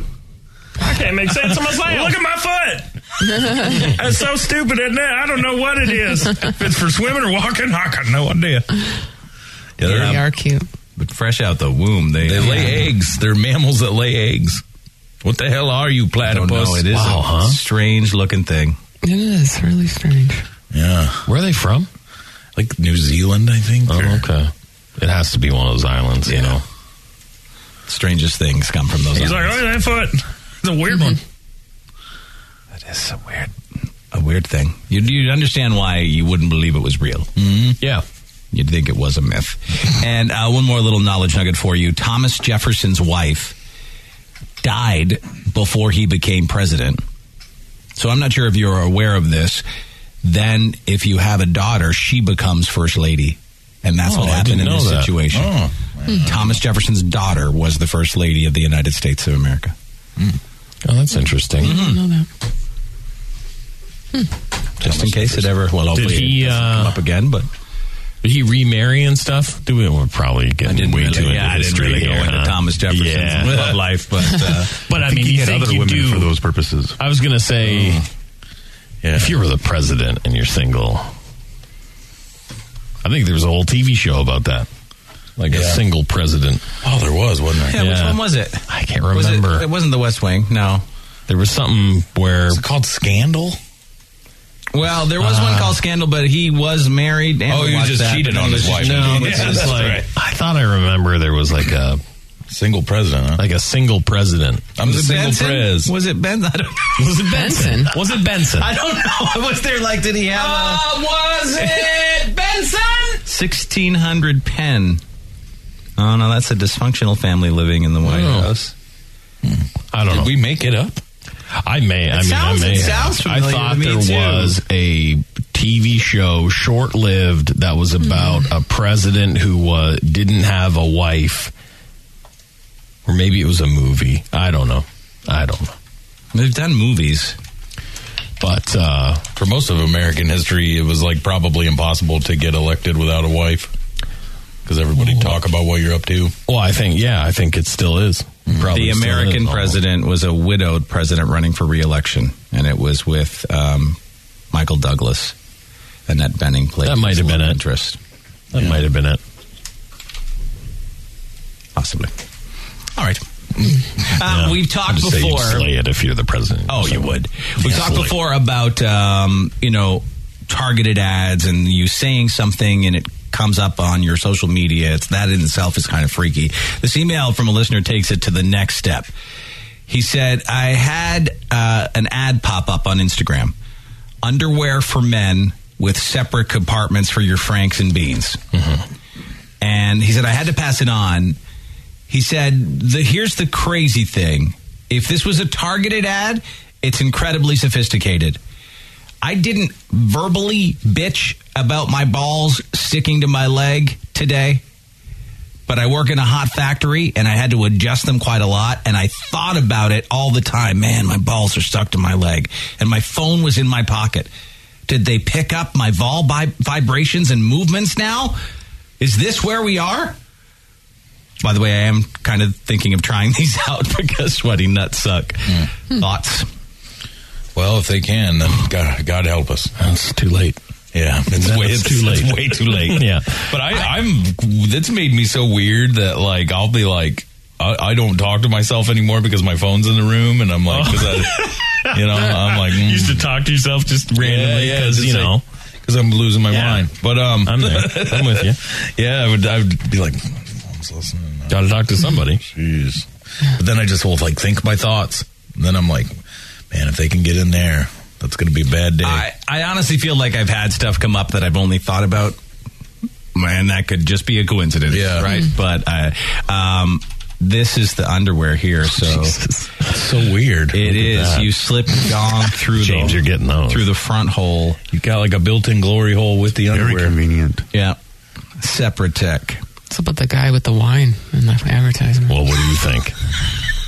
I can't make sense of myself. Look at my foot. That's so stupid, isn't it? I don't know what it is. If it's for swimming or walking, I got no idea. Yeah, they're- they are cute. But fresh out the womb, they they lay eggs. They're mammals that lay eggs. What the hell are you, platypus? Don't know. It is a strange looking thing. It is really strange. Yeah. Where are they from? Like New Zealand, I think. Oh, okay. It has to be one of those islands, you know. Strangest things come from those. He's like, oh, that foot. It's a weird one. That is a weird, a weird thing. You'd, you'd understand why you wouldn't believe it was real. Mm-hmm. Yeah. You'd think it was a myth. and uh, one more little knowledge nugget for you Thomas Jefferson's wife died before he became president. So I'm not sure if you're aware of this. Then, if you have a daughter, she becomes first lady. And that's Oh, what I happened didn't in know this that. situation. Oh. Thomas Jefferson's daughter was the first lady of the United States of America. Oh, that's interesting. Mm-hmm. Just in case it ever, well, hopefully Did he it doesn't uh, come up again, but did he remarry and stuff? Do we? We're probably getting way really- too into yeah, I didn't history really go here, into huh? Thomas Jefferson's love life, but, uh, but I, mean, you you get think other you women do. for those purposes. I was gonna say, if you were the president and you're single, I think there was a whole TV show about that, like a Yeah. single president. Oh, there was, wasn't Yeah, which one was it? I can't Was it- remember. it, wasn't The West Wing. No, there was something where called Scandal. Well, there was one called Scandal, but he was married. And Uh, Oh, we he watched just that. cheated on He his was wife. just- No, Yeah, but that's it's like- right. I thought I remember there was like a single president, like a single president. was it Benson? pres. Was it Benson? I don't know. Was it Benson? Was it Benson? I don't know. I was there. Like, did he have a Uh, was it Benson? sixteen hundred pen? Oh no, that's a dysfunctional family living in the White House. Oh. Hmm. I don't know. We make it up. I may. I mean, sounds- I may. it have. sounds familiar I to thought me, there too. was a TV show, short-lived, that Hmm. was about a president who uh, didn't have a wife, or maybe it was a movie. I don't know. I don't know. They've done movies, but uh, for most of American history, it was like probably impossible to get elected without a wife because everybody talk about what you're up to. Hmm. Well, I think yeah, I think it still is. Probably the still is, American Oh. almost. president was a widowed president running for reelection, and it was with um, Michael Douglas. Annette Benning played. That might have been it. Interest. That might have been it. Possibly. All right. Um, Yeah. We've I'd talked say you'd before. slay it if you're the president. Oh, you would. We've Yeah. talked Slay. before about um, you know targeted ads and you saying something and it comes up on your social media. It's that in itself is kind of freaky. This email from a listener takes it to the next step. He said, "I had uh, an ad pop up on Instagram: underwear for men with separate compartments for your Franks and beans." And he said, "I had to pass it on." He said, the, "Here's the crazy thing: if this was a targeted ad, it's incredibly sophisticated. I didn't verbally bitch about my balls sticking to my leg today, but I work in a hot factory and I had to adjust them quite a lot. And I thought about it all the time. Man, my balls are stuck to my leg, and my phone was in my pocket. Did they pick up my vol bi- vibrations and movements now? Is this where we are?" By the way, I am kind of thinking of trying these out because sweaty nuts suck. Hmm. Thoughts? Well, if they can, then God, God help us. It's too late. Yeah, it's That's way it's, too late. It's way too late. Yeah. but I, I, am It's made me so weird that like I'll be like I, I don't talk to myself anymore because my phone's in the room, and I'm like, 'cause I, Oh. you know, I'm like mm. used to talk to yourself just randomly 'cause, you know. because I'm losing my mind. But um, I'm there. I'm with you. Yeah, I would. I would be like, I'm listening. Got to talk to somebody. Jeez. But then I just will like think my thoughts. And then I'm like, man, if they can get in there, that's going to be a bad day. I, I honestly feel like I've had stuff come up that I've only thought about. Man, that could just be a coincidence, yeah. right? But I, um, this is the underwear here, Oh, so so weird. It Look at is. that. You slip gone through James, the you're getting those. through the front hole. You got like a built-in glory hole with the Very underwear. convenient. Yeah, separate tech. What's up with the guy with the wine in the advertisement? Well, what do you think?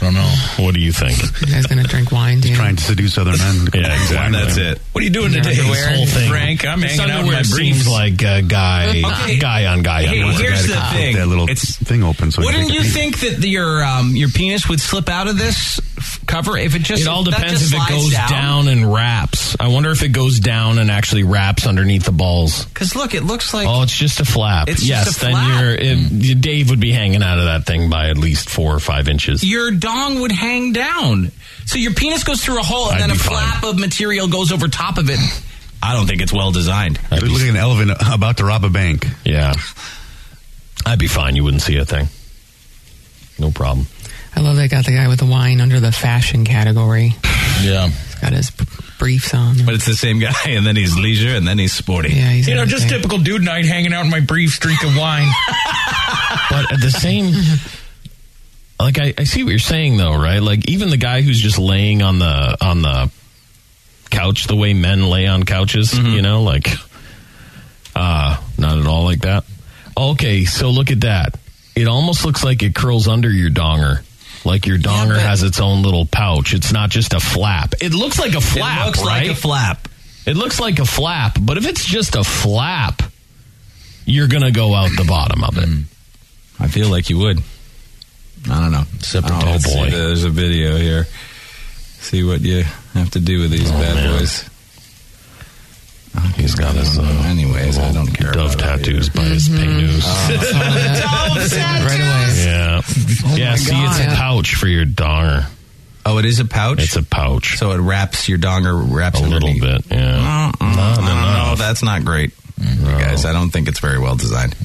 I don't know. What do you think? You guys gonna drink wine? Dan? Trying to seduce other men. Yeah, exactly. That's it. What are you doing Yeah, today? underwear. This whole thing. Frank, I'm This hanging out in underwear my briefs. seems like uh, guy, Okay. guy on guy. Hey, underwear. here's the Flip thing. that little It's- thing open. So Wouldn't you can- think that the- your um, your penis would slip out of this f- cover if it just? it all that depends just if it slides goes down. and wraps. I wonder if it goes down and actually wraps underneath the balls. Because look, it looks like Oh, it's just a flap. It's just yes, a flap. then you're it, you- Dave would be hanging out of that thing by at least four or five inches. your dong would hang down. So your penis goes through a hole, and I'd then a be fine. flap of material goes over top of it. I don't think it's well designed. It was like an elephant about to rob a bank. Yeah, I'd be fine. You wouldn't see a thing. No problem. I love they got the guy with the wine under the fashion category. Yeah, He's got his b- briefs on. but it's the same guy, and then he's leisure, and then he's sporty. Yeah, he's You know, just everything. typical dude night, hanging out in my briefs, drinking wine. But at the same, like I, I see what you're saying though, right? Like even the guy who's just laying on the on the couch the way men lay on couches, Mm-hmm. you know, like uh not at all like that. Okay, so look at that. It almost looks like it curls under your donger. Like your donger has its own little pouch. It's not just a flap. It looks like a flap, looks like right? a flap. It looks like a flap, but if it's just a flap, you're going to go out the bottom of it. Mm. I feel like you would. I don't know. Oh, Let's boy. see, There's a video here. See what you have to do with these bad boys. He's got his uh, Anyways, I don't care. dove tattoos by his Mm-hmm. pink news. Oh, right away. yeah, yeah. See, it's a God. pouch for your donger. Oh, it is a pouch. It's a pouch, so it wraps your donger wraps a little underneath. bit. Yeah, Mm-mm. that's not great, you guys. I don't think it's very well designed.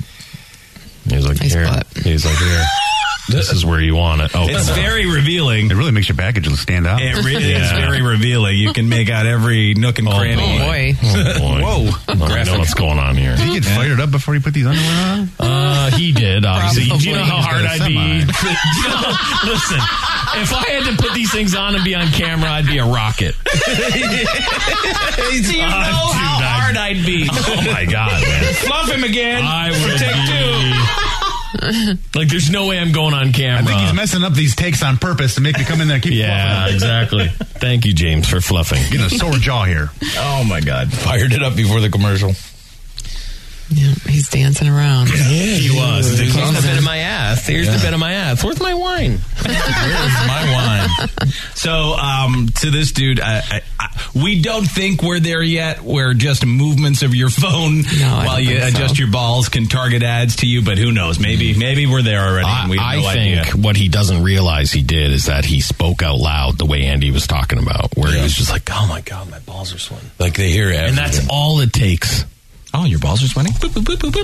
He's like here. He's like here. This is where you want it. Oh, It's very revealing. It really makes your package look stand out. It really is very revealing. You can make out every nook Oh, and cranny. Oh, boy. Whoa. I know what's going on here. Did he get fired up before he put these underwear on? Uh, he did, obviously. Probably. Do you know how He's got hard a I'd be? Do you know- Listen, if I had to put these things on and be on camera, I'd be a rocket. Do you know dude, I- hard I'd be? Oh my god, man. Fluff him again. I would be. Like, there's no way I'm going on camera. I think he's messing up these takes on purpose to make me come in there and keep Yeah, exactly. Thank you, James, for fluffing. Getting a sore jaw here. Oh my god, Fired it up before the commercial. Yeah, he's dancing around. He was. Here's the bit Confident. of my ass. Here's the bit of my ass. Where's my wine? my wine. So um, to this dude, I, I, I, we don't think we're there yet. Where just movements of your phone while I don't you think so. adjust your balls can target ads to you. But who knows? Maybe maybe we're there already. and we have I no think idea. what he doesn't realize he did is that he spoke out loud the way Andy was talking about, where he was just like, "Oh my god, my balls are sweating," Like they hear everything. and that's all it takes. Oh, your balls are sweating.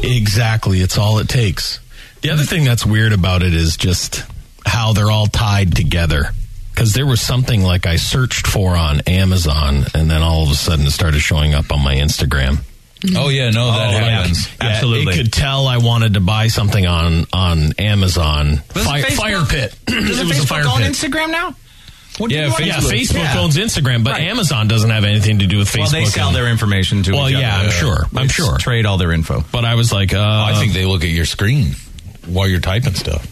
Exactly, it's all it takes. The other thing that's weird about it is just how they're all tied together. Because there was something like I searched for on Amazon, and then all of a sudden it started showing up on my Instagram. Mm-hmm. Oh yeah, no, that Oh, happens. yeah. Yeah, it could tell I wanted to buy something on on Amazon. Fire, Facebook- fire pit. Doesn't it was a Facebook fire own pit. Instagram now? What do yeah, you want Facebook, yeah, to do? Facebook Yeah. owns Instagram, but Right. Amazon doesn't have anything to do with Facebook. Well, they sell and- their information to. Well, each yeah, other. I'm sure. I'm It's sure. Trade all their info. But I was like, uh, I think they look at your screen while you're typing stuff.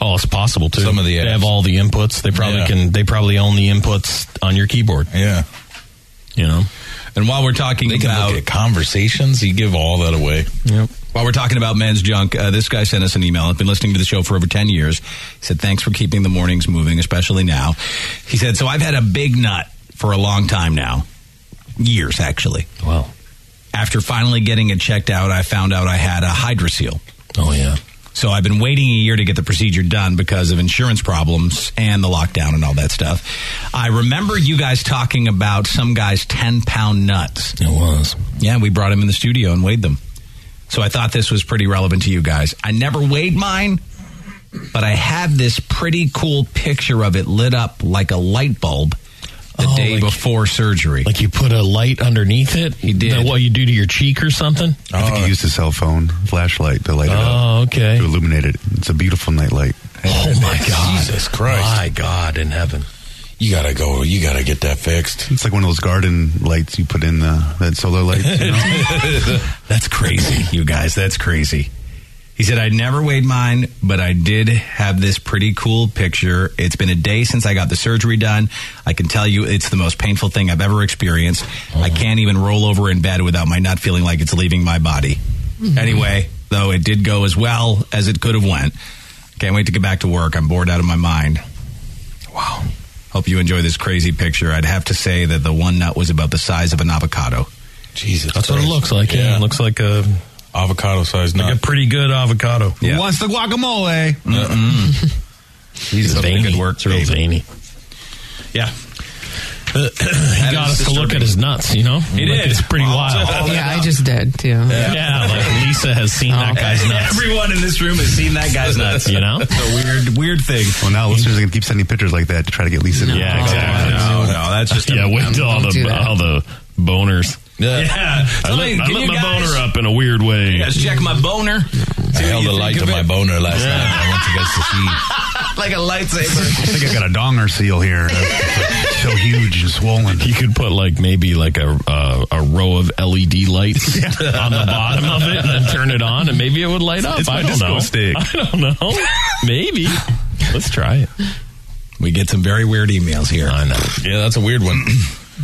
oh, it's possible too. Some of the they apps. have all the inputs. They probably Yeah. can. They probably own the inputs on your keyboard. Yeah. You know. And while we're talking They can about look at uh, conversations. You give all that away. Yep. While we're talking about men's junk, uh, this guy sent us an email. I've been listening to the show for over 10 years. He said, Thanks for keeping the mornings moving, especially now. He said, So I've had a big nut for a long time now. Years, actually. Wow. After finally getting it checked out, I found out I had a hydrocele. Oh yeah. So I've been waiting a year to get the procedure done because of insurance problems and the lockdown and all that stuff. I remember you guys talking about some guy's 10 pound nuts. It was. Yeah, we brought him in the studio and weighed them. So I thought this was pretty relevant to you guys. I never weighed mine, but I have this pretty cool picture of it lit up like a light bulb the Oh, day like- before surgery. Like you put a light underneath it. You did. What you do to your cheek or something? I think he used his cell phone flashlight to light it up. Oh, okay. To illuminate it. It's a beautiful nightlight. Oh my God! Jesus Christ. My God in heaven! You gotta go. You gotta get that fixed. It's like one of those garden lights you put in the, that solar light. You know? That's crazy, you guys. That's crazy. He said, I never weighed mine, but I did have this pretty cool picture. It's been a day since I got the surgery done. I can tell you it's the most painful thing I've ever experienced. Oh. I can't even roll over in bed without my nut feeling like it's leaving my body. Anyway, though it did go as well as it could have went. Can't wait to get back to work. I'm bored out of my mind. Wow. Hope you enjoy this crazy picture. I'd have to say that the one nut was about the size of an avocado. Jesus. That's what it Christ. looks like. Yeah, Yeah. it looks like a Avocado sized like nut. a pretty good avocado. Yeah. Who wants the guacamole? Mm-hmm. He's veiny. good work, It's real Dave. veiny. Yeah. he got us to look at his nuts, you know? It is. did. It's pretty Well, wild. I'll- Yeah, I just did too. yeah. like Lisa has seen that guy's nuts. Everyone in this room has seen that guy's nuts. You know? It's a weird, weird thing. Well, now listeners are going to keep sending pictures like that to try to get Lisa. to- Yeah, exactly. No, no, that's just yeah, wait till all Don't do the, that. all the boners. yeah. yeah. I Somebody- lit, I can lit you my guys- boner up in a weird way. you guys check my boner. I held you the think light to of my it? boner last night. I want you guys to see. like a lightsaber. I think I got a donger seal here. It's so huge and swollen. You could put like maybe like a uh, a row of LED lights on the bottom of it, and then turn it on, and maybe it would light up. It's my I don't disco know. stick. I don't know. Maybe. Let's try it. We get some very weird emails here. I know. Yeah, that's a weird one.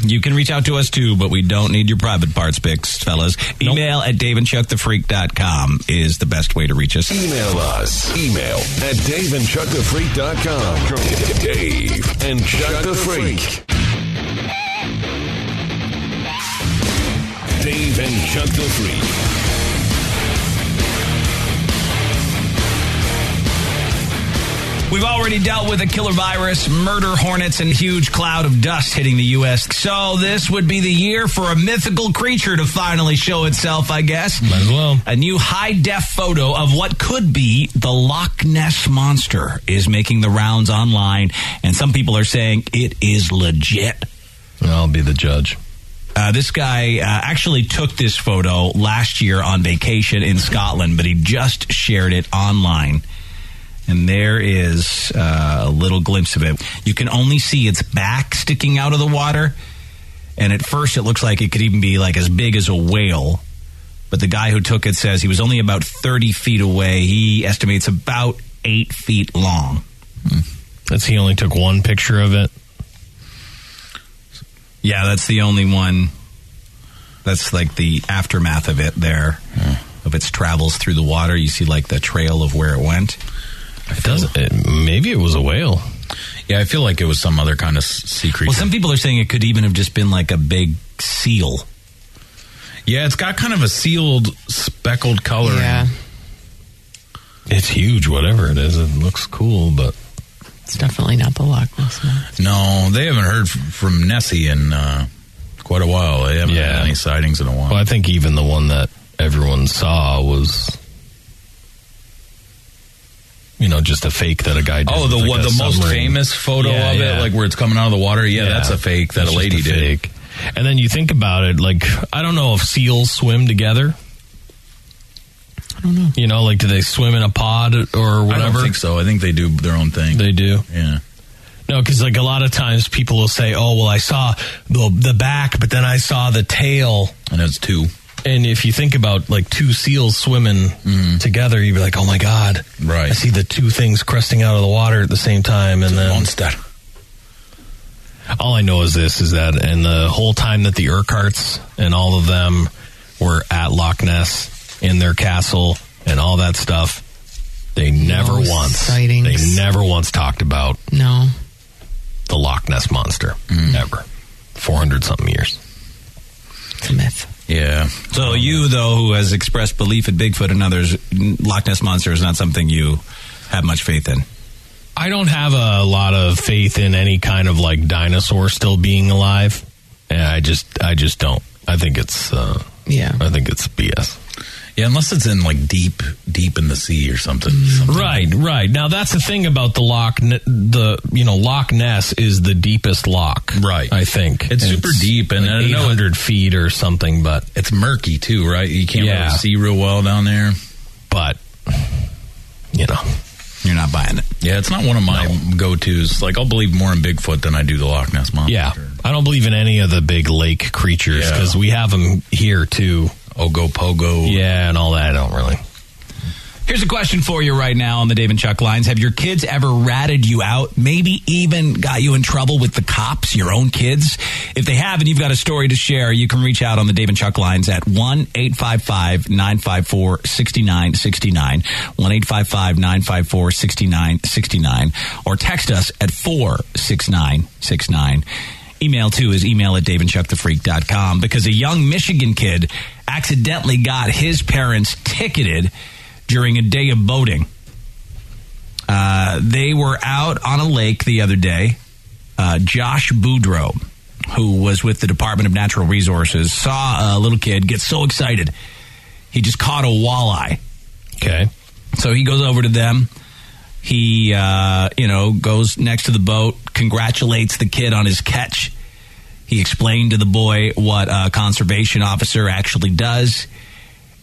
You can reach out to us too, but we don't need your private parts pics, fellas. Email at daveandchuckthefreak.com is the best way to reach us. Email us. Email at daveandchuckthefreak.com. Dave and Chuck the Freak. Dave and Chuck the Freak. We've already dealt with a killer virus, murder hornets, and huge cloud of dust hitting the U.S. So this would be the year for a mythical creature to finally show itself, I guess. Might as well. A new high def photo of what could be the Loch Ness Monster is making the rounds online, and some people are saying it is legit. I'll be the judge. Uh, this guy uh, actually took this photo last year on vacation in Scotland, but he just shared it online. And there is uh, a little glimpse of it. You can only see its back sticking out of the water. And at first, it looks like it could even be like as big as a whale. But the guy who took it says he was only about 30 feet away. He estimates about eight feet long. Hmm. That's he only took one picture of it. Yeah, that's the only one. That's like the aftermath of it there, Hmm. of its travels through the water. You see like the trail of where it went. It does. It, maybe it was a whale. Yeah, I feel like it was some other kind of s- sea creature. Well, some people are saying it could even have just been like a big seal. yeah, it's got kind of a sealed, speckled color. Yeah. It's huge, whatever it is. It looks cool, but it's definitely not the Loch Ness Monster. No, they haven't heard f- from Nessie in uh, quite a while. They haven't had any sightings in a while. Well, I think even the one that everyone saw was, you know, just a fake that a guy did. Oh, the with, like, one, a the most submarine. famous photo Yeah, of yeah. it, like where it's coming out of the water. Yeah, that's a fake that It's a just lady did. fake. And then you think about it, like I don't know if seals swim together. I don't know. You know, like do they swim in a pod or whatever? I don't think so. I think they do their own thing. They do. Yeah. No, because like a lot of times people will say, "Oh, well, I saw the the back, but then I saw the tail," and it's two. And if you think about like two seals swimming together, you'd be like, "Oh my god!" Right? I see the two things cresting out of the water at the same time, and then monster. All I know is this: is that and the whole time that the Urquharts and all of them were at Loch Ness in their castle and all that stuff, they never No once sightings. they never once talked about No. the Loch Ness monster ever. Four hundred something years. It's a myth. Yeah. So you, though, who has expressed belief in Bigfoot and others, n- Loch Ness monster is not something you have much faith in. I don't have a lot of faith in any kind of like dinosaur still being alive. Yeah, I just I just don't. I think it's uh yeah. I think it's BS. Yeah, unless it's in like deep, deep in the sea or something. Mm. Right, right. Now that's the thing about the Loch N- the you know Loch Ness is the deepest loch. Right. I think. It's super deep, and I like don't know it- 800 feet or something, but it's murky too, right? You can't yeah. really see real well down there. But you know, you're not buying it. Yeah, it's not one of my go-to's. Like I'll believe more in Bigfoot than I do the Loch Ness monster. Yeah, I don't believe in any of the big lake creatures Yeah. because we have them here too. Ogopogo. Yeah, and all that. I don't really. Here's a question for you right now on the Dave and Chuck lines. Have your kids ever ratted you out? Maybe even got you in trouble with the cops, your own kids? If they have and you've got a story to share, you can reach out on the Dave and Chuck lines at 1 855 954 6969. 1 855 954 6969. Or text us at 46969. Email too is email at daveandchuckthefreak.com because a young Michigan kid accidentally got his parents ticketed during a day of boating. Uh, they were out on a lake the other day. Uh, Josh Boudreau, who was with the Department of Natural Resources, saw a little kid get so excited. He just caught a walleye. Okay. So he goes over to them. He, uh, you know, goes next to the boat, congratulates the kid on his catch. He explained to the boy what a conservation officer actually does.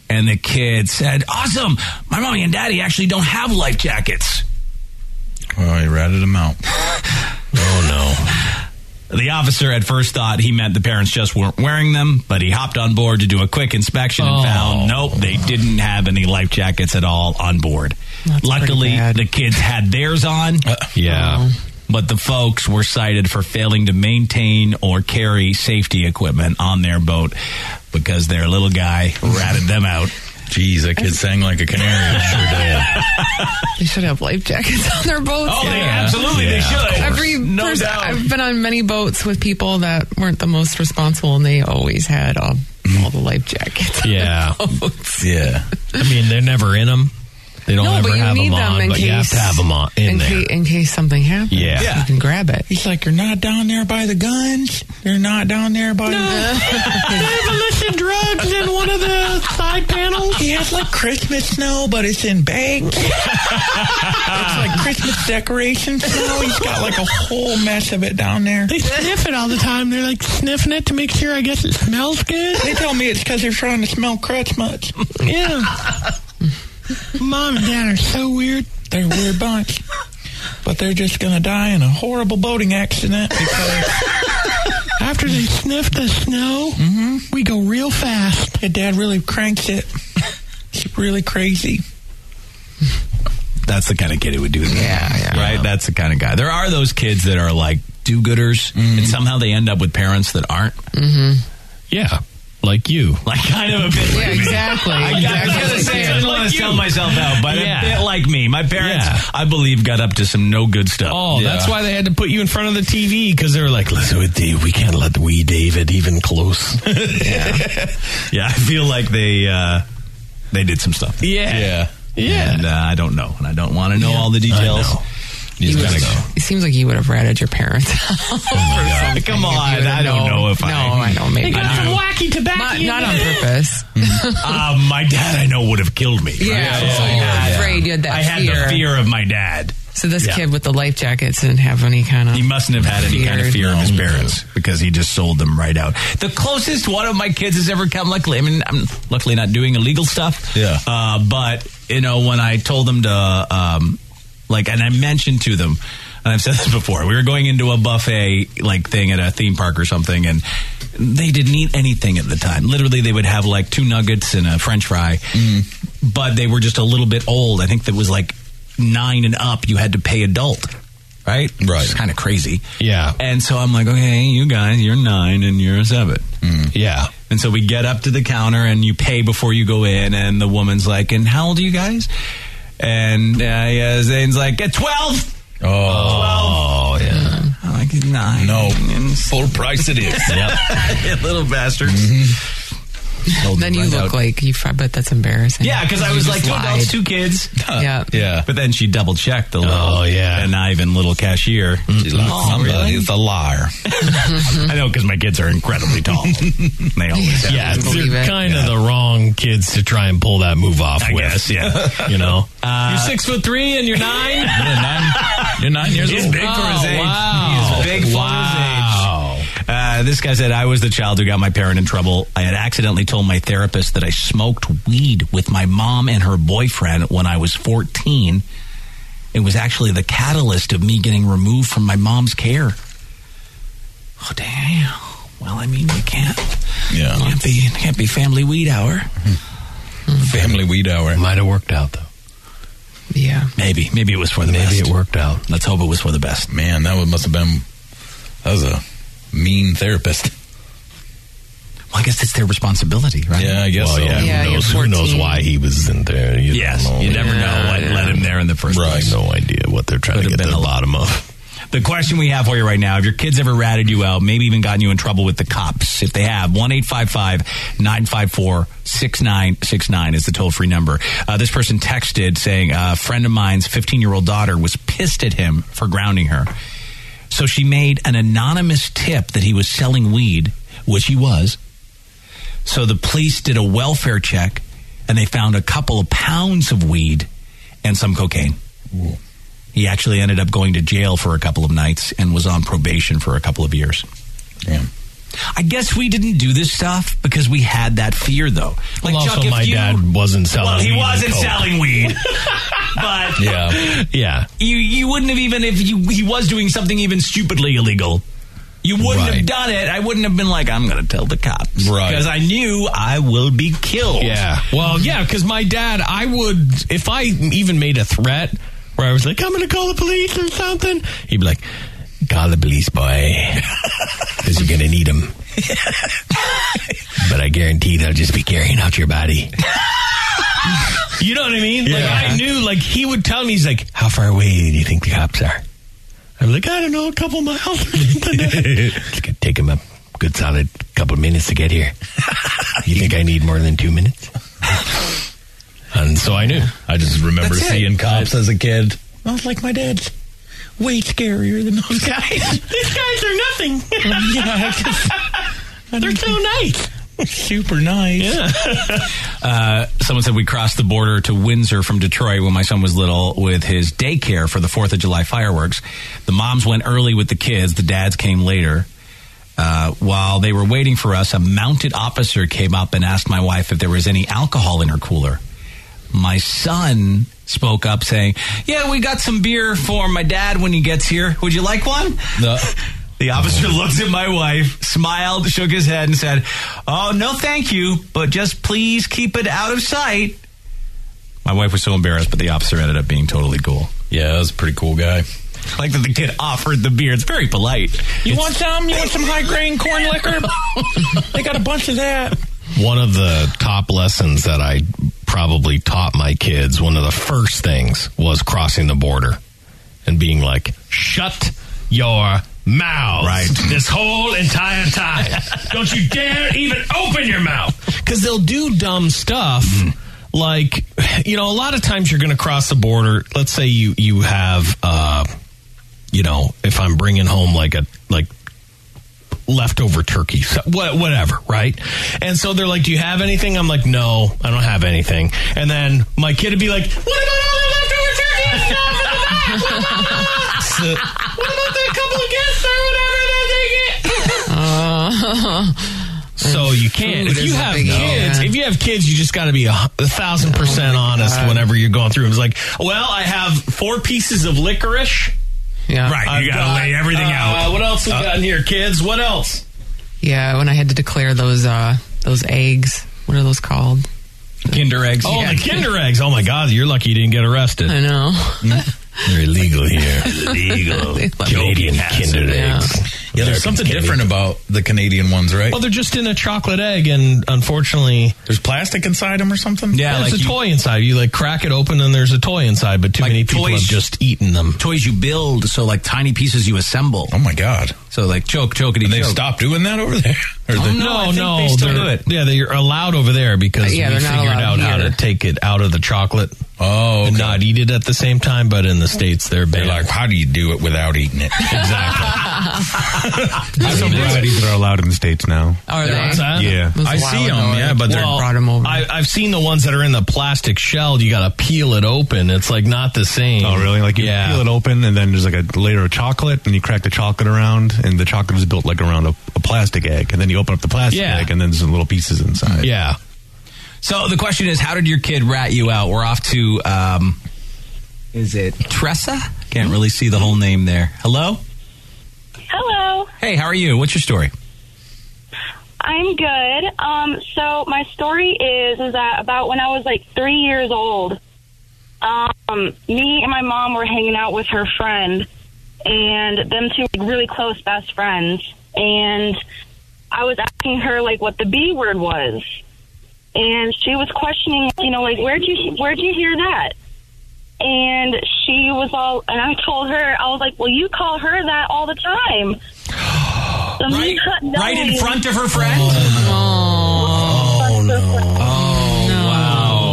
And the kid said, Awesome! My mommy and daddy actually don't have life jackets. Oh, he ratted him out. oh, no. The officer at first thought he meant the parents just weren't wearing them, but he hopped on board to do a quick inspection and found nope, they didn't have any life jackets at all on board. Luckily, the kids had theirs on. Uh. yeah. But the folks were cited for failing to maintain or carry safety equipment on their boat because their little guy ratted them out. Jeez, that kid sang like a canary. They should have life jackets on their boats. Oh, they absolutely- they Yeah, should. of course. Every No person, doubt. I've been on many boats with people that weren't the most responsible, and they always had um, all the life jackets. Yeah. Boats. Yeah. I mean, they're never in them. They don't no, ever but you have need them them on, in but case you have to have them on in, there. Case, in case something happens. Yeah. you can grab it. He's like, you're not down there by the guns. You're not down there by the illicit drugs in one of the side panels. He has like Christmas snow, but it's in bags. it's like Christmas decorations snow. He's got like a whole mess of it down there. They sniff it all the time. They're like sniffing it to make sure. I guess it smells good. They tell me it's because they're trying to smell crutch much. Yeah. Mom and Dad are so weird. They're a weird bunch. But they're just going to die in a horrible boating accident because after they sniff the snow, Mm-hmm. we go real fast. And Dad really cranks it. It's really crazy. That's the kind of kid who would do that. Yeah, Right? That's the kind of guy. There are those kids that are like do gooders and somehow they end up with parents that aren't. Mm-hmm. Yeah. Like you. Like kind of a bit. Yeah, exactly. I, I was Exactly. gonna say I didn't want to sell myself out, but Yeah. a bit like me. My parents, I believe, got up to some no good stuff. Oh, that's why they had to put you in front of the TV because they were like, "Listen, with Dave, we can't let we David even close." Yeah, I feel like they uh, they did some stuff. Yeah. yeah, Yeah. And uh, I don't know, and I don't want to know all the I details. know. You You just would've- gotta go. It seems like you would have ratted your parents. Come on, I don't know if no, I. I don't. Maybe I not. do. wacky tobacco. Not, not on purpose. Uh, my dad, I know, would have killed me. Yeah, so you were afraid, you had that I had fear. the fear of my dad. So this Yeah. kid with the life jackets didn't have any kind of. He mustn't have had any kind of Fear. fear of his parents because he just sold them right out. The closest one of my kids has ever come. Luckily, I mean, I'm luckily not doing illegal stuff. Yeah. Uh, but you know, when I told them to, um, like, and I mentioned to them, and I've said this before, we were going into a buffet like thing at a theme park or something, and they didn't eat anything at the time. Literally, they would have like two nuggets and a French fry, but they were just a little bit old. I think that was like nine and up. You had to pay adult right? Right. It's kind of crazy. Yeah. And so I'm like, okay, you guys, you're nine and you're a seven. Yeah. And so we get up to the counter and you pay before you go in, and the woman's like, and how old are you guys? And uh, yeah, Zane's like, at 12. Oh, yeah. I'm like, nine. No. Full price it is. yep. Little bastards. then you look like you. I bet that's embarrassing. Yeah, because I was You like just two lied. adults, two kids. Yeah. yeah. But then she double checked the little, oh yeah, conniving little cashier. She lied to somebody. It's a liar. I know because my kids are incredibly tall. they always have. yeah, they're kind Yeah. of the wrong kids to try and pull that move off I with. guess, yeah. you know, Uh, you're six foot three and you're nine. You're nine years He's old. big for his Oh, age. Wow. He's big for his his age. Uh, this guy said, I was the child who got my parent in trouble. I had accidentally told my therapist that I smoked weed with my mom and her boyfriend when I was 14. It was actually the catalyst of me getting removed from my mom's care. Oh, damn. Well, I mean, you can't. Yeah. Can't be, can't be family weed hour. Family weed hour. Might have worked out though. Yeah. Maybe. Maybe it was for the Maybe best. it worked out. Let's hope it was for the best. Man, that was, must have been. That was a mean therapist. Well, I guess it's their responsibility, right? Yeah, I guess Well, so. yeah, who knows? Who knows why he was in there? You Yes, don't know. you never know what led him there in the first Right. place. No idea what they're trying to get to the bottom of. The question we have for you right now: Have your kids ever ratted you out? Maybe even gotten you in trouble with the cops? If they have, one 954 6969 is the toll free number. Uh, this person texted saying uh, a friend of mine's 15 year old daughter was pissed at him for grounding her, so she made an anonymous tip that he was selling weed, which he was. So the police did a welfare check, and they found a couple of pounds of weed and some cocaine. He actually ended up going to jail for a couple of nights and was on probation for a couple of years. Damn. I guess we didn't do this stuff because we had that fear, though. Like well, Chuck, also, if my you- dad wasn't selling. Well, he weed and wasn't coke. selling weed, but Yeah, yeah. you you wouldn't have even if you he was doing something even stupidly illegal. You wouldn't have Right. done it. I wouldn't have been like, I'm going to tell the cops, Right. Because I knew I will be killed. Yeah. Well, yeah, because my dad, I would, if I even made a threat where I was like, I'm going to call the police or something, he'd be like, call the police, boy, because you're going to need them. but I guarantee they'll just be carrying out your body. you know what I mean? Like, I knew, like, he would tell me, he's like, how far away do you think the cops are? I'm like, I don't know, a couple miles or something. it's going to take him a good solid couple minutes to get here. You think I need more than two minutes? On and so I knew. I just remember That's it. seeing cops as a kid. Not like my dad's. Way scarier than those guys. These guys are nothing. They're so nice. Super nice. Uh, someone said we crossed the border to Windsor from Detroit when my son was little with his daycare for the 4th of July fireworks. The moms went early with the kids, the dads came later. Uh, while they were waiting for us, a mounted officer came up and asked my wife if there was any alcohol in her cooler. My son spoke up saying, Yeah, we got some beer for my dad when he gets here. Would you like one? The officer looked at my wife, smiled, shook his head, and said, Oh, no, thank you, but just please keep it out of sight. My wife was so embarrassed, but the officer ended up being totally cool. Yeah, that was a pretty cool guy. Like that the kid offered the beer. It's very polite. You It's- want some? You want some high grain corn liquor? they got a bunch of that. One of the top lessons that I probably taught my kids, one of the first things was crossing the border and being like, shut your mouth. Right. This whole entire time. Don't you dare even open your mouth. because they'll do dumb stuff. Like, you know, a lot of times you're going to cross the border. Let's say you you have, uh, you know, if I'm bringing home like a like leftover turkey, so, what, whatever, right? And so they're like, "Do you have anything?" I'm like, "No, I don't have anything." And then my kid would be like, "What about all the leftover turkey?" So- What about that couple of guests or whatever that they get? Oh. So you can't. food If you is a have big- kids, Yeah. if you have kids, you just got to be a hu- a thousand percent honest God. whenever you're going through. It's like, well, I have four pieces of licorice. Yeah. I've got, uh, What else we got in here, kids? What else? Yeah, when I had to declare those uh, those eggs, what are those called? Kinder eggs. Oh, the Kinder eggs. Oh my God, you're lucky you didn't get arrested. Hmm? I know. They're illegal here. Legal. Canadian Kinder eggs. Yeah, there's something different about the Canadian ones, right? Well, they're just in a chocolate egg, and unfortunately, there's plastic inside them or something. Yeah, There's there's a a toy inside. You like crack it open, and there's a toy inside. But too many people have just eaten them. Toys you build, so like tiny pieces you assemble. Oh my god! So like choke, chokity. And they choke. stopped doing that over there? Or Oh, they- no, no, they still they're- do it. Yeah, they're allowed over there because Uh, yeah, we they're not figured out allowed how to here. take it out of the chocolate. Oh, and not eat it at the same time. But in the states, they're banned. They're like, how do you do it without eating it? exactly. There's some varieties that are allowed in the states now. Are They're they? outside? Yeah. I see them. Yeah, but they're I, I've seen the ones that are in the plastic shell. You got to peel it open. It's like not the same. Oh, really? Like you yeah. peel it open, and then there's like a layer of chocolate, and you crack the chocolate around, and the chocolate is built like around a, a plastic egg, and then you open up the plastic Yeah. egg, and then there's little pieces inside. Yeah. So the question is, how did your kid rat you out? We're off to, um, is it Tressa? Can't really see the whole name there. Hello? Hello, Hey, how are you? What's your story? I'm good. Um, so my story is is that about when I was like three years old, um, me and my mom were hanging out with her friend, and them two were really close best friends, and I was asking her like what the B word was, and she was questioning, you know, like where'd you where'd you hear that? And she was all, and I told her, I was like, well, you call her that all the time. So me not Right in knowing- front of her friend? Oh, no.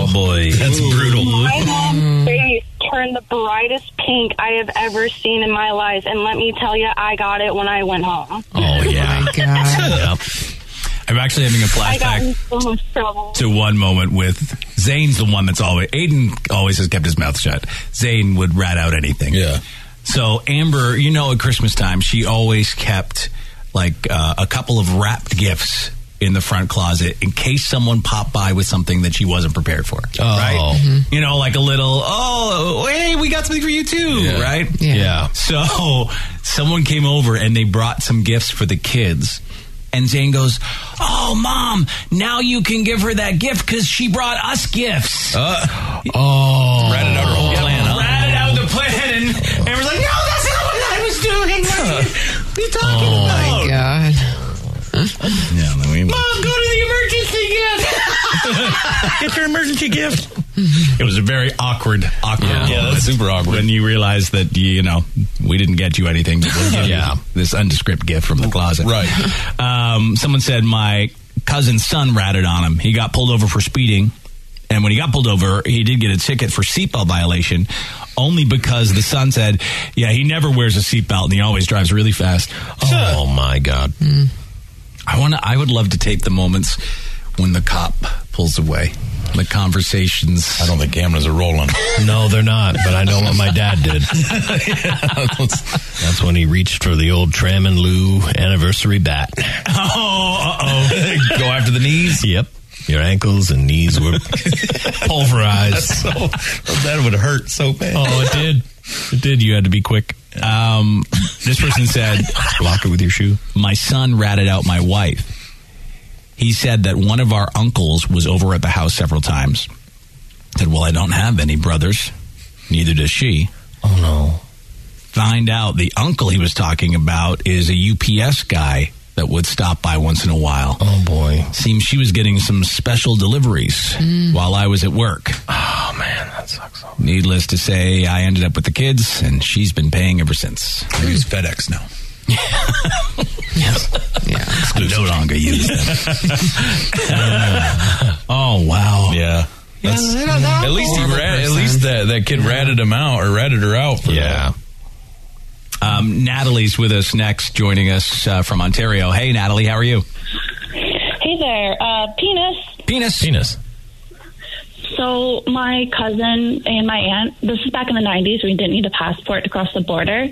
Oh, boy. That's brutal. My mom's face turned the brightest pink I have ever seen in my life. And let me tell you, I got it when I went home. Oh, yeah. Yeah. I'm actually having a I got flashback in so much trouble. to one moment with Zane's the one that's always, Aiden always has kept his mouth shut. Zane would rat out anything. Yeah. So Amber, you know, at Christmas time, she always kept like uh, a couple of wrapped gifts in the front closet in case someone popped by with something that she wasn't prepared for. Oh. Right? You know, like a little, oh, hey, we got something for you too, right? Yeah. So someone came over and they brought some gifts for the kids. And Zane goes, Oh, mom, now you can give her that gift because she brought us gifts. Uh, oh. Ratted out her whole plan. Ratted out the plan. And Amber's like, No, that's not what I was doing. What are you talking about? My God. Yeah, then we Mom, go to the emergency gift. Get your emergency gift. It was a very awkward, awkward. Yeah. Yeah, that's super awkward. When you realize that you know we didn't get you anything, but we'll give you Yeah. this undescript gift from the closet. Right. Um, someone said my cousin's son ratted on him. He got pulled over for speeding. And when he got pulled over, he did get a ticket for seatbelt violation only because the son said, yeah, he never wears a seatbelt and he always drives really fast. Oh my God. Hmm. I want to, I would love to tape the moments when the cop pulls away. The conversations. I don't think cameras are rolling. No, they're not. But I know what my dad did. that's, that's when he reached for the old Tram and Lou anniversary bat. Oh, oh. Go after the knees. Yep. Your ankles and knees were pulverized. that would hurt so bad. Oh, it did. It did. You had to be quick. Um, this person said, "Block it with your shoe." My son ratted out my wife. He said that one of our uncles was over at the house several times. Said, "Well, I don't have any brothers. Neither does she." Oh no! Find out the uncle he was talking about is a UPS guy that would stop by once in a while. Oh boy! Seems she was getting some special deliveries while I was at work. Oh man, that sucks. Needless to say, I ended up with the kids, and she's been paying ever since. I use FedEx now. Yeah, no longer use them. Oh wow! Yeah. Yeah, That's- they don't know. At least he Horrible rat, at person. least that, that kid ratted him out or ratted her out. For yeah. Um, Natalie's with us next, joining us uh, from Ontario. Hey, Natalie, how are you? Hey there, uh, penis. Penis. Penis. So my cousin and my aunt. This is back in the '90s. We didn't need a passport to cross the border,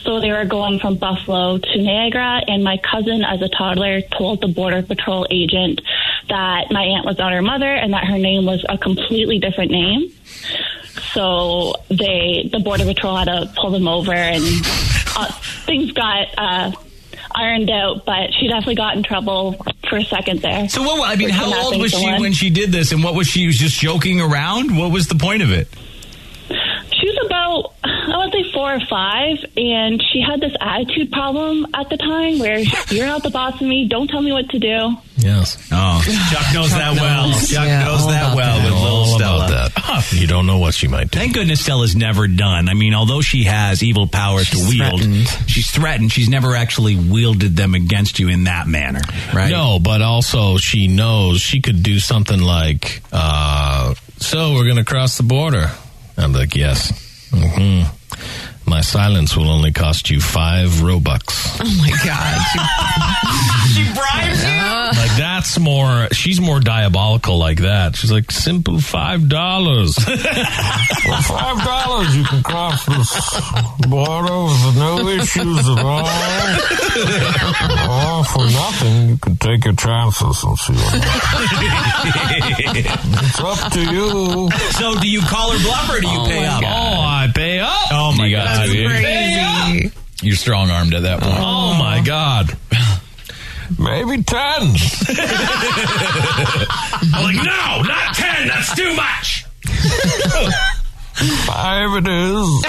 so they were going from Buffalo to Niagara. And my cousin, as a toddler, told the border patrol agent that my aunt was not her mother and that her name was a completely different name. So they, the border patrol, had to pull them over, and uh, things got uh, ironed out. But she definitely got in trouble for a second there. So what? I mean, for how old kidnapping was she someone. when she did this, and what was she? was just joking around. What was the point of it? She was about, I would say four or five, and she had this attitude problem at the time where you're not the boss of me, don't tell me what to do. Yes. Oh, Chuck knows Chuck that well. knows. Chuck Yeah, knows all that about well that. with little All Stella. Oh, about that. You don't know what she might do. Thank goodness Stella's never done. I mean, although she has evil powers to wield, she's threatened. She's never actually wielded them against you in that manner, right? No, but also she knows she could do something like, uh, "So we're going to cross the border." I'm like, "Yes." hmm My silence will only cost you five robux. Oh my god. she bribes you? Like that's more. She's more diabolical like that. She's like simple five dollars. For five dollars, you can cross this border with no issues at all. Or for nothing, you can take your chances and see what happens. It's up to you. So, do you call her bluff or do you pay up? Oh, I pay up. Oh my You got God, to. dude. Pay up. You're strong armed at that point. Oh my god. Maybe ten. I'm like, no, not ten. That's too much. Five it is.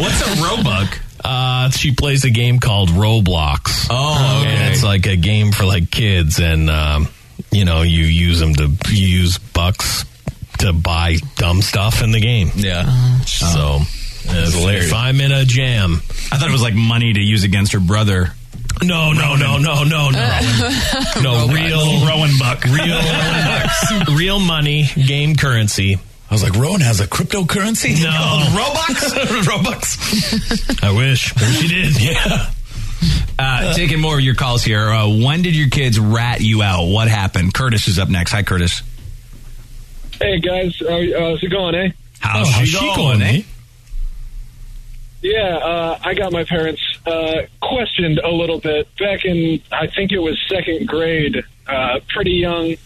What's a roebuck? Uh, she plays a game called Roblox. Oh, and it's like a game for like kids, and um, you know you use them to you use bucks to buy dumb stuff in the game. Yeah. So That's if, hilarious. if I'm Oh, in a jam, I thought it was like money to use against her brother. No, no, no, no, no, no. no real Rowan buck, Uh, real bucks, real money, game currency. I was like, Rowan has a cryptocurrency No, Robux? Robux. I wish. I wish you did. Yeah. Uh, taking more of your calls here. Uh, when did your kids rat you out? What happened? Curtis is up next. Hi, Curtis. Hey guys, uh, uh, how's it going, eh? Oh, How's, she, going, eh? Yeah, uh, I got my parents uh, questioned a little bit back in, I think it was second grade, uh, pretty young.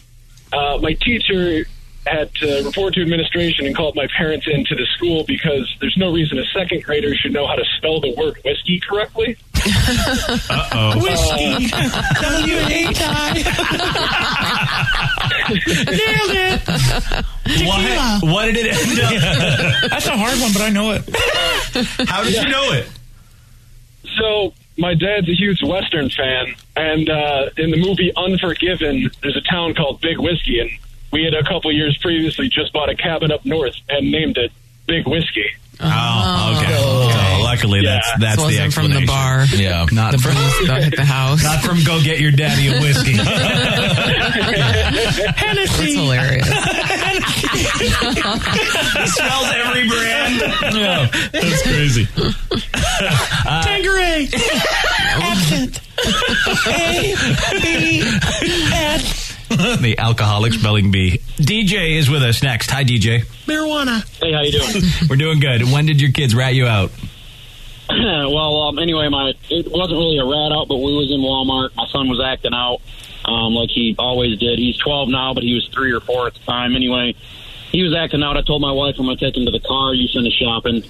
Uh, my teacher had to report to administration and called my parents into the school because there's no reason a second grader should know how to spell the word whiskey correctly. Uh-oh. Whiskey. Nailed it. What? What did it end up- That's a hard one, but I know it. How did you know it? So my dad's a huge Western fan, and uh, in the movie Unforgiven, there's a town called Big Whiskey, and we had a couple years previously just bought a cabin up north and named it Big Whiskey. Oh, okay. So luckily, that's that's This the wasn't from explanation. the bar. Yeah, not The from booze that hit the house. Not from go get your daddy a whiskey. Hello, That's hilarious. smells every brand. Yeah, that's crazy. Tangeray. Absent. A, B, S. the alcoholic spelling bee. DJ is with us next. Hi, DJ. Marijuana. Hey, how you doing? We're doing good. When did your kids rat you out? well, um, anyway, my it wasn't really a rat out, but we was in Walmart. My son was acting out, um, like he always did. He's 12 now, but he was three or four at the time. Anyway, he was acting out. I told my wife, "I'm gonna take him to the car. You send the shopping."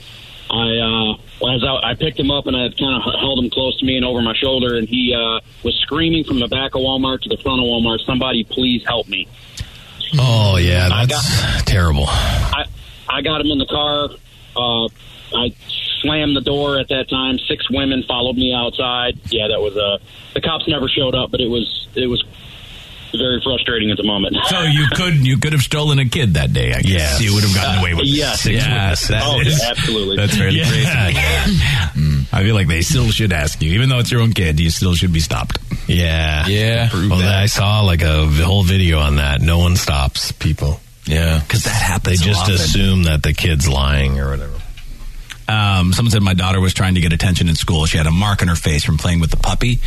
I uh, as I, I picked him up and I kind of held him close to me and over my shoulder, and he uh, was screaming from the back of Walmart to the front of Walmart, "Somebody, please help me!" Oh yeah, I that's terrible. I, I got him in the car. Uh, I slammed the door at that time. Six women followed me outside. Yeah, that was uh, the cops never showed up, but it was it was very frustrating at the moment. So you could you could have stolen a kid that day. I guess Yes. Uh, you would have gotten away with it. Yes. Six Yes, witnesses. oh, That is- absolutely. That's fairly Yeah. crazy. Mm. I feel like they still should ask you, even though it's your own kid. You still should be stopped. Yeah, yeah. Well, I saw like a v- whole video on that. No one stops people. Yeah, because that happens They so just often. assume that the kid's lying or whatever. Um, someone said my daughter was trying to get attention in school. She had a mark on her face from playing with the puppy.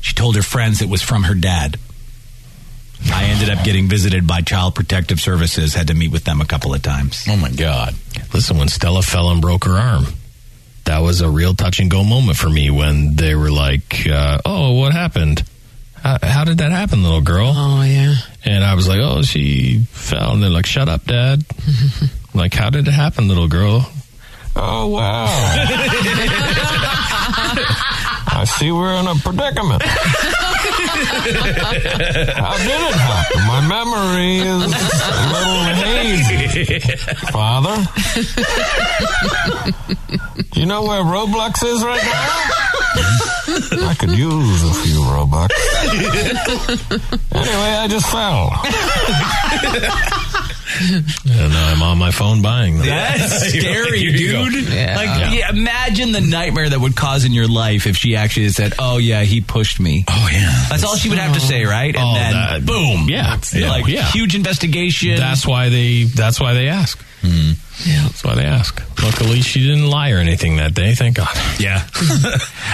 She told her friends it was from her dad. I ended up getting visited by Child Protective Services. Had to meet with them a couple of times. Oh my God! Listen, when Stella fell and broke her arm, that was a real touch and go moment for me. When they were like, uh, "Oh, what happened? How, how did that happen, little girl?" Oh yeah. And I was like, "Oh, she fell." And they're like, "Shut up, Dad!" like, how did it happen, little girl? Oh wow! Oh. I see we're in a predicament. How did it happen? My memory is a little hazy. Father? Do you know where Roblox is right now? I could use a few Robux. Anyway, I just fell. And I'm on my phone buying them. That's scary, dude. Like, Yeah. yeah, imagine the nightmare that would cause in your life if she actually said, "Oh yeah, he pushed me." Oh yeah, that's all she would have to say, right? And Oh, then that- boom, Yeah. Yeah. like Yeah. huge investigation. Hmm. That's why they. That's why they ask. Yeah. That's why they ask. Luckily, she didn't lie or anything that day. Thank God. yeah.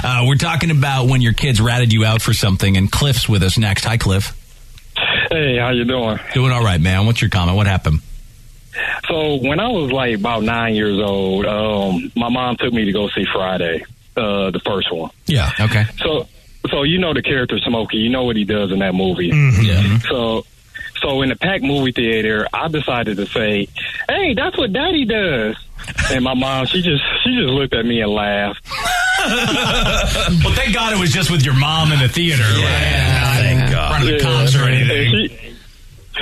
uh, we're talking about when your kids ratted you out for something, and Cliff's with us next. Hi, Cliff. Hey, how you doing? Doing all right, man. What's your comment? What happened? So when I was like about nine years old, um, my mom took me to go see Friday, uh, the first one. Yeah. Okay. So, so you know the character Smokey. You know what he does in that movie. Yeah. So, so in the packed movie theater, I decided to say, "Hey, that's what Daddy does." And my mom, she just she just looked at me and laughed. well, thank God it was just with your mom in the theater. Yeah. Thank God. Yeah. cops or anything. And she-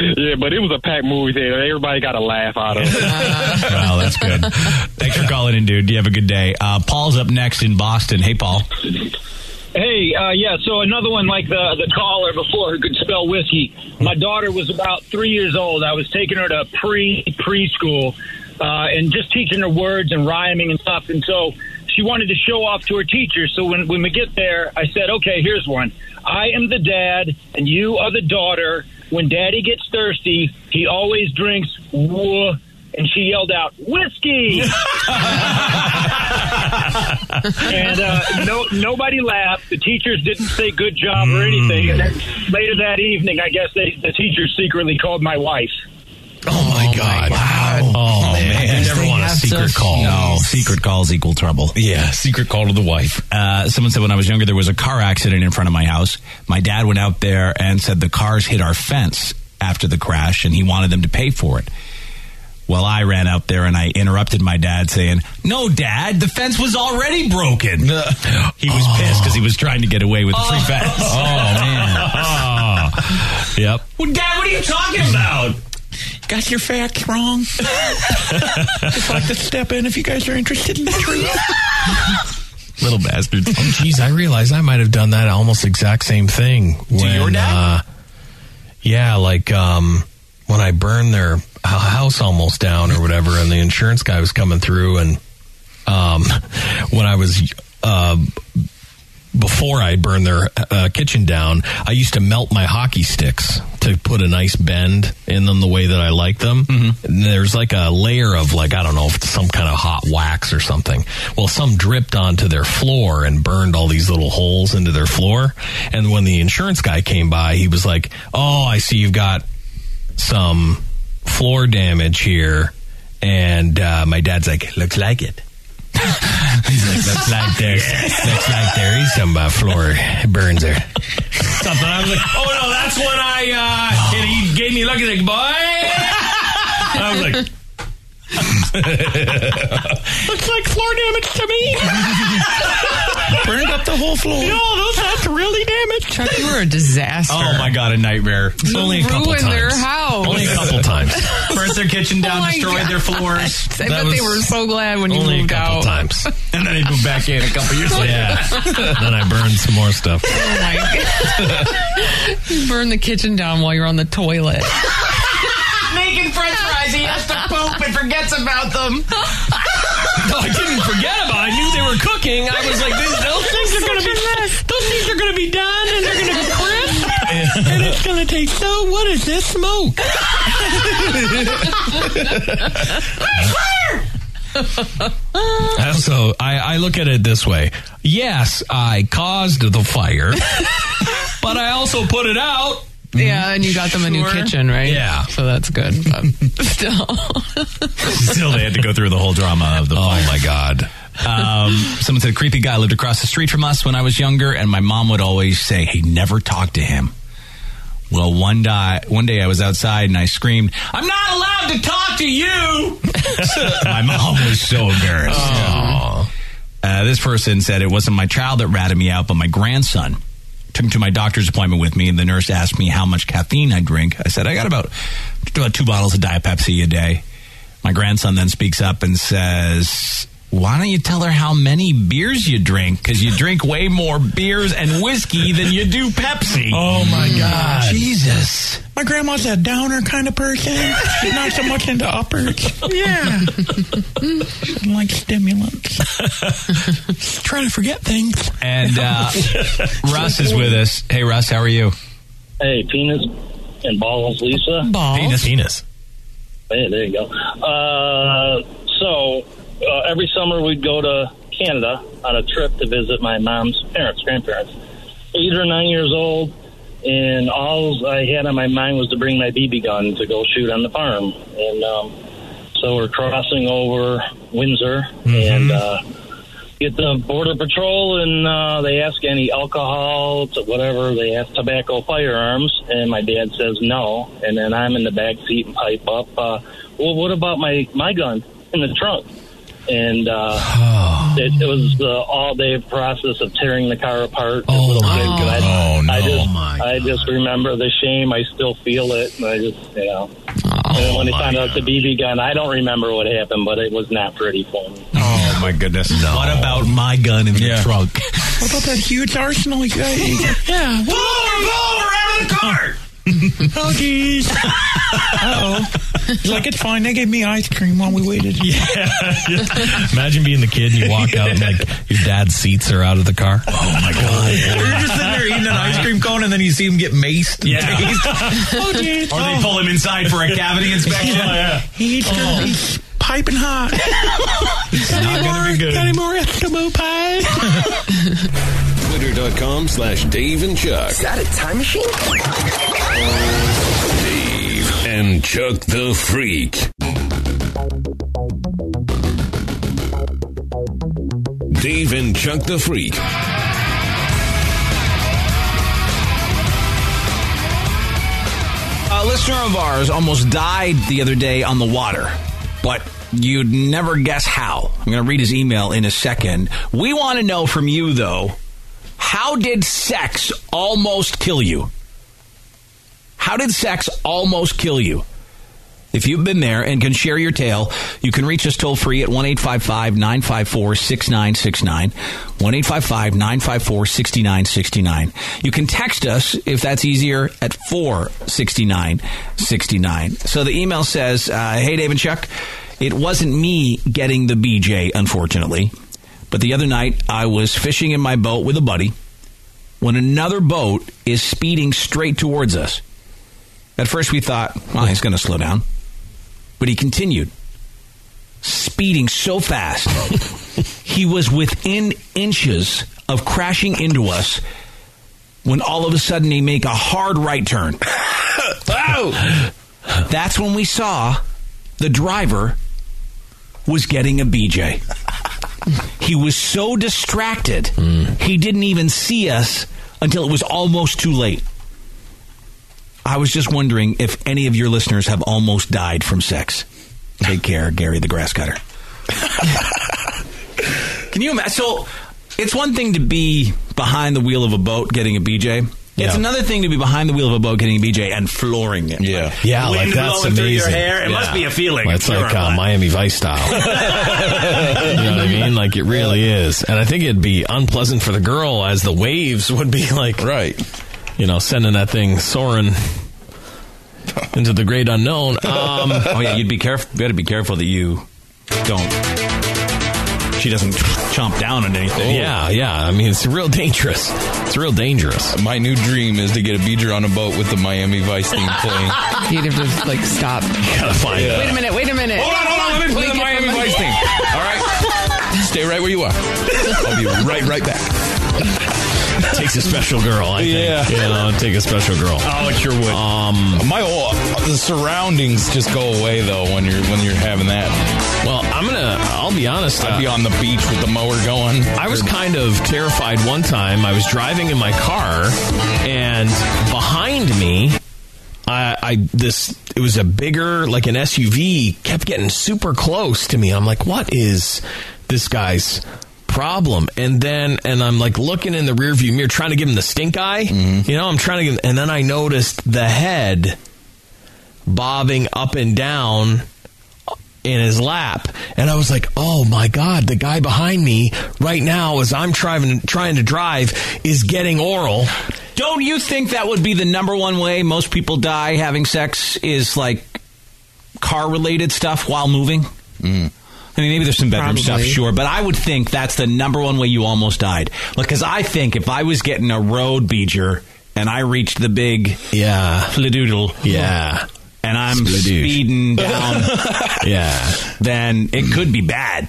yeah, but it was a packed movie theater. Everybody got a laugh out of it. wow, that's good. Thanks for calling in, dude. You have a good day. Uh, Paul's up next in Boston. Hey, Paul. Hey, uh, yeah. So another one like the the caller before who could spell whiskey. My daughter was about three years old. I was taking her to pre preschool uh, and just teaching her words and rhyming and stuff. And so she wanted to show off to her teacher. So when when we get there, I said, "Okay, here's one. I am the dad, and you are the daughter. When Daddy gets thirsty, he always drinks woo." And she yelled out, "Whiskey!" and uh, no, nobody laughed. The teachers didn't say good job or anything. And then later that evening, I guess they, the teachers secretly called my wife. Oh my God! Wow. Oh, man. You never want a secret call. No, secret calls equal trouble. Yeah, secret call to the wife. Uh, someone said when I was younger, there was a car accident in front of my house. My dad went out there and said the cars hit our fence after the crash and he wanted them to pay for it. Well, I ran out there and I interrupted my dad saying, No, dad, the fence was already broken. He Oh. was pissed because he was trying to get away with the free fence. Oh, man. Yep. Well, Dad, what are you talking about? Got your facts wrong. Just like to step in if you guys are interested in the truth. Little bastards. Oh, geez, I realize I might have done that almost exact same thing. When, to your dad? Uh, yeah, like um, when I burned their h- house almost down or whatever, and the insurance guy was coming through, and um, when I was uh, before I burned their uh, kitchen down, I used to melt my hockey sticks to put a nice bend in them the way that I like them. And there's like a layer of like I don't know if it's some kind of hot wax or something. Well, some dripped onto their floor and burned all these little holes into their floor. And when the insurance guy came by, he was like, "Oh, I see you've got some floor damage here." And uh, my dad's like, "Looks like it." He's like, looks like there's, looks like there is some uh, floor burns there. something. I was like, oh no, that's when I uh, and he gave me lucky like boy. I was like, Looks like floor damage to me. Burned up the whole floor. No, those that's really damaged. Chuck, you were a disaster. Oh my god, a nightmare! It's You only a couple ruined times. their house. Only a couple times. Burnt their kitchen down, Oh my destroyed God. their floors. I bet they were so glad when you only a moved couple out. times. and then they moved back in a couple years later. Yeah. then I burned some more stuff. Oh my god! you burn the kitchen down while you're on the toilet. Making French fries, he has to poop and forgets about them. No, I didn't forget about. it. I knew they were cooking. I was like, these, those things are going to be those things are going to be done, and they're going to be crisp, and it's going to taste so. What is this smoke? Also, Uh, I, I look at it this way. Yes, I caused the fire, but I also put it out. Yeah, and you got them a new Sure. kitchen, right? Yeah. So that's good. But still. Still, they had to go through the whole drama of the. Oh my god. Um, someone said, "Creepy guy lived across the street from us when I was younger, and my mom would always say he never talked to him." Well, one day, one day I was outside and I screamed. I'm not allowed to talk to you. my mom was so embarrassed. Uh, this person said it wasn't my child that ratted me out, but my grandson took him to my doctor's appointment with me, and the nurse asked me how much caffeine I drink. I said I got about about two bottles of Diet Pepsi a day. My grandson then speaks up and says. Why don't you tell her how many beers you drink? Because you drink way more beers and whiskey than you do Pepsi. Oh my God. Jesus. My grandma's a downer kind of person. She's not so much into uppers. Yeah. She doesn't like stimulants. She's trying to forget things. And uh, Russ is with us. Hey, Russ, how are you? Hey, penis and balls, Lisa. Balls. Penis. Penis. Hey, there you go. Uh, so uh, every summer we'd go to Canada on a trip to visit my mom's parents, grandparents. Eight or nine years old, and all I had on my mind was to bring my BB gun to go shoot on the farm. And um, so we're crossing over Windsor and. Uh, Get the border patrol, and uh, they ask any alcohol, t- whatever. They ask tobacco, firearms, and my dad says no. And then I'm in the back seat and pipe up. Uh, well, what about my my gun in the trunk? And uh, it, it was the all day process of tearing the car apart. Oh, little my God. I, oh no! I just, I just remember the shame. I still feel it, and I just you know. and then when they found out the BB gun, I don't remember what happened, but it was not pretty for me. Oh my goodness! What about my gun in the trunk? What about that huge arsenal? you got? Yeah. Blow her, blow her out of the car. oh, jeez. Uh-oh. He's like, it's fine. They gave me ice cream while we waited. Yeah. Imagine being the kid and you walk out and like your dad's seats are out of the car. Oh my god. You're just sitting there eating an ice cream cone, and then you see him get maced. And oh, jeez. or they pull him inside for a cavity inspection. He's gonna be piping hot. got, not any gonna more, be good. got any more Eskimo pie? Twitter.com slash Dave and Chuck. Is that a time machine? Dave and Chuck the Freak. Dave and Chuck the Freak. A listener of ours almost died the other day on the water, but you'd never guess how. I'm going to read his email in a second. We want to know from you, though, how did sex almost kill you? How did sex almost kill you? If you've been there and can share your tale, you can reach us toll free at 1 855 954 6969. 1 855 954 6969. You can text us if that's easier at 46969. So the email says uh, Hey, Dave and Chuck, it wasn't me getting the BJ, unfortunately. But the other night, I was fishing in my boat with a buddy when another boat is speeding straight towards us. At first, we thought, well, he's going to slow down. But he continued, speeding so fast, he was within inches of crashing into us when all of a sudden they make a hard right turn. oh! That's when we saw the driver was getting a BJ. He was so distracted, he didn't even see us until it was almost too late. I was just wondering if any of your listeners have almost died from sex. Take care, Gary the grass cutter. Can you imagine? So it's one thing to be behind the wheel of a boat getting a BJ. It's another thing to be behind the wheel of a boat getting a BJ and flooring it. Yeah, Yeah, like that's amazing. It must Yeah. be a feeling. It's like uh, Miami Vice style. you know what I mean? Like it really is, and I think it'd be unpleasant for the girl as the waves would be like right. You know, sending that thing soaring into the great unknown. Um, oh yeah, you'd be careful. You got to be careful that you don't. She doesn't chomp down on anything. Yeah, yeah. I mean, it's real dangerous. It's real dangerous. My new dream is to get a beater on a boat with the Miami Vice theme playing. You'd have to just like stop. Gotta find it. Wait a minute, wait a minute. Hold on, hold on. Let me play We the get Miami Vice theme. All right, stay right where you are. I'll be right, right back. takes a special girl. I Yeah. think. You know, take a special girl. Oh, it sure would. Um, my whole the surroundings just go away though when you're when you're having that. Well, I'm gonna. I'll be honest. uh, I'd be on the beach with the mower going. I was kind of terrified one time. I was driving in my car, and behind me, I, I this it was a bigger like an SUV kept getting super close to me. I'm like, what is this guy's problem? And then and I'm like looking in the rearview mirror, trying to give him the stink eye. You know, I'm trying to give. Him, and then I noticed the head bobbing up and down in his lap and i was like oh my god the guy behind me right now as i'm trying trying to drive is getting oral Don't you think that would be the number one way most people die having sex is like car related stuff while moving? Hmm. I mean, maybe there's some bedroom stuff, Probably. sure, but I would think that's the number one way you almost died. Look, because I think if I was getting a road beeger and I reached the big yeah flidoodle, yeah, and I'm Splidooge. speeding down, yeah, then it could be bad.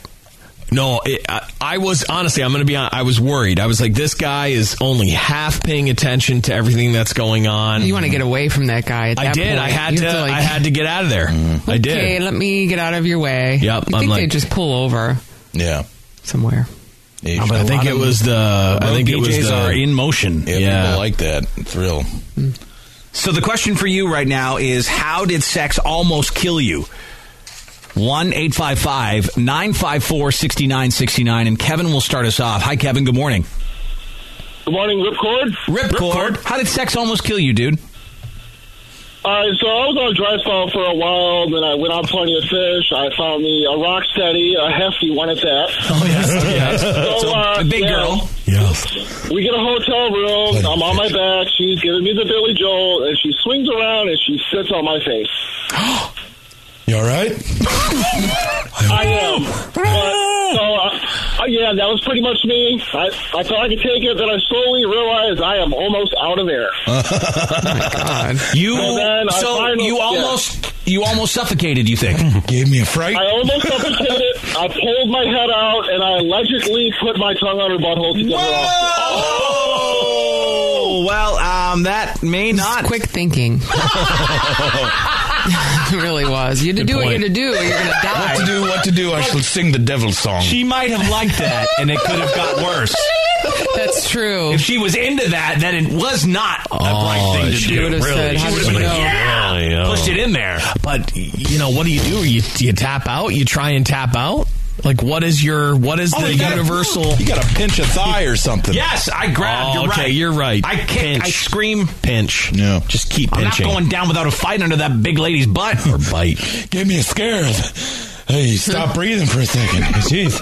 No, it, I, I was honestly. I'm going to be. hon- I was worried. I was like, this guy is only half paying attention to everything that's going on. You want to get away from that guy at I that did. point. I had You to. have like, I had to get out of there. I did. Okay, let me get out of your way. Yep, I I'm think they like- just pull over Yeah. somewhere. No, but I think it was the. I road think it was BJs the, are in motion. Yeah, Yeah. people like that thrill. So the question for you right now is how did sex almost kill you? 1 855 954 6969. And Kevin will start us off. Hi, Kevin. Good morning. Good morning, Ripcord. Ripcord. How did sex almost kill you, dude? Uh, so I was on dry spell for a while, then I went on plenty of fish. I found me a rock steady, a hefty one at that. Oh, yes, yes. So, So, uh, a big yeah. girl. We get a hotel room. I'm on my back. She's giving me the Billy Joel, and she swings around and she sits on my face. You all right? I am. But, so, uh, uh, yeah, that was pretty much me. I, I thought I could take it, then I slowly realized I am almost out of air. You And then I so finally- you yeah. almost you almost suffocated. You think? Gave me a fright. I almost suffocated. I pulled my head out, and I allegedly put my tongue on her butthole to get her off. Oh well, um, that may not quick thinking. it really was. You had to do what you had to do. or You're gonna die. What to do? What to do? I shall sing the devil's song. She might have liked that, and it could have got worse. That's true. If she was into that, then it was not a right thing to Oh, she do. would have said, "How She did would have you been like, know?" "Yeah!" Really, oh. pushed it in there. But you know, what do you do? You you tap out. You try and tap out. Like, what is your what is Oh, the you gotta- universal? you got to pinch a thigh or something. Yes, I grabbed. Oh, you're okay, right. you're right. I kick. I Pinch. scream. Pinch. Yeah. Just keep I'm pinching. not going down without a fight under that big lady's butt or bite. Give me a scare. Hey, stop breathing for a second. Jeez.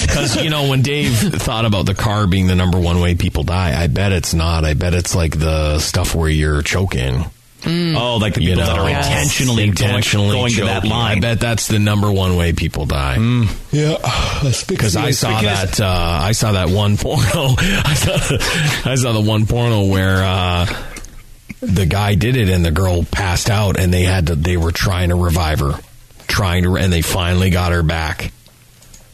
Because you know, when Dave thought about the car being the number one way people die, I bet it's not. I bet it's like the stuff where you're choking. Oh, like the You people know, that are yes. intentionally, going- Intentionally going, to that choking. line. I bet that's the number one way people die. Yeah, because I saw that uh, I saw that one porno. I saw, I saw the one porno where uh, the guy did it and the girl passed out, and they had to they were trying to revive her, trying to, and they finally got her back.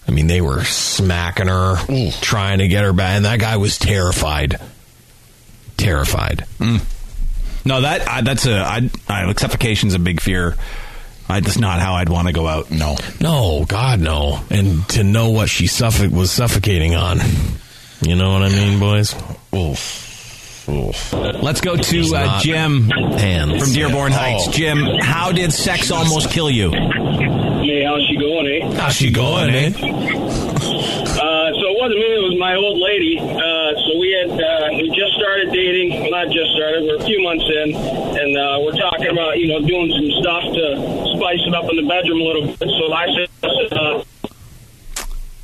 I mean, they were smacking her, trying to get her back, and that guy was terrified, terrified. No, that I, that's a I, I suffocation's a big fear. I, that's not how I'd want to go out. No, No, God, no. And to know what she suffo- was suffocating on. You know what I mean, boys? Oof. Oof. Let's go to uh, Jim from Dearborn Oh. Heights. Jim, how did sex almost kill you? Hey, how's she going, eh? How's she going, eh? Uh, so it wasn't me; it was my old lady. Uh, so we had uh, we just started dating. Well, not just started; we're a few months in, and uh, we're talking about you know doing some stuff to spice it up in the bedroom a little bit. So I said, uh,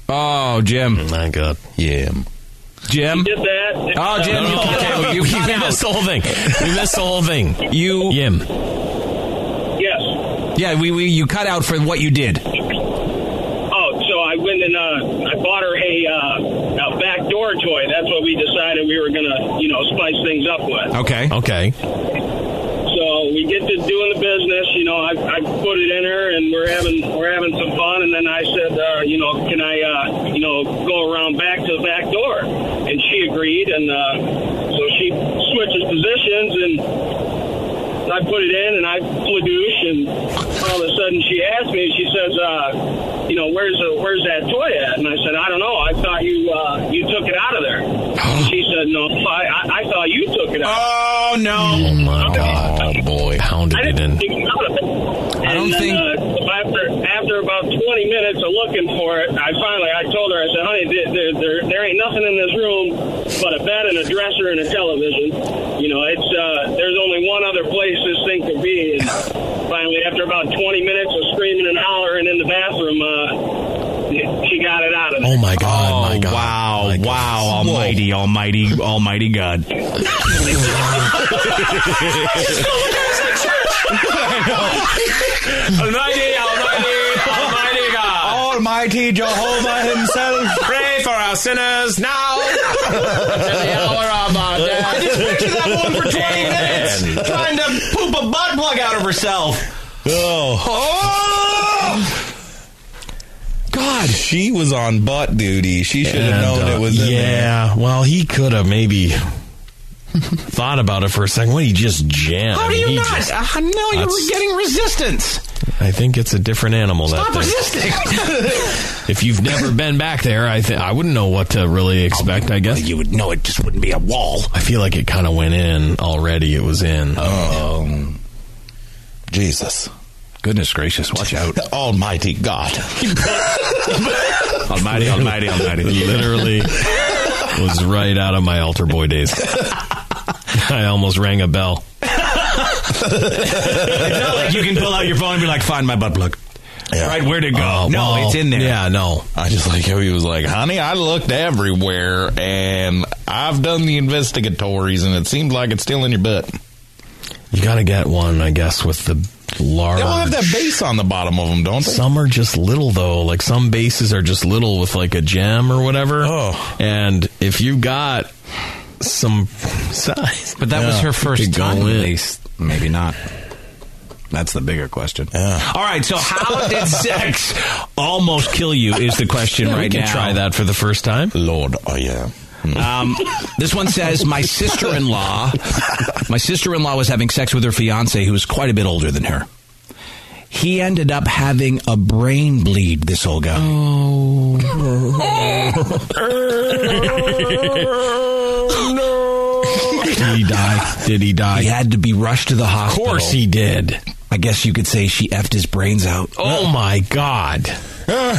Oh, Jim. My God. Mm, Yeah. Jim? "Get that." Oh, Jim, you uh, can't- you we cut missed the out. whole thing. We missed the whole thing. You. Jim. Yes. Yeah, we, we you cut out for what you did. Oh, so I went and uh, I bought her a, uh, a back door toy. That's what we decided we were gonna you know spice things up with. Okay. Okay. So we get to doing the business, you know. I, I put it in her, and we're having we're having some fun. And then I said, uh, you know, can I, uh, you know, go around back to the back door? And she agreed, and uh, so she switches positions, and I put it in, and I fladouche, and all of a sudden she asked me, she says, uh, you know, where's the, where's that toy at? And I said, I don't know. I thought you uh, you took it out of there. And she said, no, I, I, I thought you took it out. Oh no! Oh my God! Oh boy! Pounded it in. I don't think. Uh, after after about twenty minutes of looking for it, I finally I told her I said, "Honey, there there, there, there ain't nothing in this room but a bed and a dresser and a television. You know, it's uh, there's only one other place this thing could be." And finally, after about twenty minutes of screaming and hollering in the bathroom, uh, she got it out of there. Oh my God! Oh my God. wow! wow! Almighty, Almighty, Almighty God! Almighty, Almighty, Almighty God. Almighty Jehovah Himself, pray for our sinners now. the hour of our death. I just pictured that woman for 20 minutes trying to poop a butt plug out of herself. Oh, Oh. God, she was on butt duty. She should have And, known uh, it was. In yeah. Well, he could have maybe thought about it for a second. What he just jammed. I How do mean, you he not? just- Uh, no, you That's- were getting resistance. I think it's a different animal. that Stop thing. resisting. If you've never been back there, I think I wouldn't know what to really expect. I guess you would know it just wouldn't be a wall. I feel like it kind of went in already. It was in. Oh, Jesus! Goodness gracious! Watch out, Almighty God! almighty, Almighty, Almighty! Literally was right out of my altar boy days. I almost rang a bell. it's not like you can pull out your phone and be like, "Find my butt plug." Right, where'd it go? no, well, it's in there. Oh, Yeah, no. I just like how he was like, honey, I looked everywhere and I've done the investigatories and it seemed like it's still in your butt. You got to get one, I guess, with the large. They all have that base on the bottom of them, don't they? Some are just little though. Like some bases are just little with like a gem or whatever. Oh, and if you got some size, But that was her first time. They s- Maybe not. That's the bigger question. All right, so how did sex almost kill you? Is the question Yeah, we right can now? try that for the first time. Lord, oh yeah. Um, this one says my sister-in-law, my sister-in-law was having sex with her fiance, who was quite a bit older than her. He ended up having a brain bleed. This old guy. Oh. Did he die? Did he die? He had to be rushed to the hospital. Of course he did. I guess you could say she effed his brains out. Oh my god. Uh,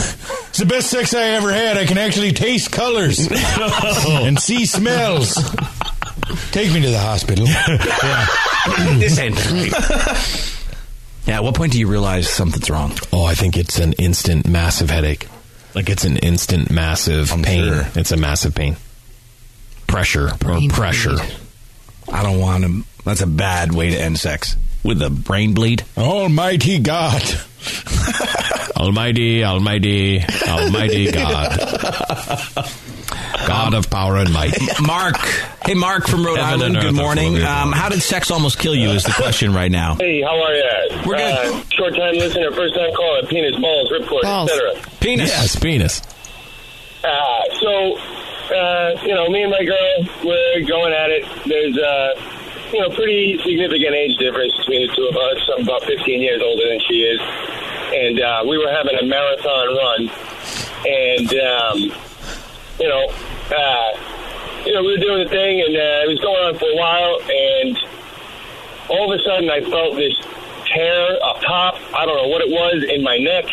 it's the best sex I ever had. I can actually taste colors and see smells. Take me to the hospital. this ain't Yeah, at what point do you realize something's wrong? Oh, I think it's an instant massive headache. Like it's an instant massive pain. It's a massive pain. Pressure or pressure. I don't want to. That's a bad way to end sex with a brain bleed. Almighty God. Almighty, Almighty, Almighty God. God of power and might. Mark. Hey, Mark from Rhode Heaven and Island. earth Good are morning. full of Um, how did sex almost kill you? Is the question right now. Hey, how are you? We're good. Uh, short time listener, first time caller, penis, balls, ripcord, etc. Penis. Yes, penis. Uh, so, uh, you know, me and my girl, we're going at it. There's a, you know, pretty significant age difference between the two of us. I'm about 15 years older than she is. And uh, we were having a marathon run. And, um, you know, uh, you know, we were doing the thing, and uh, it was going on for a while. And all of a sudden, I felt this tear up top. I don't know what it was in my neck.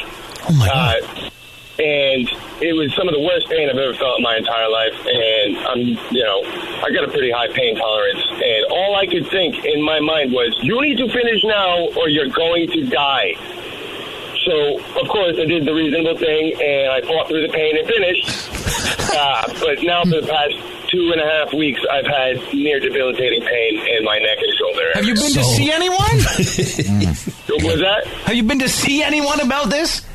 Oh, my God. Uh, and it was some of the worst pain I've ever felt in my entire life. And I'm, you know, I got a pretty high pain tolerance, and all I could think in my mind was, "You need to finish now, or you're going to die." So, of course, I did the reasonable thing, and I fought through the pain and finished. Uh, but now, for the past two and a half weeks, I've had near debilitating pain in my neck and shoulder. Have you been to see anyone? What was that? Have you been to see anyone about this? Oh.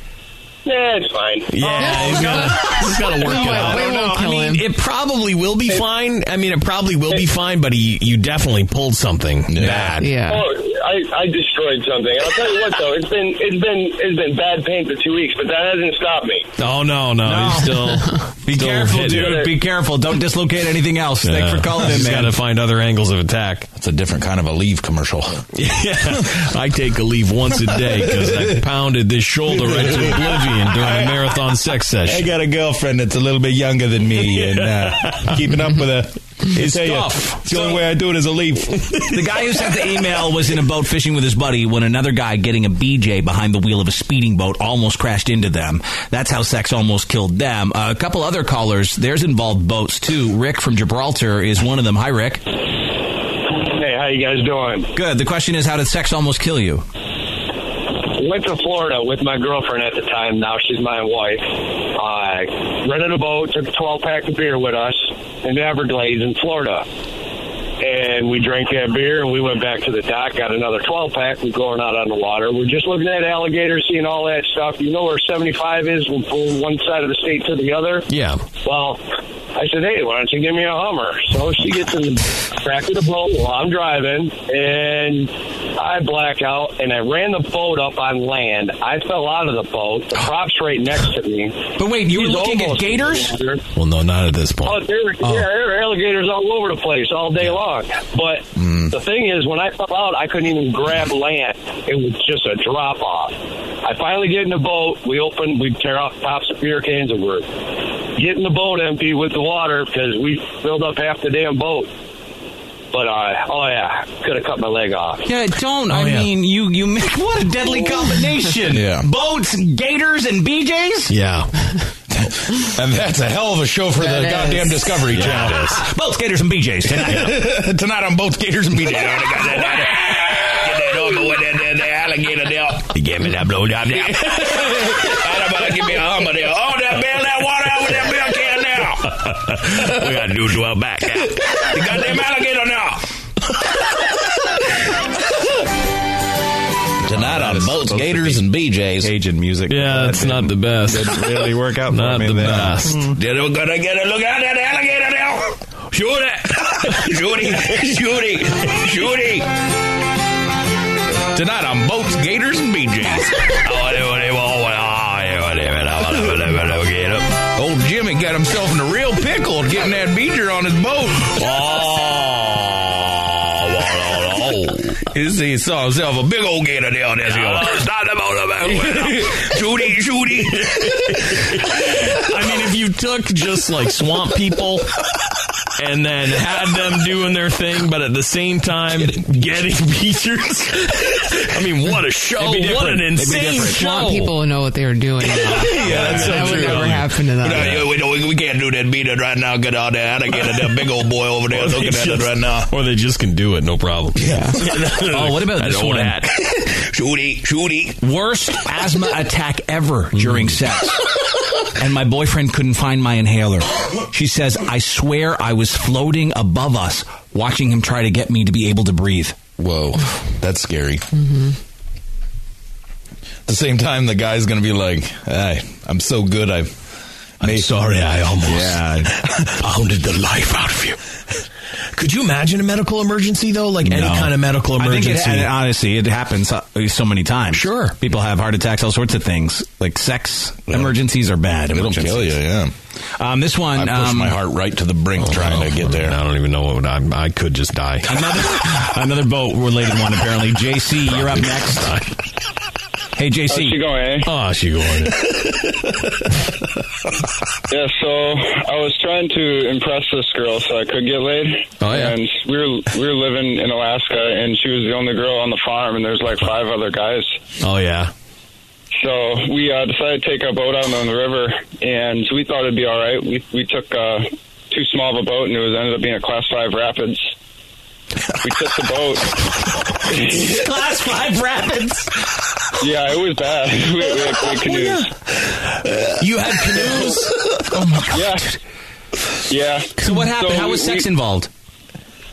Yeah, it's fine. Yeah, he's gotta, he's gotta work it out. Oh, I, mean, it probably will be fine. I mean, it probably will be fine, but he, you definitely pulled something bad. Oh, I, I destroyed something. And I'll tell you what though, it's been it's been it's been bad pain for two weeks, but that hasn't stopped me. Oh no, no, he's still. Be still careful, hitting dude. it. Be careful. Don't dislocate anything else. Thanks for calling in, He's man. got to find other angles of attack. That's a different kind of a leave commercial. yeah, I take a leave once a day because I pounded this shoulder right to oblivion during a marathon sex I session. got a girlfriend that's a little bit younger than me, and uh, keeping up with her. It's tell you, tough. it's the only way I do it is a leaf. the guy who sent the email was in a boat fishing with his buddy when another guy getting a BJ behind the wheel of a speeding boat almost crashed into them. That's how sex almost killed them. Uh, a couple other callers, theirs involved boats too. Rick from Gibraltar is one of them. Hi, Rick. Hey, how you guys doing? Good. The question is, how did sex almost kill you? Went to Florida with my girlfriend at the time. Now she's my wife. I rented a boat, took a 12 pack of beer with us in the Everglades in Florida. And we drank that beer and we went back to the dock, got another 12 pack. We're going out on the water. We're just looking at alligators, seeing all that stuff. You know where 75 is from one side of the state to the other? Yeah. Well, I said, hey, why don't you give me a Hummer? So she gets in the back of the boat while I'm driving, and I black out, and I ran the boat up on land. I fell out of the boat. The prop's right next to me. But wait, you were looking at gators? Well, no, not at this point. Oh, there were, yeah, there were alligators all over the place all day long. But the thing is, when I fell out, I couldn't even grab land. It was just a drop off. I finally get in the boat. We open, we tear off tops of beer cans, and we're getting the boat empty with the water because we filled up half the damn boat. But uh, oh yeah, could have cut my leg off. Yeah, don't. I mean, you you make what a deadly combination. Yeah. Boats, gators, and BJ's. Yeah. and that's a hell of a show for That the is. goddamn Discovery Yeah, Channel. it Boats, gators, and BJ's tonight. tonight on boats, gators, and BJ's. Alligator there. He gave me that blow job now. I'm about to give me a hummer there. Oh, that bail that water out with that beer can now. we got to do 12 back. The goddamn alligator now. Tonight on boats, gators, and BJ's. Cajun music. Yeah, it's not the best. Didn't really work out. Not the best. They're gonna get a look out at that alligator now. Shoot it. Shoot it. Shoot it. Shoot it. Tonight on boats, gators, and Oh, BJ's. Old Jimmy got himself in a real pickle getting that beater on his boat. Oh, He's- He saw himself a big old gator down there. Judy, Judy. I mean, if you took just like swamp people and then had them doing their thing, but at the same time getting features. I mean, what a show! They'd be What an different. They'd be insane different. show! Want people to know what they were doing. yeah, that's so that true. would never happen to them. No, yeah, we, don't- we can't do that beat it right now. Get out there. I get that big old boy over there Or they looking at it just- right now. Or they just can do it, no problem. Yeah. Oh, what about I this know one? That. Shooty, shooty. Mm. Worst asthma attack ever during sex. And my boyfriend couldn't find my inhaler. She says, I swear I was floating above us watching him try to get me to be able to breathe. Whoa, that's scary. Mm-hmm. At the same time, the guy's going to be like, "Hey, I'm so good. I. I'm sorry. I almost pounded the life out of you. Could you imagine a medical emergency though? Like any No. kind of medical I think emergency? it- and honestly, it happens uh, so many times. Sure, people have heart attacks, all sorts of things. Like sex emergencies are bad. It'll emergencies. kill you, yeah. Um, this one, I pushed um, my heart right to the brink trying to get there. Oh, I don't even know what would, I, I could just die. Another, another boat related one apparently. JC, you're up next. Hey, JC. How's she going, eh? Oh, she going. Yeah, so I was trying to impress this girl so I could get laid. Oh yeah. And we were we were living in Alaska and she was the only girl on the farm and there's like five other guys. Oh yeah. So we uh, decided to take our boat out on the river and we thought it'd be all right. We we took uh, too small of a boat and it was ended up being a class five rapids. We took the boat. Class five rapids. yeah, it was bad. We, we had big canoes. You had canoes? oh my god. Yeah. So what happened? How was sex involved?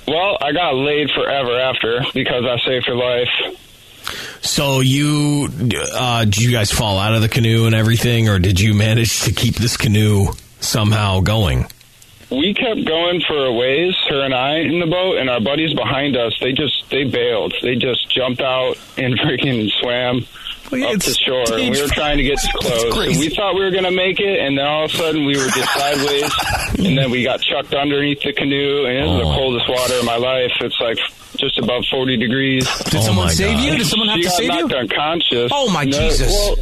Well, I got laid forever after because I saved her life. So you uh, did you guys fall out of the canoe and everything, or did you manage to keep this canoe somehow going? We kept going for a ways, her and I in the boat, and our buddies behind us, they just, they bailed. They just jumped out and freaking swam up to shore. And we were trying to get close. And we thought we were going to make it, and then all of a sudden we were just sideways, and then we got chucked underneath the canoe, and it was the Oh. coldest water of my life. It's like just above 40 degrees. Did someone my save you? God. Did someone have she to got save you? knocked unconscious. Oh, my No, Jesus. well,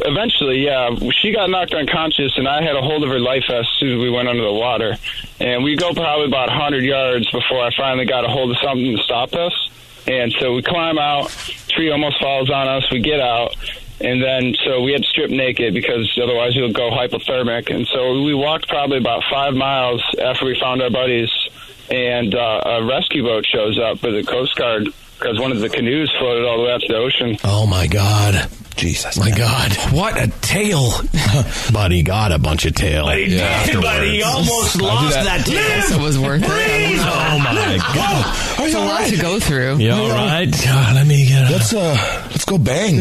Eventually, yeah, she got knocked unconscious, and I had a hold of her life vest as soon as we went under the water. And we go probably about 100 yards before I finally got a hold of something to stop us. And so we climb out, tree almost falls on us, we get out, and then so we had to strip naked because otherwise you'll go hypothermic. And so we walked probably about five miles after we found our buddies, and uh, a rescue boat shows up with the Coast Guard because one of the canoes floated all the way out to the ocean. Oh my God. Jesus. My God. What a tail. Buddy got a bunch of tail. But he did, but he almost lost that tail. Live! So it was worth it. Breathe! Oh, my God. It's a lot to go through. You all right? God, let me get. Let's uh, let's go bang.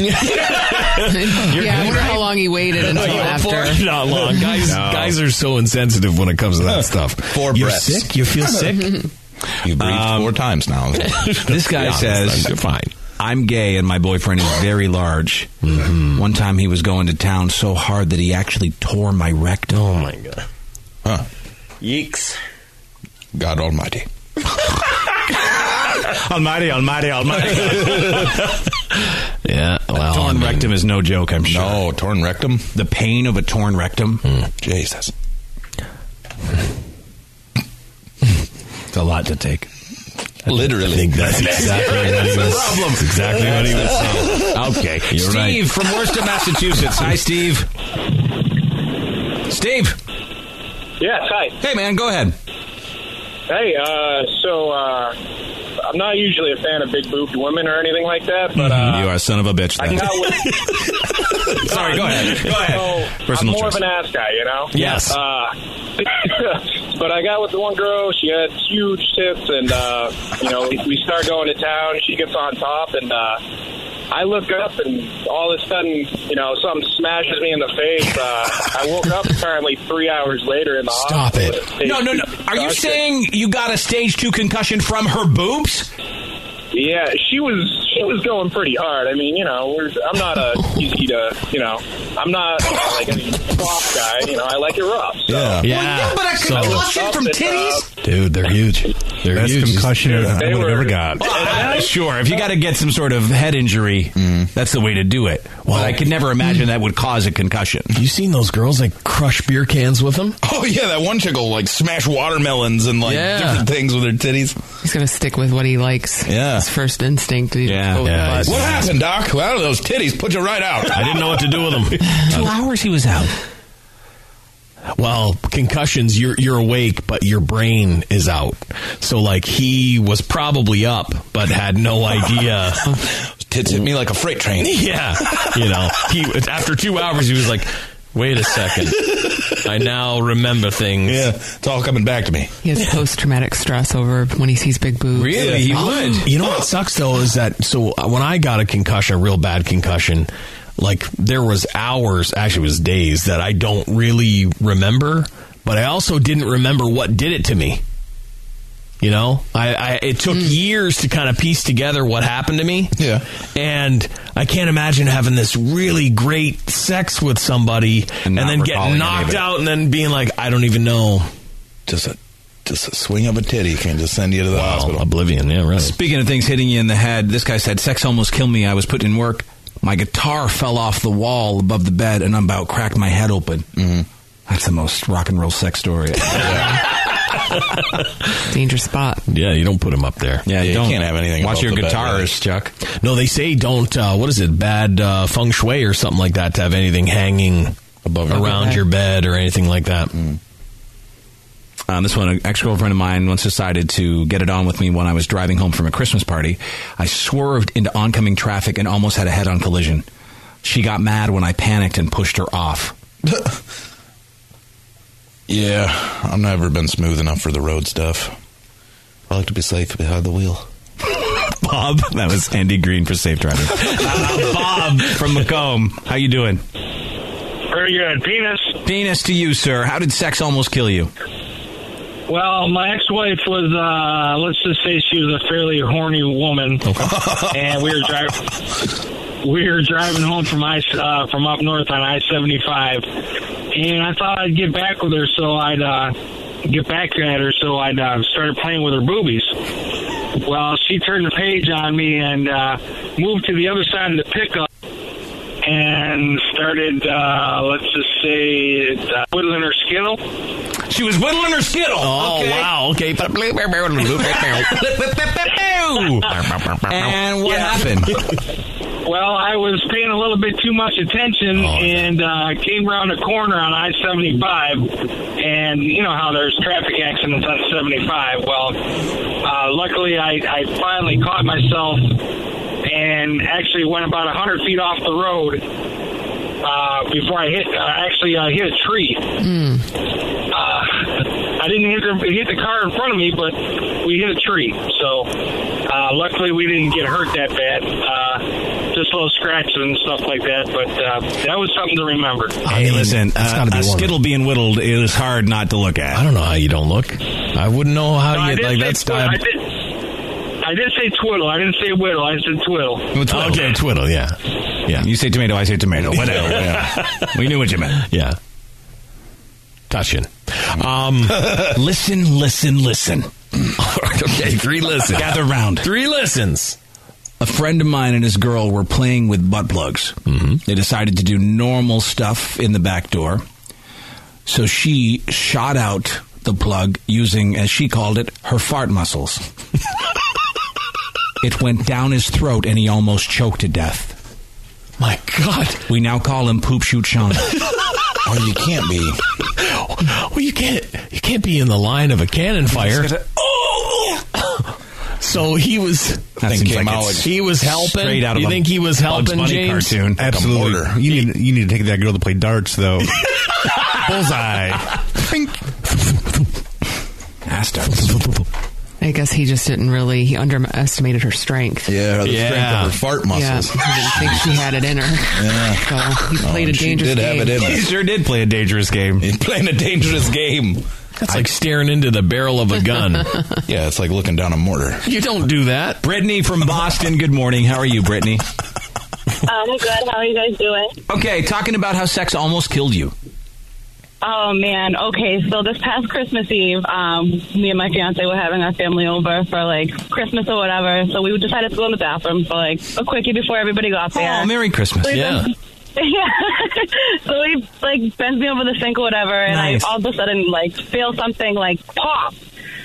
yeah, I wonder how long he waited until after. Not long, guys. No. Guys are so insensitive when it comes to that stuff. Four You're breaths. sick. You feel sick. Uh, You breathed four times now. Um, this guy says, "You're fine." I'm gay and my boyfriend is very large. One time he was going to town so hard that he actually tore my rectum. Oh my god! Huh? Yeeks! God Almighty! almighty! Almighty! Almighty! yeah. Well, torn rectum is no joke. I'm sure. No torn rectum. The pain of a torn rectum. Jesus. It's a lot to take. Literally. I think that's exactly what he was- that's exactly what he was saying. Okay. You're Steve right. from Worcester, Massachusetts. Hi, Steve. Steve. Yes, hi. Hey, man, go ahead. Hey, uh, so uh, I'm not usually a fan of big boobed women or anything like that, but uh, Mm-hmm. you are a son of a bitch. I then. got with. Sorry, go ahead. Go ahead. So Personal I'm more choice. of an ass guy, you know. Yes. Uh, but I got with the one girl. She had huge tits, and uh, you know, we, we start going to town. She gets on top, and uh, I look up, and all of a sudden, you know, something smashes me in the face. Uh, I woke up apparently three hours later in the Stop hospital. They- No, no, no. Are you saying you got a stage two concussion from her boobs? Yeah, she was she was going pretty hard. I mean, you know, we're, I'm not a easy to, you know, I'm not you know, like any soft guy. You know, I like it rough. Yeah. Yeah. but I could watch it from titties? Dude, they're huge. They're Best huge. concussion I They would have were- ever got. sure. If you got to get some sort of head injury, Mm-hmm. that's the way to do it. Well, I could never imagine that would cause a concussion. You seen those girls like crush beer cans with them? Oh yeah, that one chick will like smash watermelons and like Yeah. different things with her titties. He's going to stick with what he likes. Yeah. His first instinct. Yeah. Oh, What happened, Doc? Well, those titties put you right out. I didn't know what to do with them. Two hours he was out. Well, concussions, you're you're awake, but your brain is out. So like he was probably up, but had no idea. tits hit me like a freight train. Yeah. you know, he after two hours, he was like, "Wait a second, I now remember things." Yeah, it's all coming back to me. He has post traumatic stress over when he sees big boobs. Oh. You know what sucks though is that so uh, when I got a concussion, a real bad concussion, like there was hours, actually it was days that I don't really remember, but I also didn't remember what did it to me. You know, I, I it took years to kind of piece together what happened to me. Yeah, and I can't imagine having this really great sex with somebody and, not then recalling any getting of knocked it. Oh. out and then being like, I don't even know. Just a just a swing of a titty can just send you to the hospital. Oblivion, yeah, right. Speaking of things hitting you in the head, this guy said, Sex almost killed me. I was putting in work. My guitar fell off the wall above the bed and about cracked my head open. That's the most rock and roll sex story. Dangerous spot. Yeah, you don't put them up there. Yeah, you you don't. can't have anything above Watch your the bed, guitars, Chuck. No, they say don't. Uh, what is it? Bad uh, feng shui or something like that to have anything hanging above your around bed. your bed or anything like that. Mm. Um, this one, an ex girlfriend of mine once decided to get it on with me when I was driving home from a Christmas party. I swerved into oncoming traffic and almost had a head on collision. She got mad when I panicked and pushed her off. Yeah, I've never been smooth enough for the road stuff. I like to be safe behind the wheel. Bob, that was Andy Green for Safe Driving. Uh, Bob from Macomb, how you doing? Pretty good. Penis. Penis to you, sir. How did sex almost kill you? Well, my ex-wife was, uh, let's just say she was a fairly horny woman, and we were driving. We were driving home from I, uh, from up north on I seventy five, and I thought I'd get back with her, so I'd uh, get back at her, so I'd uh, started playing with her boobies. Well, she turned the page on me and uh, moved to the other side of the pickup and started, uh, let's just say, uh, whittling her skittle. She was whittling her skittle. Oh wow! Okay. and what happened? Well, I was paying a little bit too much attention and uh, came around a corner on I 75. And you know how there's traffic accidents on 75. Well, uh, luckily, I, I finally caught myself and actually went about 100 feet off the road uh, before I hit, uh, actually, I hit a tree. Hmm. Uh, I didn't hit, her, hit the car in front of me, but we hit a tree. So uh, luckily, we didn't get hurt that bad. Uh, just little scratches and stuff like that. But uh, that was something to remember. Hey, listen, that's uh, gotta be a one of skittle being whittled is hard not to look at. I don't know how you don't look. I wouldn't know how you like that's Well, I time. did. I did say twiddle. I didn't say whittle. I said twiddle. Okay, twiddle. Yeah, yeah. Oh, You say tomato, I say tomato. Whatever. Yeah. We knew what you meant. Yeah. Touching. Um, listen, listen, listen. okay, three listens. Gather round. Three listens. A friend of mine and his girl were playing with butt plugs. Mm-hmm. They decided to do normal stuff in the back door. So she shot out the plug using, as she called it, her fart muscles. it went down his throat and he almost choked to death. My God. We now call him Poop Shoot Sean. oh, you can't be. well, you can't. You can't be in the line of a cannon fire. So he was. That Thing seems came like out it's he was helping. straight out of you a think he was Bugs helping Bunny James? cartoon. Absolutely. You need, you need to take that girl to play darts, though. Bullseye. I guess he just didn't really. He underestimated her strength. Yeah, the strength of her fart muscles. Yeah, he didn't think she had it in her. Yeah. So he played Oh, a she dangerous did have game. it in her. He sure did play a dangerous game. He's playing a dangerous game. That's like staring into the barrel of a gun. yeah, it's like looking down a mortar. You don't do that. Brittany from Boston, good morning. How are you, Brittany? I'm good. How are you guys doing? Okay, talking about how sex almost killed you. Oh man. Okay. So this past Christmas Eve, um, me and my fiance were having our family over for like Christmas or whatever. So we decided to go in the bathroom for like a quickie before everybody got there. Oh, Merry Christmas. We've been- Yeah. so he like bends me over the sink or whatever, and Nice. I all of a sudden like feel something like pop,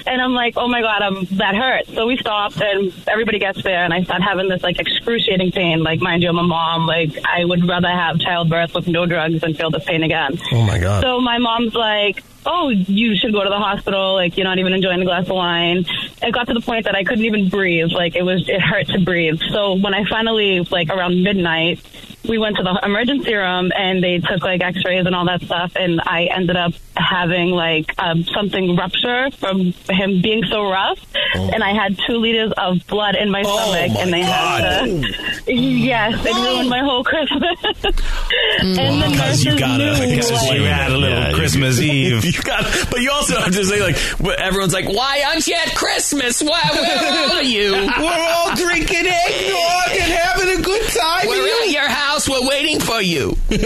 and I'm like, oh my god, I'm, that hurts. So we stop, and everybody gets there, and I start having this like excruciating pain. Like, mind you, I'm a mom. Like, I would rather have childbirth with no drugs than feel this pain again. Oh, my Uh. God. So my mom's like. Oh, you should go to the hospital. Like, you're not even enjoying a glass of wine. it got to the point that I couldn't even breathe. Like it was, it hurt to breathe. So when I finally, like around midnight, we went to the emergency room and they took like X-rays and all that stuff, and I ended up having like um, something rupture from him being so rough, and I had two liters of blood in my stomach, and they had to, yes, it ruined my whole Christmas. and the Because you nurses got knew, a, because like- you had a little Yeah, you- Christmas Eve. You got, but you also have to say like wh- everyone's like, why aren't you at Christmas? Why, where are you? We're all drinking eggnog and having a good time. We're And you- at your house. We're waiting for you. oh, it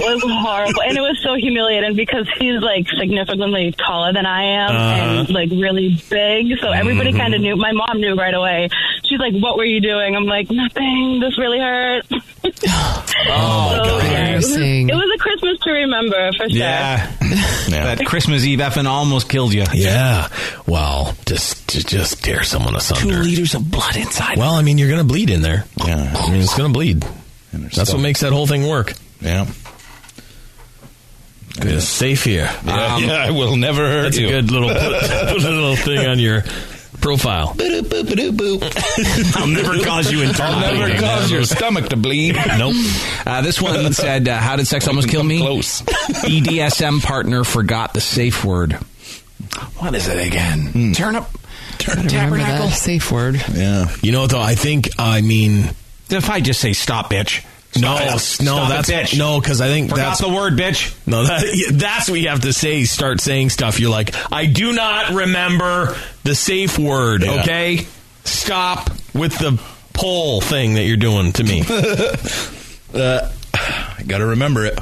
was horrible, and it was so humiliating because he's like significantly taller than I am, Uh-huh. and like really big. So everybody kind of knew. My mom knew right away. She's like, "What were you doing?" I'm like, "Nothing. This really hurt." oh Oh, Oh, my god! it, was, it was a Christmas to remember for sure. Yeah. That Christmas Eve effing almost killed you. Yeah. Well, just to just tear someone asunder. Two liters of blood inside. Well, I mean, you're going to bleed in there. Yeah. I mean, it's going to bleed. That's still- what makes that whole thing work. Yeah. It's safe here. Um, Yeah, yeah, I will never hurt that's you. a good little put, put a little thing on your profile. I'll never cause you internal I'll never bleeding. cause your stomach to bleed. Nope. Uh, this one said, uh, "How did sex almost kill me?" E Close. BDSM partner forgot the safe word. What is it again? Turnip. Gotta remember that safe word. Yeah. You know, though, I think, I mean. If I just say stop, bitch. no, Stop it. no, Stop it, that's bitch. no, because I think Forgot that's the word, bitch. No, that, yeah, that's what you have to say. Start saying stuff. You're like, I do not remember the safe word. Yeah. Okay, stop with the poll thing that you're doing to me. uh, I got to remember it.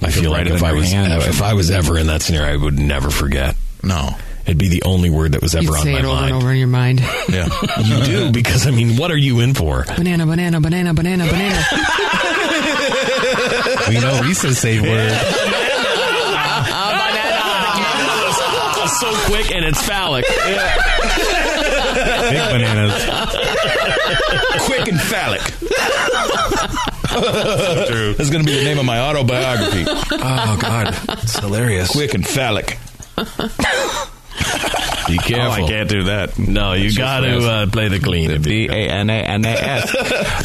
I feel like if I was if I was ever in that scenario, I would never forget. No, it'd be the only word that was ever You'd on say my it over mind. and over in your mind. Yeah, you do because I mean, what are you in for? Banana, banana, banana, banana, banana. we know Lisa's safe word. It's so quick and it's phallic. Big bananas. Quick and phallic. True. That's going to be the name of my autobiography. Oh God, it's hilarious. Quick and phallic. Oh, Be careful. I can't do that. No, you That's got just to nasty. uh, play the clean. B a n a n a s.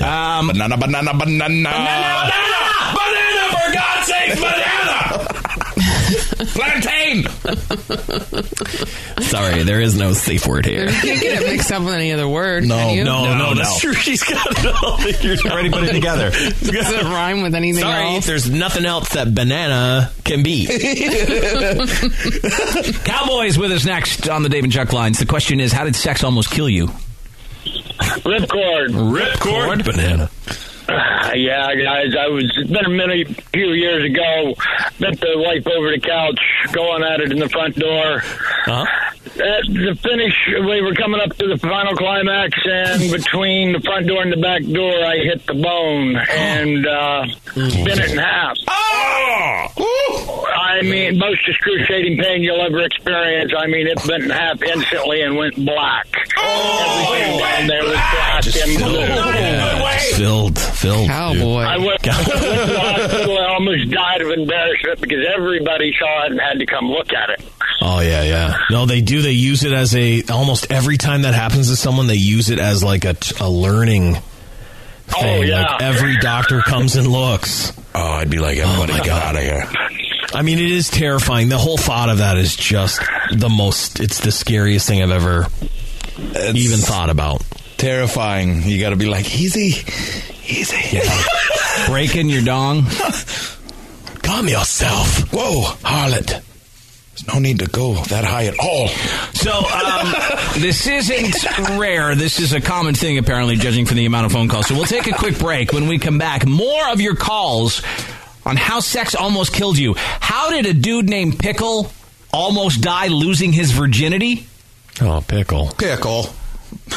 Um, Banana, banana, banana. Banana, for God's sake, banana! Plantain! Sorry, there is no safe word here. you can't get it mixed up with any other word. can you? She's got it all figured out. Already put it together. Does it rhyme with anything Sorry, else? there's nothing else that banana can be. Cowboys with us next on the Dave and Chuck lines. The question is, how did sex almost kill you? Ripcord. Ripcord banana. Yeah, guys, I was it's been a minute, few years ago. Bent the wife over the couch, going at it in the front door. Huh? At Uh, the finish, we were coming up to the final climax, and between the front door and the back door, I hit the bone and uh, bent it in half. I mean, most excruciating pain you'll ever experience. I mean, it bent in half instantly and went black. Everything down there was black and blue. Filled, filled. Cowboy. I went, I went to the hospital. I almost died of embarrassment because everybody saw it and had to come look at it. Oh yeah, yeah. No, they do. They use it as a almost every time that happens to someone, they use it as like a, t- a learning thing. Like every doctor comes and looks. Oh, I'd be like, everybody my get God. out of here. I mean, it is terrifying. The whole thought of that is just the most. It's the scariest thing I've ever even thought about. Terrifying. You got to be like, easy, easy. Breaking your dong. Calm yourself. Whoa, harlot. There's no need to go that high at all. So um, this isn't rare. This is a common thing, apparently, judging from the amount of phone calls. So we'll take a quick break. When we come back, more of your calls on how sex almost killed you. How did a dude named Pickle almost die losing his virginity? Oh, pickle. Pickle.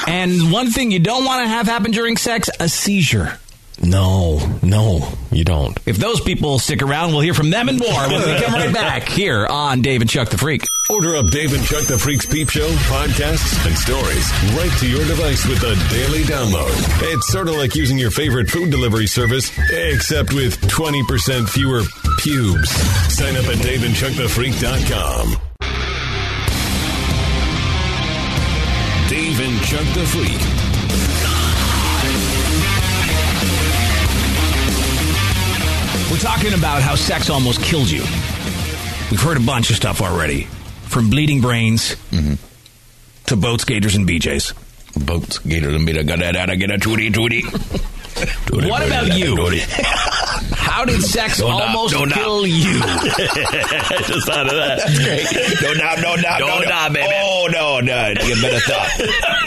And one thing you don't want to have happen during sex: a seizure. No, no, you don't. If those people stick around, we'll hear from them and more when we come right back here on Dave and Chuck the Freak. Order up Dave and Chuck the Freaks Peep Show, podcasts, and stories right to your device with the daily download. It's sort of like using your favorite food delivery service, except with 20% fewer pubes. Sign up at DaveandChuckTheFreak.com. Dave and Chuck the Freak. We're talking about how sex almost killed you. We've heard a bunch of stuff already, from bleeding brains Mm-hmm. to boats, gators, and BJs. Boats, gators, and BJs. Got that out. I get a tootie, tootie. What about you? How did sex Don't knock, almost don't knock. kill you? Just out of that. That's great. No, no, no, no, no, no, baby. Oh no, no. You better stop.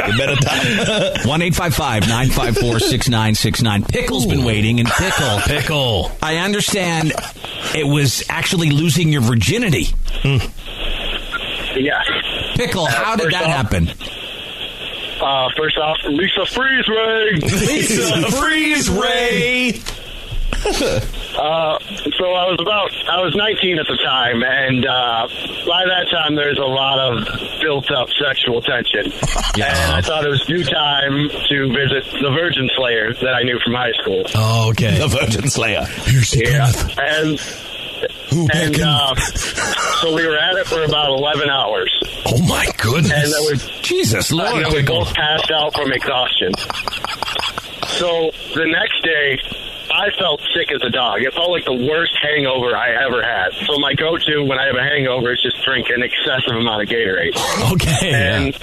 You better stop. One eight five five nine five four six nine six nine. Pickle's been waiting, and pickle, pickle. I understand it was actually losing your virginity. Hmm. Yeah. Pickle, how did that happen? Uh, first off, Lisa Freeze Ray. Lisa Freeze Ray. uh, so I was about I was 19 at the time, and uh, by that time there's a lot of built up sexual tension. And I thought it was due time to visit the Virgin Slayer that I knew from high school. Oh, okay. The Virgin Slayer. Here she Yeah, and and uh, so we were at it for about 11 hours. Oh my And then we, Jesus and Lord, then we pickle. both passed out from exhaustion. So the next day, I felt sick as a dog. It felt like the worst hangover I ever had. So my go-to when I have a hangover is just drink an excessive amount of Gatorade. Okay. And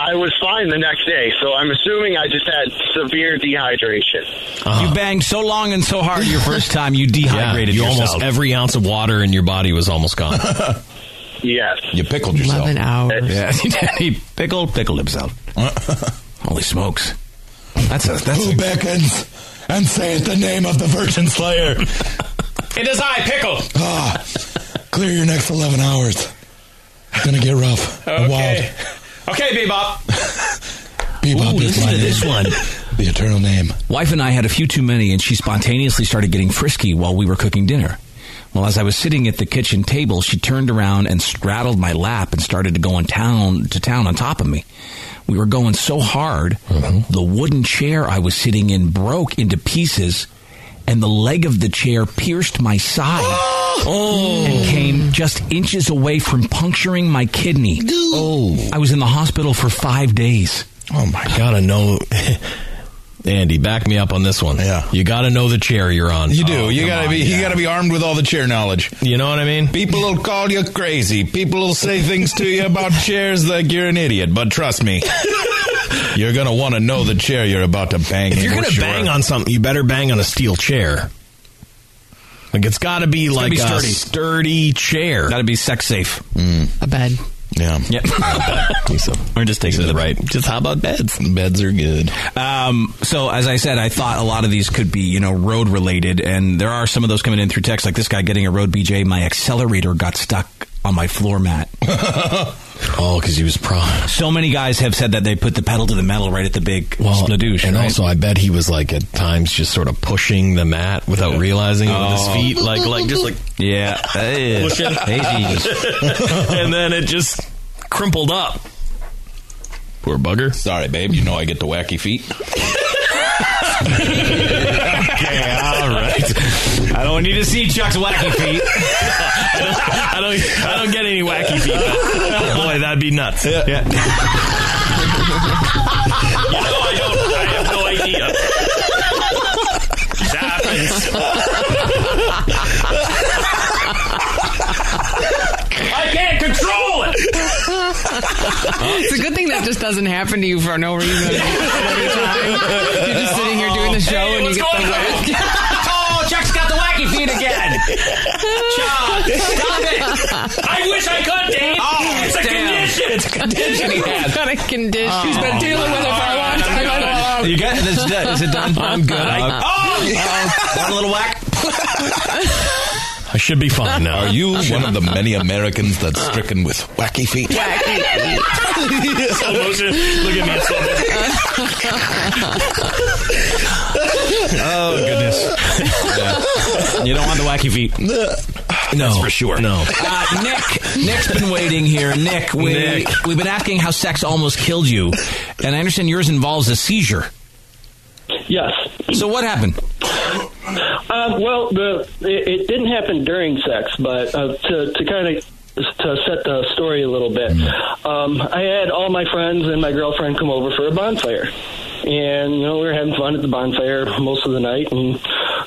I was fine the next day. So I'm assuming I just had severe dehydration. uh-huh. You banged so long and so hard your first time, you dehydrated you yourself. almost every ounce of water in your body was almost gone. Yes. You pickled yourself. Eleven hours. Yeah, he pickled pickled himself. Holy smokes! That's a that's Who beckons and saith the name of the Virgin Slayer? It is I, Pickle. Ah, clear your next 11 hours. It's going to get rough. and Okay. Okay, Bebop. Bebop Ooh, is listen my to name. this one. The eternal name. Wife and I had a few too many, and she spontaneously started getting frisky while we were cooking dinner. Well, as I was sitting at the kitchen table, she turned around and straddled my lap and started to go in town to town on top of me. We were going so hard, Mm-hmm. the wooden chair I was sitting in broke into pieces, and the leg of the chair pierced my side Oh. and came just inches away from puncturing my kidney. Oh! I was in the hospital for five days. Oh my! Gotta know, Andy. Back me up on this one. Yeah, you gotta know the chair you're on. Oh, You do. you come gotta on, be. yeah. You gotta be armed with all the chair knowledge. You know what I mean? People will call you crazy. People will say things to you about chairs like you're an idiot. But trust me, you're gonna want to know the chair you're about to bang. If you're gonna bang on something, you better bang on a steel chair. Like it's got to be It's gotta like uh, be a sturdy. sturdy chair. Got to be sex safe. Mm. A bed. Yeah. Or just take it to the right. Just how about beds? Beds are good. Um, so as I said, I thought a lot of these could be, you know, road related, and there are some of those coming in through text, like this guy getting a road BJ. My accelerator got stuck on my floor mat. Oh, because he was pro. so many guys have said that they put the pedal to the metal right at the big Well, spladoosh. and right? also I bet he was like at times just sort of pushing the mat without realizing it with his Oh. feet, like like just like yeah, Hey. pushing, Hey. and then it just crumpled up. Poor bugger. Sorry, babe. You know I get the wacky feet. okay, all right. I don't need to see Chuck's wacky feet. I don't. I don't get any wacky feet. Boy, that'd be nuts. Yeah. I don't. I have no idea. It happens. I can't control it's a good thing that just doesn't happen to you for no reason. Every time. You're just sitting here doing the show and you get the whack. oh, Chuck's got the wacky feet again. Chuck, stop it. I wish I could, Dave. Oh, it's a damn. condition. It's a condition he He's has. got a condition. Oh. He's been dealing with it for a long time. I don't know. You got this? Is it done? I'm good. oh, want a little whack? I should be fine now. Are you one of the many Americans that's stricken with wacky feet? slow motion. Look at me. in Slow motion. Oh goodness! You don't want the wacky feet. No, for sure. No. Uh, Nick, Nick's been waiting here. Nick, we, Nick. we've been asking how sex almost killed you, and I understand yours involves a seizure. Yes. So what happened? Uh, well, the it, it didn't happen during sex, but uh, to to kind of to set the story a little bit. Mm-hmm. Um, I had all my friends and my girlfriend come over for a bonfire. And, you know, we were having fun at the bonfire most of the night. And,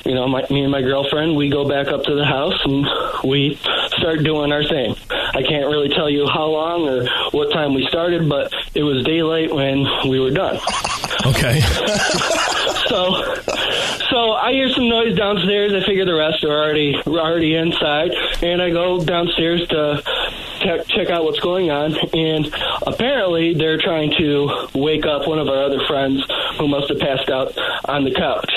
you know, my, me and my girlfriend, we go back up to the house and we start doing our thing. I can't really tell you how long or what time we started, but it was daylight when we were done. Okay. so so I hear some noise downstairs. I figure the rest are already were already inside, and I go downstairs to check, check out what's going on. And apparently, they're trying to wake up one of our other friends who must have passed out on the couch.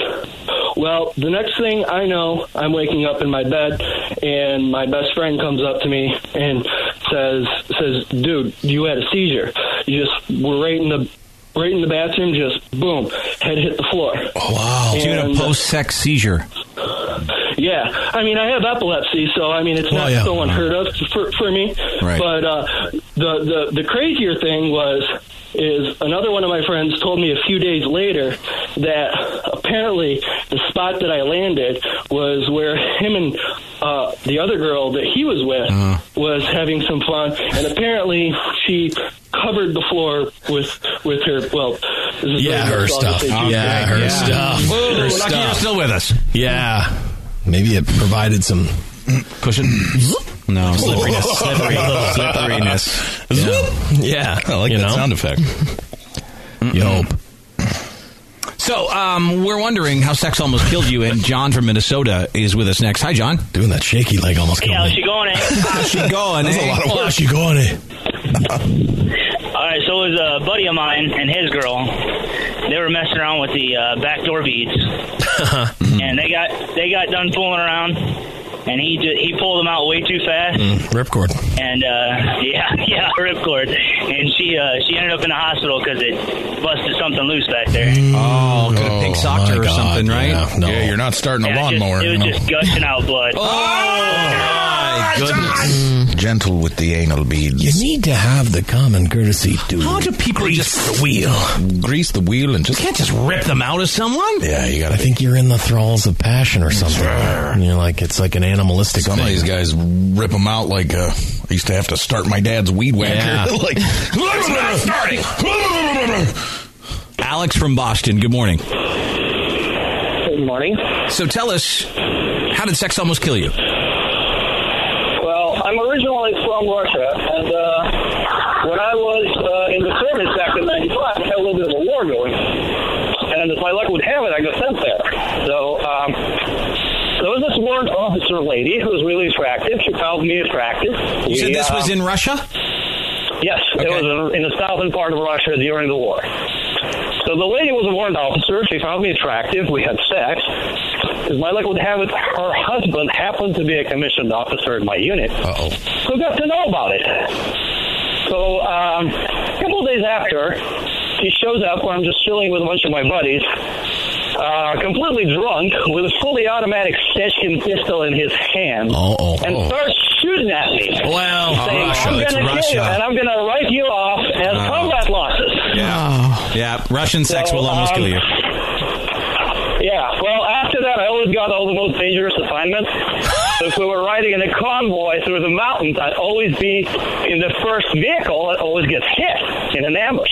Well, the next thing I know, I'm waking up in my bed, and my best friend comes up to me and says, "says Dude, you had a seizure. You just were right in the." Right in the bathroom, just boom, head hit the floor. Oh, Oh, Wow. You had a And- uh, post sex seizure. yeah, I mean, I have epilepsy, so I mean, Oh, it's not yeah. so unheard of for, for me. Right. But uh, the, the the crazier thing was is another one of my friends told me a few days later that apparently the spot that I landed was where him and uh, the other girl that he was with Uh-huh. was having some fun, and apparently she covered the floor with with her well. This is Yeah, very her difficult to stuff. say. Yeah, her stuff. Whoa, her lucky you're still with us. Yeah. Maybe it provided some cushion. No, slipperiness. Slippery, slipperiness. Yeah. I like that sound effect. you hope. So um, we're wondering how sex almost killed you, and John from Minnesota is with us next. Hi, John. Doing that shaky leg almost killed killed me. me. She going eh? in. How's she going? That's a eh? lot of work. How's she going? Eh? All right, so it was a buddy of mine and his girl. They were messing around with the uh, backdoor beads, and they got they got done fooling around, and he just, he pulled them out way too fast, Mm, ripcord. and uh, yeah, yeah, ripcord, and she uh, she ended up in the hospital because it busted something loose back there. Oh, could have pink socked her or something, right? Yeah, Yeah, you're not starting a Yeah, just- lawnmower. it was you know. just gushing out blood. Oh! my Gentle with the anal beads. You need to have the common courtesy to How do people just the wheel? Grease the wheel and You just. can't just rip them out of someone. Yeah, you gotta. I think you're in the thralls of passion or something. And you're like it's like an animalistic. Some of thing. these guys rip them out like uh, I used to have to start my dad's weed whacker. Yeah. like, it's not starting. Alex from Boston. Good morning. Good morning. So tell us, how did sex almost kill you? Well, I'm originally from Russia, and uh, when I was uh, in the service back in '95, I had a little bit of a war going, and as my luck would have it, I got sent there. So um, there was this warrant officer lady who was really attractive. She found me attractive. um, You said this was in Russia. Yes, it was in, in the southern part of Russia during the war. So the lady was a warrant officer. She found me attractive. We had sex. As my luck would have it, her husband happened to be a commissioned officer in my unit. Uh-oh. So got to know about it. So um, a couple of days after, he shows up where I'm just chilling with a bunch of my buddies, uh, completely drunk, with a fully automatic Session pistol in his hand, Oh, and starts shooting at me. Well, saying, Russia, I'm it's gonna kill you, Russia. and I'm going to write you off as Wow. combat losses. Yeah, yeah. Russian sex will almost um, kill you. Yeah, well, after that, I always got all the most dangerous assignments. so if we were riding in a convoy through the mountains, I'd always be in the first vehicle that always gets hit in an ambush.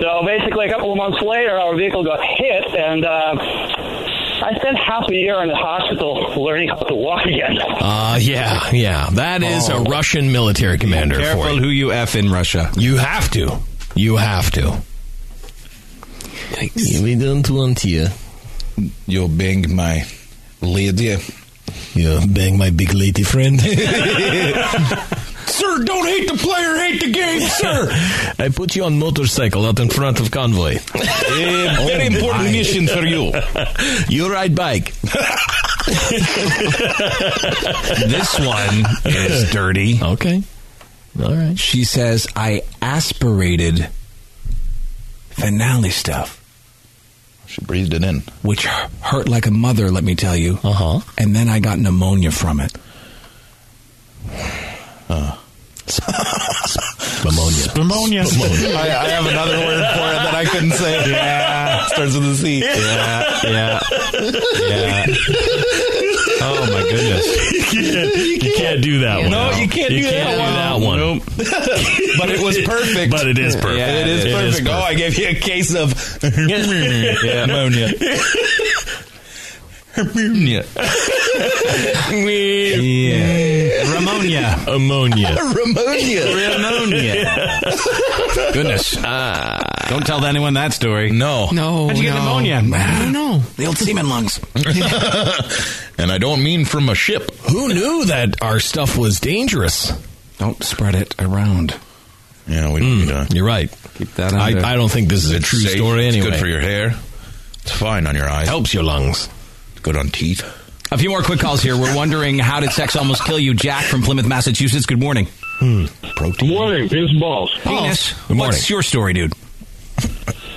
So basically, a couple of months later, our vehicle got hit, and uh, I spent half a year in the hospital learning how to walk again. Uh, yeah, yeah. That is Oh. a Russian military commander. Careful for you. who you f in Russia. You have to. You have to. We don't want you. You'll bang my lady. You bang my big lady friend. Sir, don't hate the player, hate the game, sir. I put you on motorcycle out in front of convoy. very important mission for you. You ride bike. this one is dirty. Okay. All right. She says, I aspirated finale stuff. She breathed it in. Which hurt like a mother, let me tell you. Uh-huh. Uh huh. And then I got pneumonia from it. Pneumonia. Pneumonia. I, I have another word for it that I couldn't say. Ah, Yeah. Starts with a C. Yeah. Yeah. Yeah. Oh my goodness! you, can't, you can't do that one. No, you can't do that one. but it was perfect. But it is perfect. Yeah, it is It is perfect. Oh, I perfect. gave you a case of pneumonia. Ammonia. yeah. Ammonia. Ammonia. Ramonia. Ramonia. Goodness. Ah. Don't tell anyone that story. No. No. How'd you get no. pneumonia? I don't know. The old semen lungs. and I don't mean from a ship. Who knew that our stuff was dangerous? Don't spread it around. Yeah, we don't need to. Hmm. You're right. Keep that. I, I don't think this is a It's true safe. story. It's Anyway, good for your hair. It's fine on your eyes. Helps your lungs. Good on teeth. A few more quick calls here. We're wondering how did sex almost kill you, Jack from Plymouth, Massachusetts. Good morning. Hmm. Protein. Morning, Vince Balls. Penis. What's your story, dude?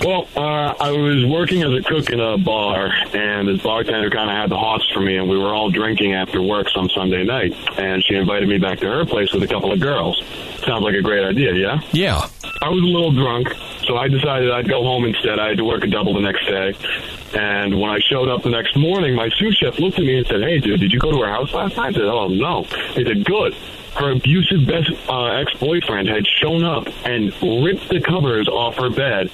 Well, uh, I was working as a cook in a bar, and this bartender kind of had the hots for me, and we were all drinking after work some Sunday night, and she invited me back to her place with a couple of girls. Sounds like a great idea, yeah? Yeah. I was a little drunk, so I decided I'd go home instead. I had to work a double the next day. And when I showed up the next morning, my sous chef looked at me and said, Hey, dude, did you go to her house last night? I said, Oh, no. He said, Good. Her abusive best uh, ex boyfriend had shown up and ripped the covers off her bed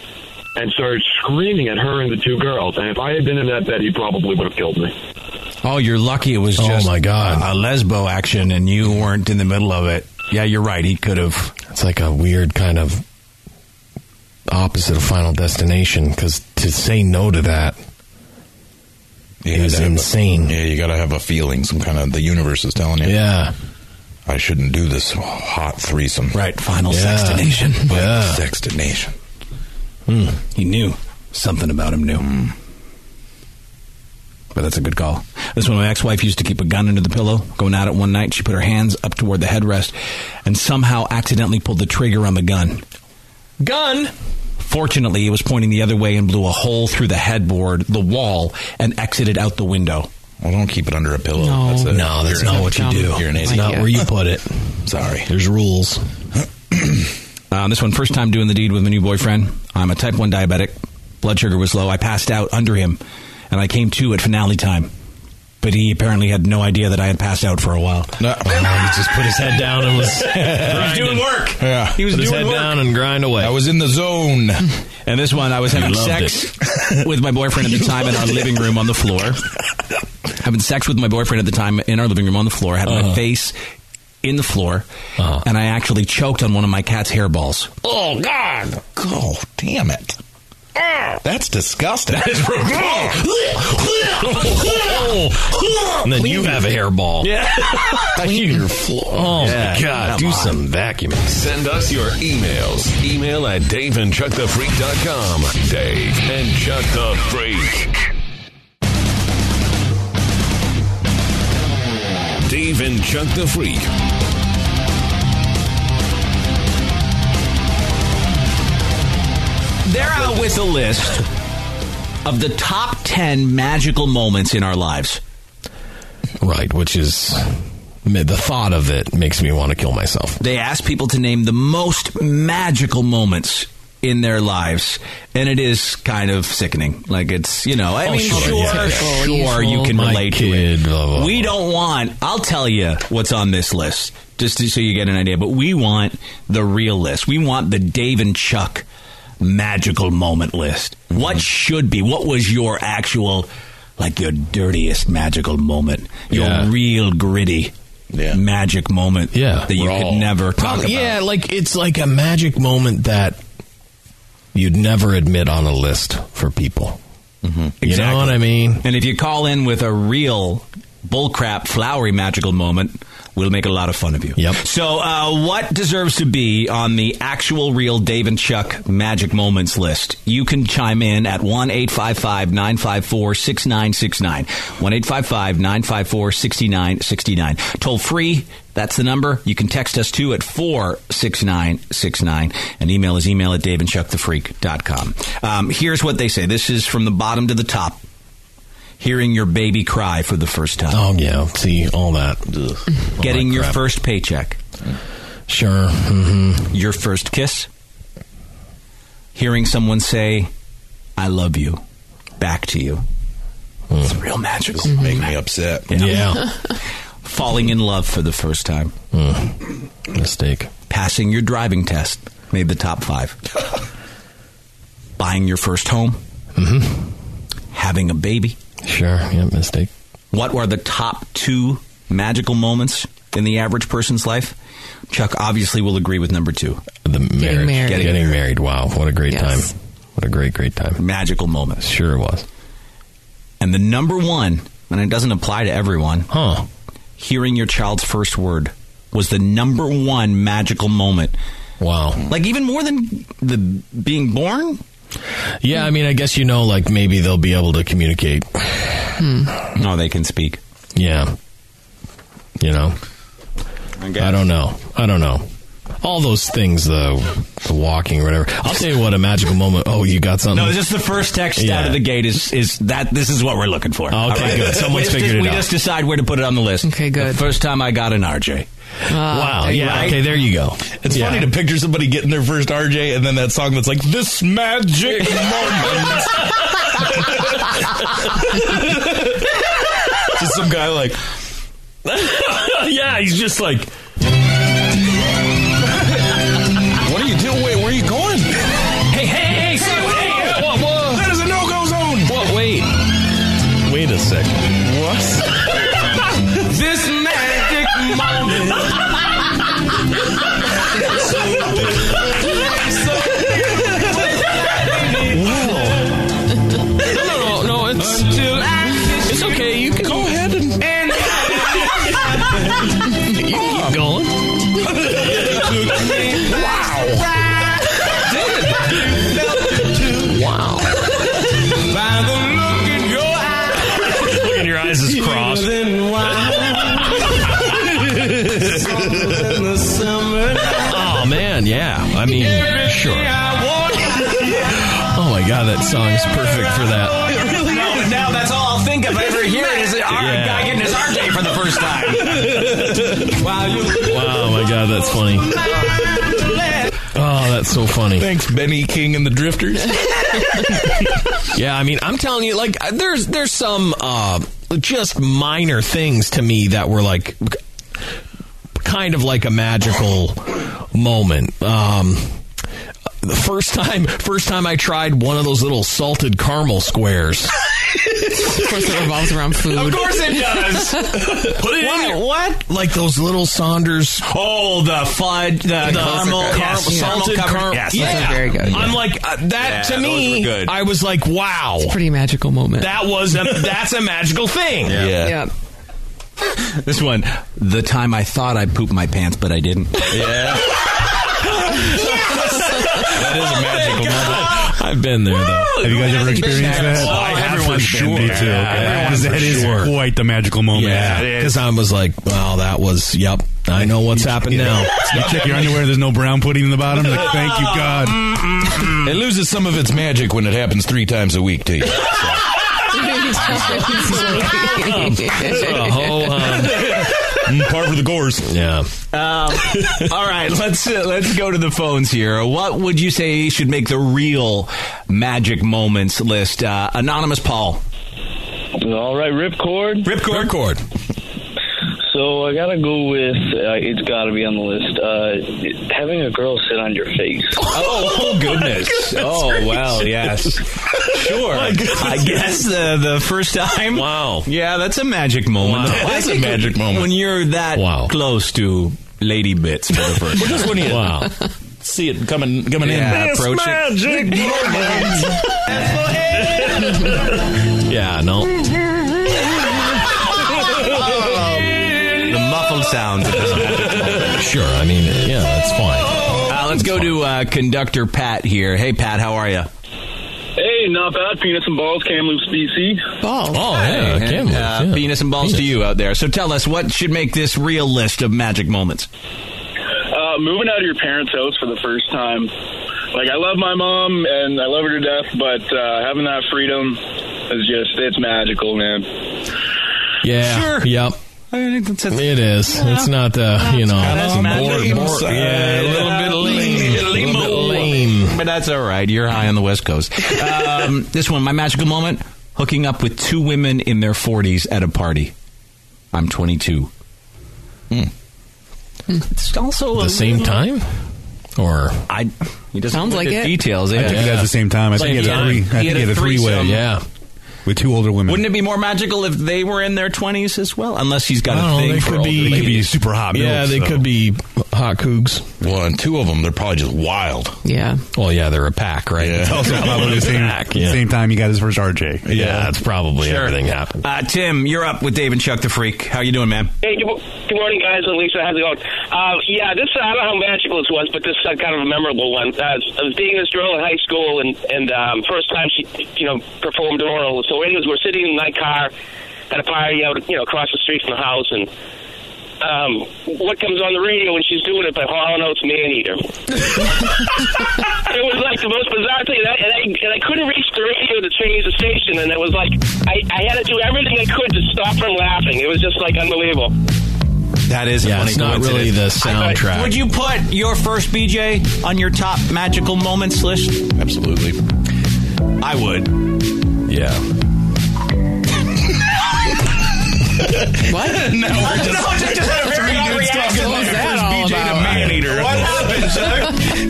and started screaming at her and the two girls. And if I had been in that bed, he probably would have killed me. Oh, you're lucky it was Oh, just my God. a lesbo action and you weren't in the middle of it. Yeah, you're right. He could have. It's like a weird kind of opposite of Final Destination because to say no to that is insane. yeah, you got to have a feeling. Some kind of the universe is telling you. Yeah. I shouldn't do this hot threesome. Right. Final yeah. sextination. Final Yeah. sextination. hmm. He knew. Something about him knew. Mm. But that's a good call. This one, my ex wife used to keep a gun under the pillow. Going out at one night, she put her hands up toward the headrest and somehow accidentally pulled the trigger on the gun. Gun. Fortunately, it was pointing the other way and blew a hole through the headboard, the wall, and exited out the window. Well, don't keep it under a pillow. No, That's a- no that's you're not an- what you do. You're an It's idiot. not where you put it. Sorry. There's rules. uh, this one, first time doing the deed with my new boyfriend. I'm a type 1 diabetic. Blood sugar was low. I passed out under him, and I came to at finale time. But he apparently had no idea that I had passed out for a while. uh, he just put his head down and was, doing work. Yeah. He was Put his doing head work. down and grind away. I was in the zone. And this one, I was having You loved sex with my boyfriend at the time in our living room on the floor. having sex with my boyfriend at the time in our living room on the floor. Had Uh-huh. my face in the floor, and I actually choked on one of my cat's hairballs. Oh God! Ah. Oh damn it! That's disgusting. That is Oh, and then you have a hairball. Yeah. Clean your floor. Oh Yeah, my god! come Do on. some vacuuming. Send us your emails. Email at daveandchuckthefreak.com. Dave and Chuck the Freak. Dave and Chuck the Freak. They're out with a list of the top 10 magical moments in our lives. Right, which is the thought of it makes me want to kill myself. They asked people to name the most magical moments in their lives, and it is kind of sickening. Like it's you know, I Oh, mean, sure, sure, sure, yeah, yeah. you can My relate to kid, it. blah, blah, we don't want. I'll tell you what's on this list, just to, so you get an idea. But we want the real list. We want the Dave and Chuck magical moment list. Mm-hmm. What should be? What was your actual? Like your dirtiest magical moment, your Yeah. real gritty magic moment yeah. that you could never talk about. Yeah, like it's like a magic moment that you'd never admit on a list for people. You know what I mean? And if you call in with a real bullcrap, flowery magical moment, we'll make a lot of fun of you. Yep. So, uh, what deserves to be on the actual real Dave and Chuck magic moments list? You can chime in at 1 855 954 6969. 1 855 954 6969. Toll free. That's the number. You can text us too at 46969. And email is email at daveandchuckthefreak.com. Um, here's what they say this is from the bottom to the top hearing your baby cry for the first time. Oh yeah, see all that. Ugh. Getting All that your crap. first paycheck. Sure. hmm Your first kiss. Hearing someone say, I love you, back to you. It's real magical. Mm-hmm. Make me upset. Falling in love for the first time. Mistake. Passing your driving test. Made the top five. Buying your first home. Mm-hmm. Having a baby. Sure. Yeah, mistake. What were the top two magical moments in the average person's life? Chuck obviously will agree with number two. The marriage. Getting married. Getting married. Wow. What a great time. What a great, great time. Magical moment. Sure was. And the number one, and it doesn't apply to everyone, huh? Hearing your child's first word was the number one magical moment. Wow. Like even more than the being born? Yeah, I mean, I guess you know, like maybe they'll be able to communicate. No, Oh, they can speak. Yeah. You know? I don't know. I don't know. All those things, though, the walking or whatever. I'll tell you what, a magical moment. Oh, you got something? No, just the first text Yeah. out of the gate is is that this is what we're looking for. Okay, good. Someone's we just, figured it we out. just decide where to put it on the list. Okay, good. The first time I got an RJ. Uh, wow. Yeah. Right? Okay. There you go. It's funny to picture somebody getting their first RJ and then that song that's like this magic moment. Just some guy like yeah, he's just like. what are you doing? Wait, where are you going? Hey, hey, hey, stop. hey, whoa, whoa. That is a no go zone. What? Wait. Wait a second. What? this magic moment. No, no, no, it's It's okay. You can go ahead and. you can keep going. wow. Look in your eyes is crossed. Oh man. Yeah. I mean, sure. Oh my God, that song's perfect for that. now, now that's all I'll think of ever hearing is an R- Yeah. guy getting his RJ for the first time. wow, Uh, you Wow. My God, that's funny. Oh, that's so funny. Thanks, Benny King and the Drifters. yeah, I mean, I'm telling you, like, I- there's there's some uh, just minor things to me that were like kind of like a magical moment. Um, the first time, first time I tried one of those little salted caramel squares. Of course, it revolves around food. Of course it does. Put it what, in What? Like those little Saunders? Oh, the fudge, the, caramel- caramel, Yes, yeah. salted Caramel covered- caramel. yes, those yeah. are very good, I'm yeah. like uh, that Yeah, to those me. were good. I was like, wow, It's a pretty magical moment. that was a, that's a magical thing. Yeah. This one, the time I thought I pooped my pants, but I didn't. Yeah. that is a magical moment. I've been there though. Have you guys ever experienced that? Oh, I have for everyone's sure. been there, too. Yeah, Everyone's that for is sure. quite the magical moment. Yeah, because I was like, wow, that was yep. I know what's happened now. You check your underwear. There's no brown pudding in the bottom. Like, thank you, God. it loses some of its magic when it happens three times a week to you. Mm, Part for the gores. Yeah. Um, all right, let's uh, let's go to the phones here. What would you say should make the real magic moments list? Uh, anonymous Paul. All right, ripcord. Ripcord. So I gotta go with. Uh, it's gotta be on the list. Uh, having a girl sit on your face. Oh, goodness. oh wow, yes. Sure. Oh I guess the the first time. Wow. Yeah, that's a magic moment. Wow. I That's a think magic when- moment. When you're that close to lady bits for the first Well, time. just when you- Wow. See it coming coming in. yeah, This approach it. magic Yeah, no. The muffled sounds of this Sure, I mean, yeah, that's fine. Uh, let's go to uh, conductor Pat here. Hey, Pat, how are you? Hey, not bad. Peanuts and balls, Kamloops, BC. Balls. Oh, hey, uh, penis and balls to you out there. So tell us what should make this real list of magic moments. Uh, moving out of your parents' house for the first time. Like I love my mom and I love her to death, but uh, having that freedom is just—it's magical, man. Yeah. Sure. Yep. it is. It's not the you know magic. more- more- yeah, a little bit lean, a little bit lean. But that's all right. You're high on the West Coast. Um, this one, my magical moment. hooking up with two women in their 40s at a party. I'm 22. It's also the same time, or I. He doesn't Sounds look like at it. Details. I Yeah. took it at the same time. I think he had a three. I think he had a three-way. threesome. Yeah, with two older women. Wouldn't it be more magical if they were in their 20s as well? Unless he's got I a don't know, thing they for could older be- ladies. could be super hot yeah, they could be hot cougs. Well, and two of them, they're probably just wild. Yeah. Well, yeah, they're a pack, right? Yeah. It's also probably the same, Pack, yeah. same time he got his first RJ. Yeah, that's probably Sure. everything happened. Uh, Tim, you're up with Dave and Chuck the Freak. How you doing, man? Hey, good, mo- good morning, guys. Lisa, how's it going? Uh, yeah, this I don't know how magical this was, but this is kind of a memorable one. Uh, I was dating this girl in high school, and and um, first time she, you know, performed an oral. So, anyways, we're sitting in my car at a party out, you know, across the street from the house, and um, what comes on the radio when she's doing it by Hall and Oates Man Eater. it was like the most bizarre thing, and I, and, I, and I couldn't reach the radio to change the station, and it was like I, I had to do everything I could to stop from laughing. It was just like unbelievable. That is Yeah, a funny it's not coincidence. really the I- soundtrack. Would you put your first BJ on your top magical moments list? Absolutely. I would. Yeah. What? no, we're just, no, just, just had a very odd reaction. What was that all about? What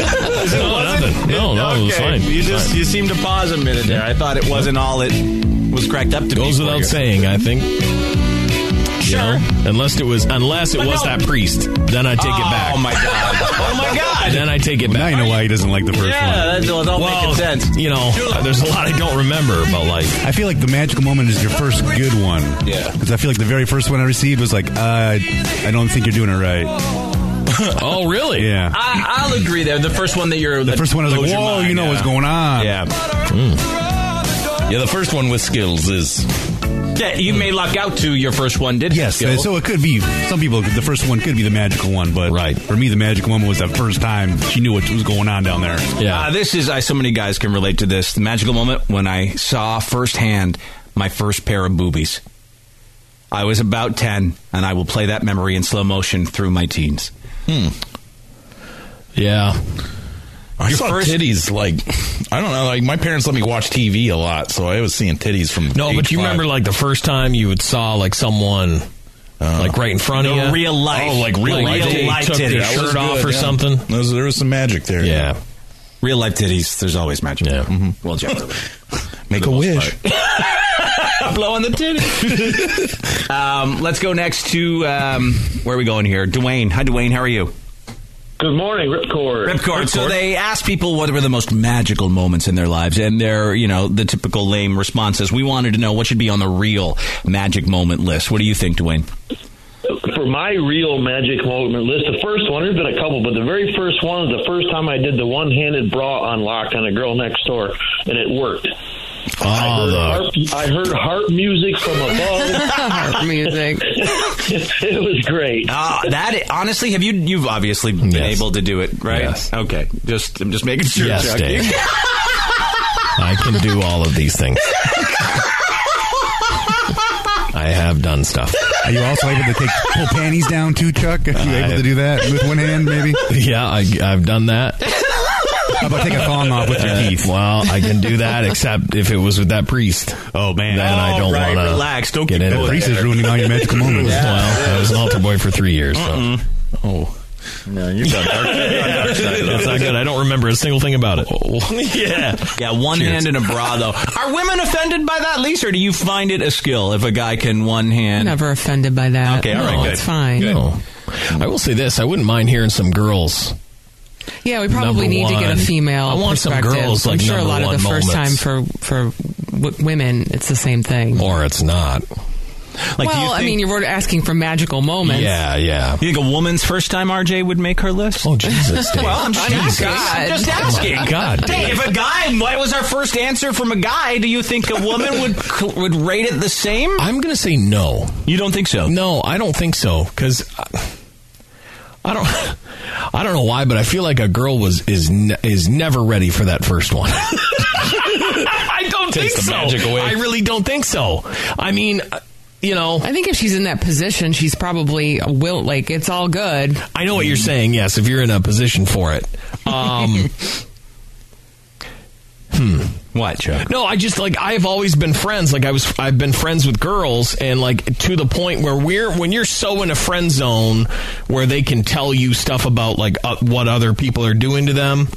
happened, Chuck? no, nothing. No, no, it was fine. You just you seemed to pause a minute there. I thought it wasn't all it was cracked up to be. Goes for without you. saying, I think. Sure. Unless it was, unless it But was no. that priest, then I take it back. Oh my god! Oh my god! Then I take it back. I know why he doesn't like the first one. Yeah, that was all making sense. You know, there's a lot I don't remember, but like, I feel like the magical moment is your first good one. Yeah. Because I feel like the very first one I received was like, uh, I don't think you're doing it right. oh, really? Yeah. I, I'll agree there. The first one that you're The first one I was like, whoa, you know what's going on. Yeah. Hmm. Yeah, the first one with skills is. Yeah, you may luck out to your first one, did Yes, you? so it could be. Some people, the first one could be the magical one, but right. for me, the magical moment was that first time she knew what was going on down there. Yeah. Uh, this is, I, so many guys can relate to this. The magical moment when I saw firsthand my first pair of boobies. I was about 10, and I will play that memory in slow motion through my teens. Hmm. Yeah. I saw titties like I don't know. Like my parents let me watch TV a lot, so I was seeing titties from no, but age you five. remember like the first time you would saw like someone. like right in front of No, you, real life. Oh, like real Uh-huh. Like life. real They life took their titties. That was shirt off good, or yeah. something. There was, there was some magic there. Yeah. Real life titties, there's always magic. Yeah. Mm-hmm. Well, generally. Make a wish. Blow on the titty. um, let's go next to, um, where are we going here? Dwayne. Hi, Dwayne. How are you? Good morning, Ripcord. Ripcord. So they asked people what were the most magical moments in their lives, and their, you know, the typical lame responses. We wanted to know what should be on the real magic moment list. What do you think, Dwayne? for my real magic moment list, the first one, there's been a couple, but the very first one was the first time I did the one handed bra unlock on a girl next door, and it worked. I, heard harp, I heard harp music from above. harp music. it was great. Ah, that i- honestly, have you? You've obviously been able to do it, right? Okay, just I'm just making sure. Yes, Chuck. Dave. I can do all of these things. I have done stuff. Are you also able to take pull panties down too, Chuck? Are you able to do that with one hand, maybe? Yeah, I, I've done that. How about take a thong off with your Uh, teeth? Well, I can do that, except if it was with that priest. Oh man, then I don't Alright, want to relax. Don't get keep into going that. Priest is there. ruining all your magical moments. Yeah. Well, I was an altar boy for three years. So. Oh. No, you've got dark- you've got dark side. It's not good. I don't remember a single thing about it. yeah, yeah. One hand in a bra, though. Are women offended by that, Lisa? Or do you find it a skill if a guy can one hand? Never offended by that. Okay, all right, No, good. It's fine. No. I will say this: I wouldn't mind hearing some girls. Yeah, we Number probably need to get a one. female. I want some perspective. girls, I'm like, sure a number lot of one the first time moments. for for w- women, it's the same thing. Or it's not. Like, do you well, I think- mean, you're asking for magical moments. Yeah, yeah. You think a woman's first time RJ would make her list? Oh Jesus! Dave. well, I'm just Jesus. asking. I'm just Oh, my asking. God, Dave. hey, if a guy, what was our first answer from a guy? Do you think a woman would cl- would rate it the same? I'm going to say no. You don't think so? No, I don't think so because I don't. I don't know why, but I feel like a girl was is ne- is never ready for that first one. I don't Takes the magic away. I really don't think so. I mean, uh, you know, I think if she's in that position, she's probably a will like it's all good. I know what you're saying. Yes, if you're in a position for it. Um, hmm. What, Chuck? No, I just like I've always been friends. Like I was, I've been friends with girls, and like to the point where we're when you're so in a friend zone where they can tell you stuff about like uh, what other people are doing to them.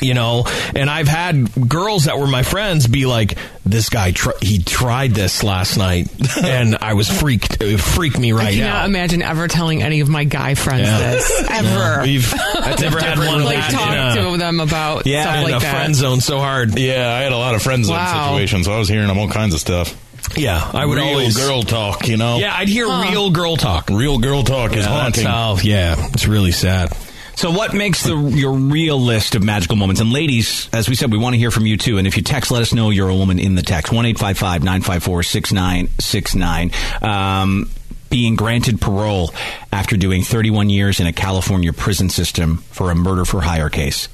You know, and I've had girls that were my friends be like, "This guy, tr- he tried this last night, and I was freaked. It freaked me I right cannot out." imagine ever telling any of my guy friends Yeah. this Yeah. ever. We've- I've never had one of like that, talk yeah. to them about stuff in like a that. friend zone so hard. Yeah, I had a lot of friend zone Wow. situations. I was hearing all kinds of stuff. Yeah, I would real always- girl talk. You know, Yeah, I'd hear Huh. real girl talk. Real girl talk is Yeah, that's haunting. how- yeah, it's really sad. So, what makes the your real list of magical moments? And, ladies, as we said, we want to hear from you too. And if you text, let us know you're a woman in the text one eight five five nine five four six nine six nine. Um, Being granted parole after doing 31 years in a California prison system for a murder for hire case.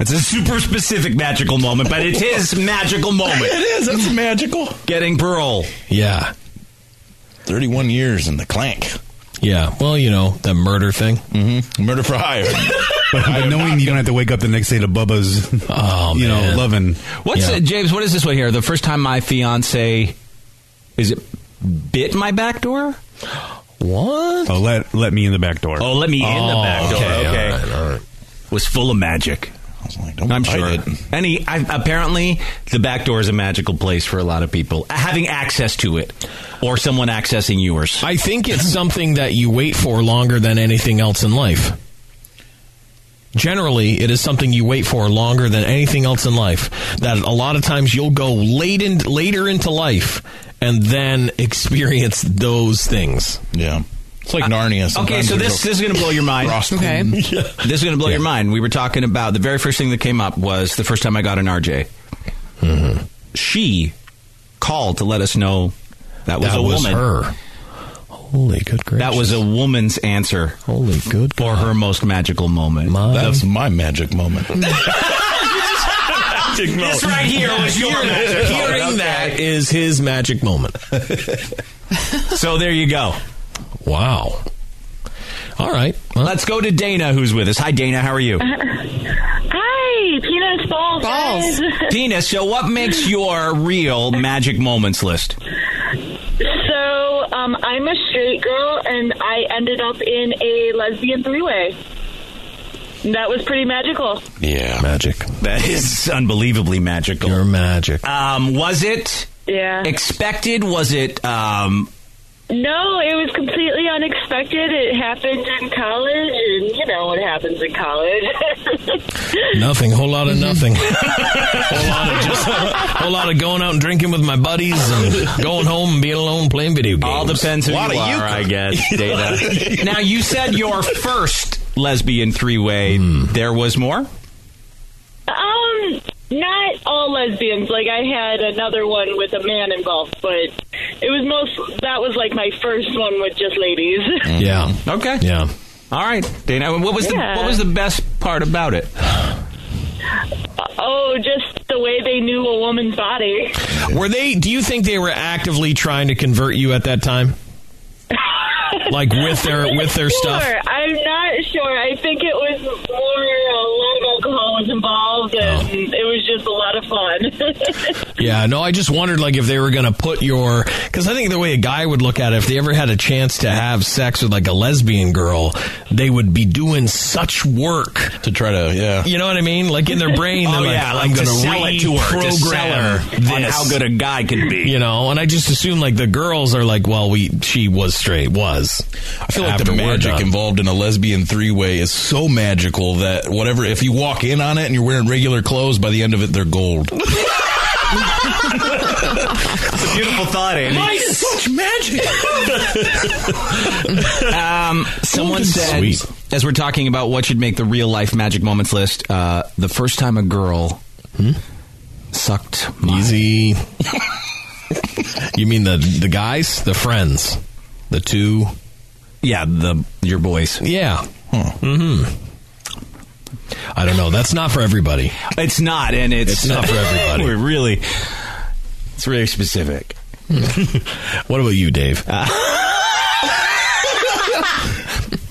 It's a super specific magical moment, but it is magical moment. it is. That's magical. Getting parole. Yeah. 31 years in the clank. Yeah. Well, you know, the murder thing. Mm-hmm. Murder for hire. but, but knowing you don't have to wake up the next day to Bubba's, Ah. you know, man. loving. What's uh, James? What is this one here? The first time my fiance is it bit my back door? What? Oh, let let me in the back door. Oh, let me in the Oh, back door. okay, Okay, all right, was full of magic. I'm sure it. Any I, apparently the back door is a magical place for a lot of people having access to it, or someone accessing yours. I think it's something that you wait for longer than anything else in life. Generally, it is something you wait for longer than anything else in life. That a lot of times you'll go late in, later into life and then experience those things. Uh, Yeah. It's like Narnia. Okay, Sometimes so there's this a- this is going to blow your mind. Frost Queen. This is going to blow your mind. We were talking about the very first thing that came up was the first time I got an RJ. Mm-hmm. She called to let us know that was That a was woman. her. Holy good gracious. That was a woman's answer. Holy good. For her most magical moment. That's my magic moment. This right here was your Hearing- magic moment. Hearing Okay. that is his magic moment. so there you go. Wow. All right. Let's go to Dana, who's with us. Hi, Dana. How are you? Hi, penis balls. Balls. Dana, so what makes your real magic moments list? So, um, I'm a straight girl, and I ended up in a lesbian three-way. And That was pretty magical. Yeah. Magic. That is unbelievably magical. Your magic. Um, was it Yeah. expected? Was it um, No, it was completely unexpected. It happened in college, and you know what happens in college. Nothing. Whole lot Mm-hmm. of nothing. whole lot of just whole lot of going out and drinking with my buddies and going home and being alone playing video games. All depends who you are, I guess, Dana. now, you said your first lesbian three way, Hmm. there was more? um, not all lesbians. Like I had another one with a man involved, but it was most. That was like my first one with just ladies. Mm. Mm. Yeah. Okay. Yeah. All right, Dana. What was the Yeah. what was the best part about it? Oh, just the way they knew a woman's body. Were they? Do you think they were actively trying to convert you at that time? Like with their with their sure. stuff. I'm not sure. I think it was more a lot of alcohol was involved, and it was just a lot of fun. Yeah, no, I just wondered like if they were going to put your because I think the way a guy would look at it, if they ever had a chance to have sex with like a lesbian girl, they would be doing such work to try to yeah, you know what I mean? Like in their brain, Oh, they're like, yeah, I'm like to going sell it to her, to sell reprogram her this on how good a guy can be. you know. And I just assume like the girls are like, well, we she was straight, was. I feel like the magic involved in a lesbian three way is so magical that whatever, if you walk in on it and you're wearing regular clothes, by the end of it, they're gold. It's a beautiful thought, Andy. such magic. um, someone said, sweet. as we're talking about what should make the real life magic moments list, uh, the first time a girl sucked my. Hmm? Easy. you mean the the guys, the friends, the two? Yeah, the your boys. Yeah. Mm-hmm. I don't know. That's not for everybody. It's not, and it's, It's not for everybody. we're really, it's really specific. Uh, what about you, Dave? I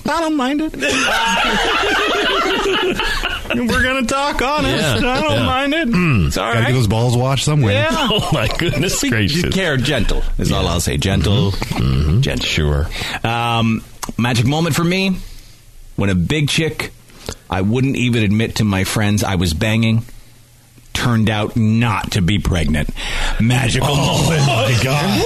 don't mind it. We're gonna talk honest. Yeah, I don't yeah. mind it. It's all Gotta right. get those balls washed somewhere. Yeah. Oh, my goodness gracious. Care gentle is all I'll say. Gentle, gentle. Sure. Um, magic moment for me when a big chick I wouldn't even admit to my friends I was banging turned out not to be pregnant. Magical Oh. moment. my God.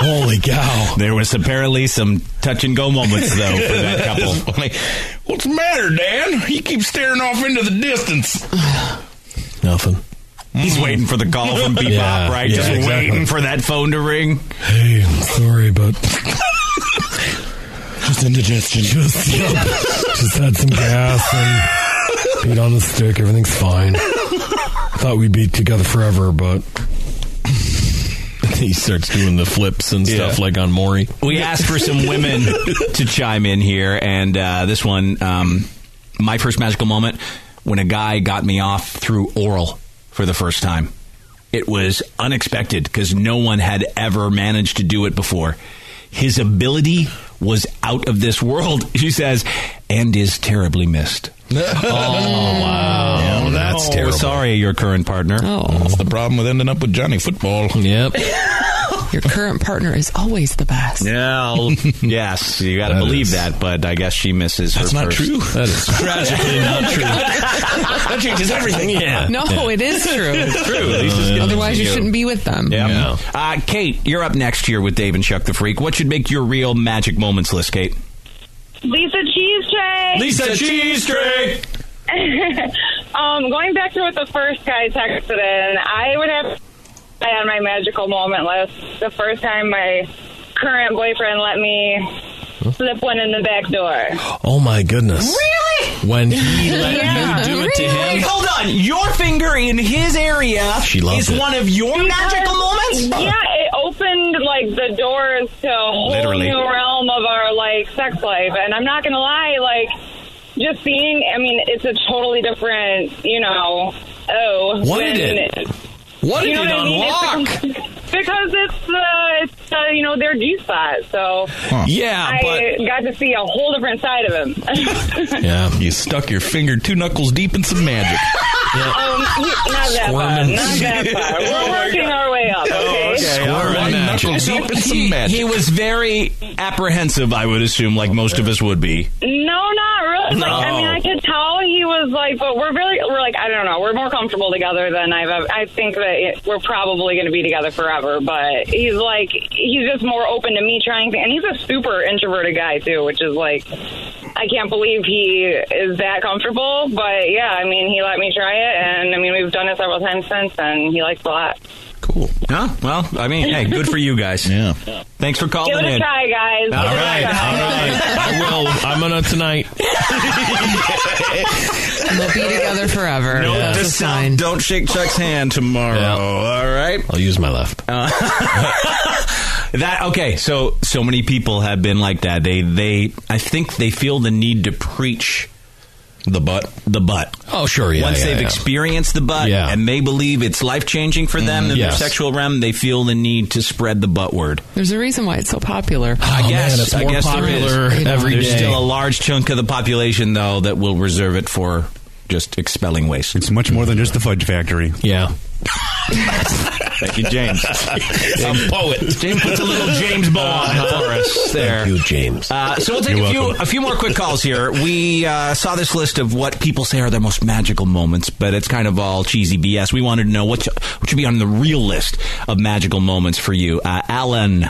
holy cow! There was apparently some touch and go moments though for that couple. What's the matter, Dan? You keep staring off into the distance. Nothing. He's waiting for the call from Bebop, Yeah, right? yeah, Just exactly. waiting for that phone to ring. Hey, I'm sorry, but just indigestion. Just, just had some gas and beat on the stick. Everything's fine. Thought we'd be together forever, but he starts doing the flips and stuff like on Maury. We asked for some women to chime in here, and uh, this one, um, my first magical moment when a guy got me off through oral for the first time. It was unexpected because no one had ever managed to do it before. His ability was out of this world, she says, and is terribly missed. oh, wow. that's no. terrible. Sorry, your current partner. That's the problem with ending up with Johnny Football. Yep. Your current partner is always the best. Yeah, I'll- yes, you got to believe that, but I guess she misses. That's her not first. true. That is tragically not true. that changes everything. Yeah. No, Yeah. it is true. It's true. At least it's good Otherwise, to you you. shouldn't be with them. Yeah. Uh, Kate, you're up next here with Dave and Chuck the Freak. What should make your real magic moments list, Kate? Lisa Cheese Tray. Lisa Cheese Tray. um, going back to what the first guy texted in, I would have I on my magical moment list the first time my current boyfriend let me slip one in the back door. Oh my goodness! Really? When he let Yeah. you do it to Really? him? Hold on. Your finger in his area She loved is it. one of your Because- magical moments? Yeah, it opened like the doors to a whole Literally. new realm of our like sex life, and I'm not gonna lie, like just seeing. I mean, it's a totally different, you know. Oh, What when- did it- what did you know it what I mean? It's a com- because it's uh, it's uh, you know their G spot, so Yeah, I but- got to see a whole different side of him. Yeah. You stuck your finger two knuckles deep in some magic. um, not that far, Squirming. not that far. Oh, We're my working God. our way up. Okay. Oh, One knuckle So deep in he- some magic. he was very apprehensive, I would assume, like most of us would be. No, not really. Like, I No. mean, I could tell he was like, but we're really, we're like, I don't know, we're more comfortable together than I've. ever- I think that it, we're probably going to be together forever. But he's like, he's just more open to me trying things, and he's a super introverted guy too, which is like, I can't believe he is that comfortable. But yeah, I mean, he let me try it, and I mean, we've done it several times since, and he likes it a lot. Huh? Well, I mean, hey, good for you guys. yeah. Thanks for calling Give it a in. try, guys. All Give it a right, try. all I will. I'm gonna tonight. They'll be together forever. No, That's a just sign. don't shake Chuck's hand tomorrow. All right. I'll use my left. Uh, that okay. So so many people have been like that. They they I think they feel the need to preach the butt the butt. Oh sure, yeah. Once yeah, they've yeah. experienced the butt Yeah. Mm, and they believe it's life changing for them in Yes. their sexual realm, they feel the need to spread the butt word. There's a reason why it's so popular. Oh, I guess I guess there is. every There's day. still a large chunk of the population though that will reserve it for just expelling waste. It's much more than just the fudge factory. Yeah. Thank you, James. I'm poet. James puts a little James bow on for us there. you, James. Uh, so we'll take You're a few, welcome. a few more quick calls here. We uh, saw this list of what people say are their most magical moments, but it's kind of all cheesy BS. We wanted to know what, should- what should be on the real list of magical moments for you. Uh, Alan,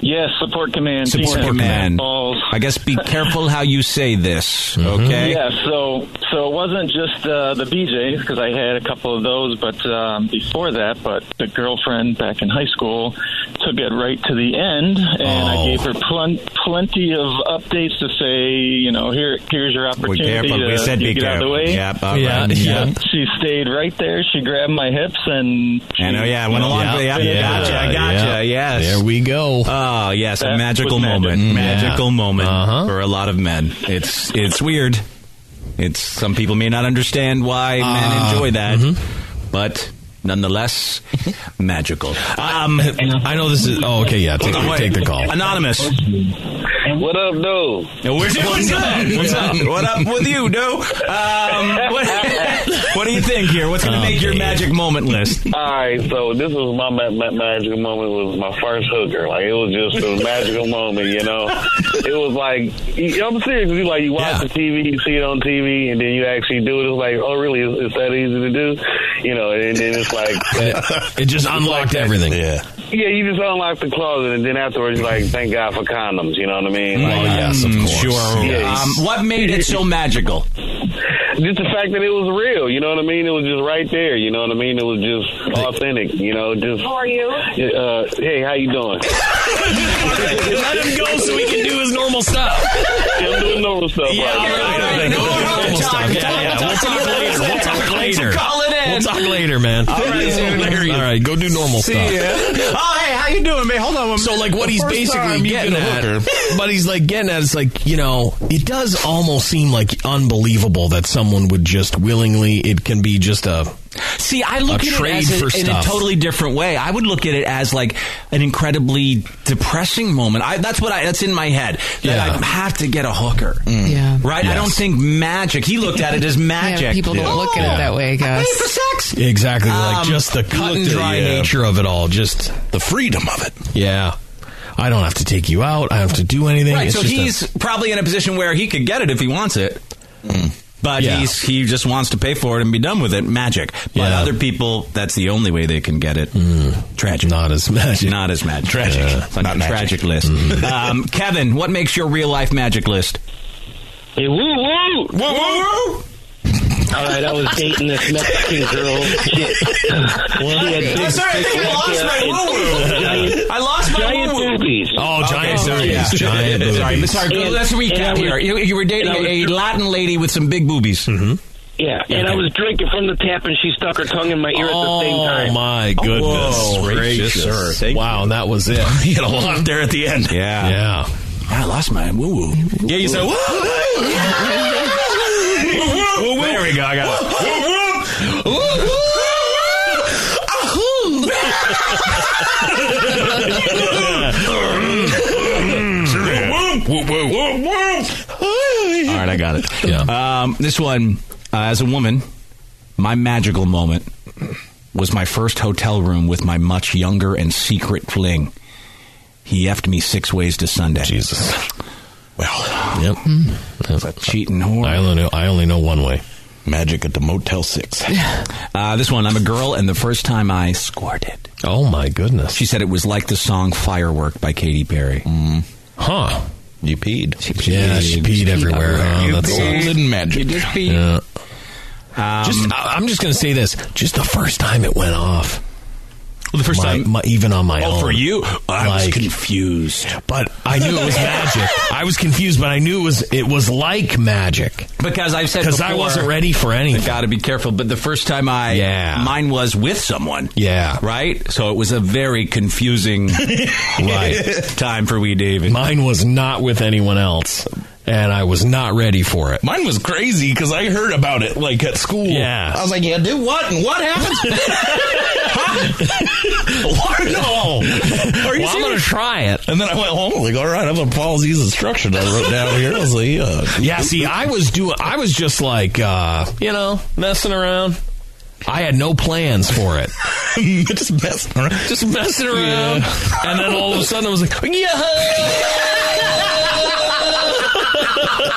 Yes, support command. support Team Uh, man. Balls. I guess be careful how you say this, Mm-hmm. okay? Yeah, so so it wasn't just uh, the BJs because I had a couple of those, but um, before that, but the girlfriend back in high school took it right to the end, and I gave her plen- plenty of updates to say, you know, here here's your opportunity careful. to We said you be get out of the careful. way. Yep, all Yeah, right. yeah. She stayed right there. She grabbed my hips and. She, I know, yeah, went along for the yeah, gotcha, gotcha, yes. There we go. Oh yes, That a magical was magic. moment, Mm, magical yeah. moment Uh-huh. for a lot of men. It's it's weird. It's some people may not understand why Ah. men enjoy that, Mm-hmm. but nonetheless, magical. Um, I know this is. Oh, okay, yeah. Take, Wait. take the call. Anonymous. What up, dude? What's up? What's up? What's up? What up with you, dude? Um, what, what do you think here? What's going to make your magic moment list? All right, so this was my, ma- ma- magical moment. Was my first hooker. Like it was just a magical moment, you know. It was like you- I'm serious. You like you watch the TV, you see it on TV, and then you actually do it. It's like, oh, really? Is, is that easy to do? You know, and then it's like It just unlocked everything. Yeah. Yeah, you just unlock the closet, and then afterwards, you're like, thank God for condoms. You know what I mean? Oh, Like, yes, of course. Mm, Sure. Yeah. Um, what made it so magical? just the fact that it was real. You know what I mean? It was just right there. You know what I mean? It was just authentic. You know, just. How are you? Uh, hey, how you doing? Let him go so he can do his normal stuff. Yeah, I'm doing normal stuff. Yeah, all right. No, we're normal stuff. Yeah, yeah. We'll talk later. We'll talk later. Call it in. We'll talk later, man. All right, That's dude. hilarious. All right, go do normal See stuff. ya. Oh, hey, how you doing, man? Hold on. One So like what The he's first basically time you getting get a at, hooker. but he's like getting at, is like you know, it does almost seem like unbelievable that someone would just willingly. It can be just a See, I look A at it trade as a, for in a stuff. totally different way. I would look at it as like an incredibly depressing moment. I, that's what I. That's in my head. That Yeah. Mm. I have to get a hooker. Yeah. Right. I don't think magic. He looked at it as magic. Oh. Yeah, people don't look at it that way, I guess. paid for sex. exactly like Um, just the he cut and looked at- dry yeah. nature of it all. Just the freedom of it. Yeah, I don't have to take you out. I don't have to do anything. Right. It's So just a- he's probably in a position where he could get it if he wants it. But Yeah. he's he just wants to pay for it and be done with it. Magic. But Yeah. Hmm. other people, that's the only way they can get it. Tragic. Not as magic. Not as magic. Tragic. It's on Not your magic. Hmm. tragic list. um, Kevin, what makes your real life magic list? woo woo woo woo. All right, I was dating this Mexican girl. well, he had big- Oh, I'm sorry, I think I lost my woo-woo. I lost my giant woo-woo. boobies. Oh, giant sorry, boobies. yeah. Giant boobies. Sorry, sorry. And- let's and I recap was- here. You, you were dating and I was- a Latin lady with some big boobies. Mm-hmm. Yeah, and I was drinking from the tap, and she stuck her tongue in my ear at the same time. Oh my goodness Whoa, gracious! gracious. Thank wow, and that was it. he had a lot there at the end. Yeah, yeah. I lost my woo woo. Yeah, you said woo woo. There we go. I got it. All right, I got it. Yeah. Um, this one, uh, as a woman, my magical moment was my first hotel room with my much younger and secret fling. He effed me six ways to Sunday. Jesus. Well, yep. cheating whore. I only know. I only know one way. Magic at the Motel Six. Uh, this one, I'm a girl, and the first time I squirted. Oh my goodness! She said it was like the song "Firework" by Katy Perry. Mm. Mm-hmm. Huh? You peed. Yeah, she peed everywhere. You Oh, that peed. sucks. in magic. Yeah. Um, just, I, I'm just gonna say this. Just the first time it went off. Well, the first my, time- my, even on my Oh, own. for you? I was confused, but I knew it was magic. I was confused, but I knew it was it was like magic. Because I've said because I before- wasn't ready for anything. Got to be careful. But the first time I, Yeah. mine was with someone. Yeah. Right. So it was a very confusing Right. time for wee David. Mine was not with anyone else, and I was not ready for it. Mine was crazy because I heard about it like at school. Yeah. I was like, yeah, do what? And what happens? no. Are you well, I'm gonna serious? try it. And then I went home. Like, all right, I'm gonna follow these instructions I wrote down here. I was like, yeah. Yeah, see, I was doing. I was just like, uh, you know, messing around. I had no plans for it. just messing around. Just messing around. And then all of a sudden, I was like, yeah.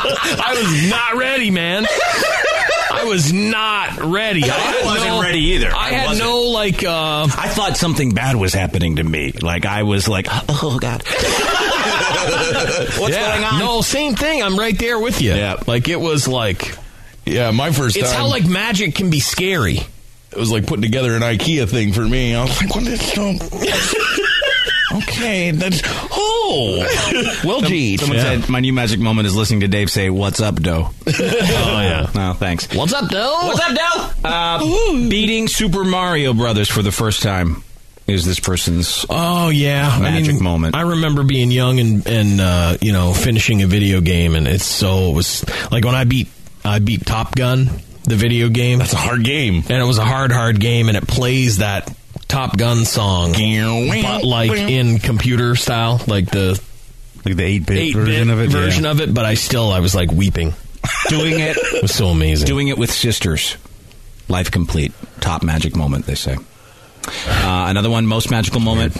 I was not ready, man. I was not ready. I, had wasn't no- ready either. I, I had wasn't. no like. Uh, I thought something bad was happening to me. Like I was like, oh god. What's yeah, going on? No, same thing. I'm right there with you. Yeah, like it was like. Yeah, my first It's time. how like magic can be scary. it was like putting together an IKEA thing for me. I was like, what is no Okay, that's oh well, gee. Someone said my new magic moment is listening to Dave say, "What's up, Doe?" Oh yeah. No, thanks. What's up, though? What's up, Doe? Uh, beating Super Mario Brothers for the first time is this person's. Oh yeah, I Magic mean, moment. I remember being young and and uh, you know finishing a video game, and it's so it was like when I beat I beat Top Gun, the video game. That's a hard game. and it was a hard, hard game, and it plays that Top Gun song, but like in computer style, like the Like the 8 bit version of it? version of it, but I still I was like weeping. Doing it was so amazing. Doing it with sisters. Life complete. Top magic moment, they say. Uh, another one, most magical moment.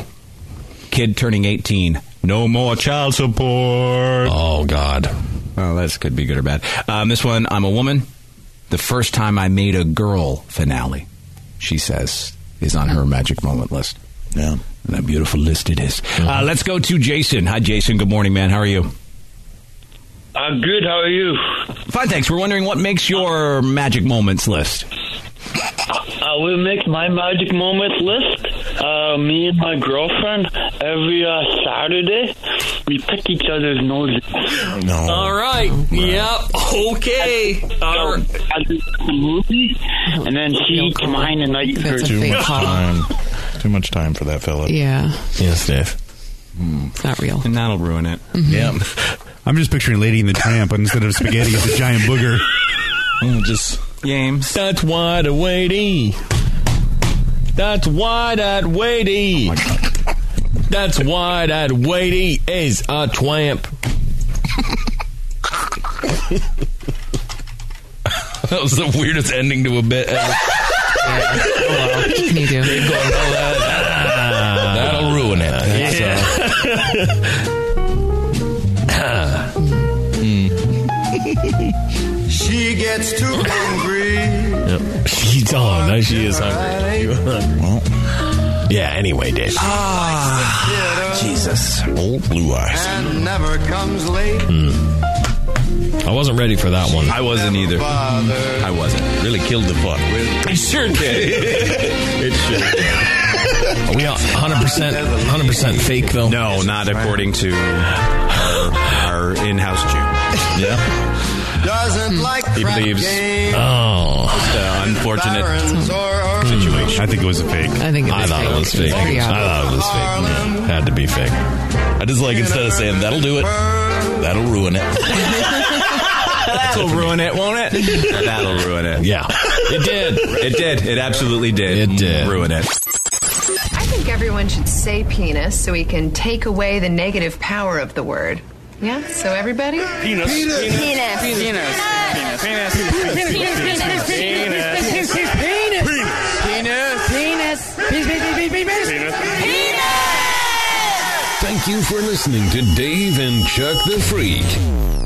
Kid turning 18. No more child support. Oh, God. Oh, that could be good or bad. Um, this one, I'm a woman. The first time I made a girl finale, she says, is on her magic moment list. Yeah. And that beautiful list it is. Mm-hmm. Uh, let's go to Jason. Hi, Jason. Good morning, man. How are you? I'm good. How are you? Fine, thanks. We're wondering what makes your magic moments list. I will make my magic moments list. Uh, me and my girlfriend every uh, Saturday, we pick each other's noses. No. All right. Yep. Okay. All right. I do the movie, and then she eats mine, and I eat hers. Too much time. Too much time for that fella. Yeah. Yes, Dave. It's not real. And that'll ruin it. Yeah. Mm-hmm. I'm just picturing Lady in the Tramp, but instead of spaghetti, it's a giant booger. Um just games. That's wide waity. That's wide eyed waity. That's wide eyed waity is a twamp. That was the weirdest ending to a bit. ever. What can you do? Ah. That'll ruin it. Hmm. she gets too hungry. Yep. She's on. Now she is hungry. You hungry? Well, yeah. Anyway, Dave. Ah, Jesus. Old blue eyes. And never comes late. I wasn't ready for that one. I wasn't either. I wasn't. Really killed the fuck. It sure did. it sure Are we 100 percent, 100 percent fake though? No, not according to our, our in-house Jew. Yeah, Doesn't like he crap believes. games. Oh, just an Barons unfortunate or Hmm. situation. I think it was a fake. I think it I was thought fake. it was fake. Pretty I thought it was fake. Yeah. Had to be fake. I just like instead of saying that'll do it, that'll ruin it. That'll ruin it, won't it? That'll ruin it. Yeah, it did. It did. It absolutely did. It did ruin it. I think everyone should say penis so we can take away the negative power of the word. Yeah? So everybody? Penis. Penis. Penis. Penis. Penis. Penis. Penis. Penis. Penis. Penis. Penis. Penis. Penis. Penis. Penis. Thank you for listening to Dave and Chuck the Freak.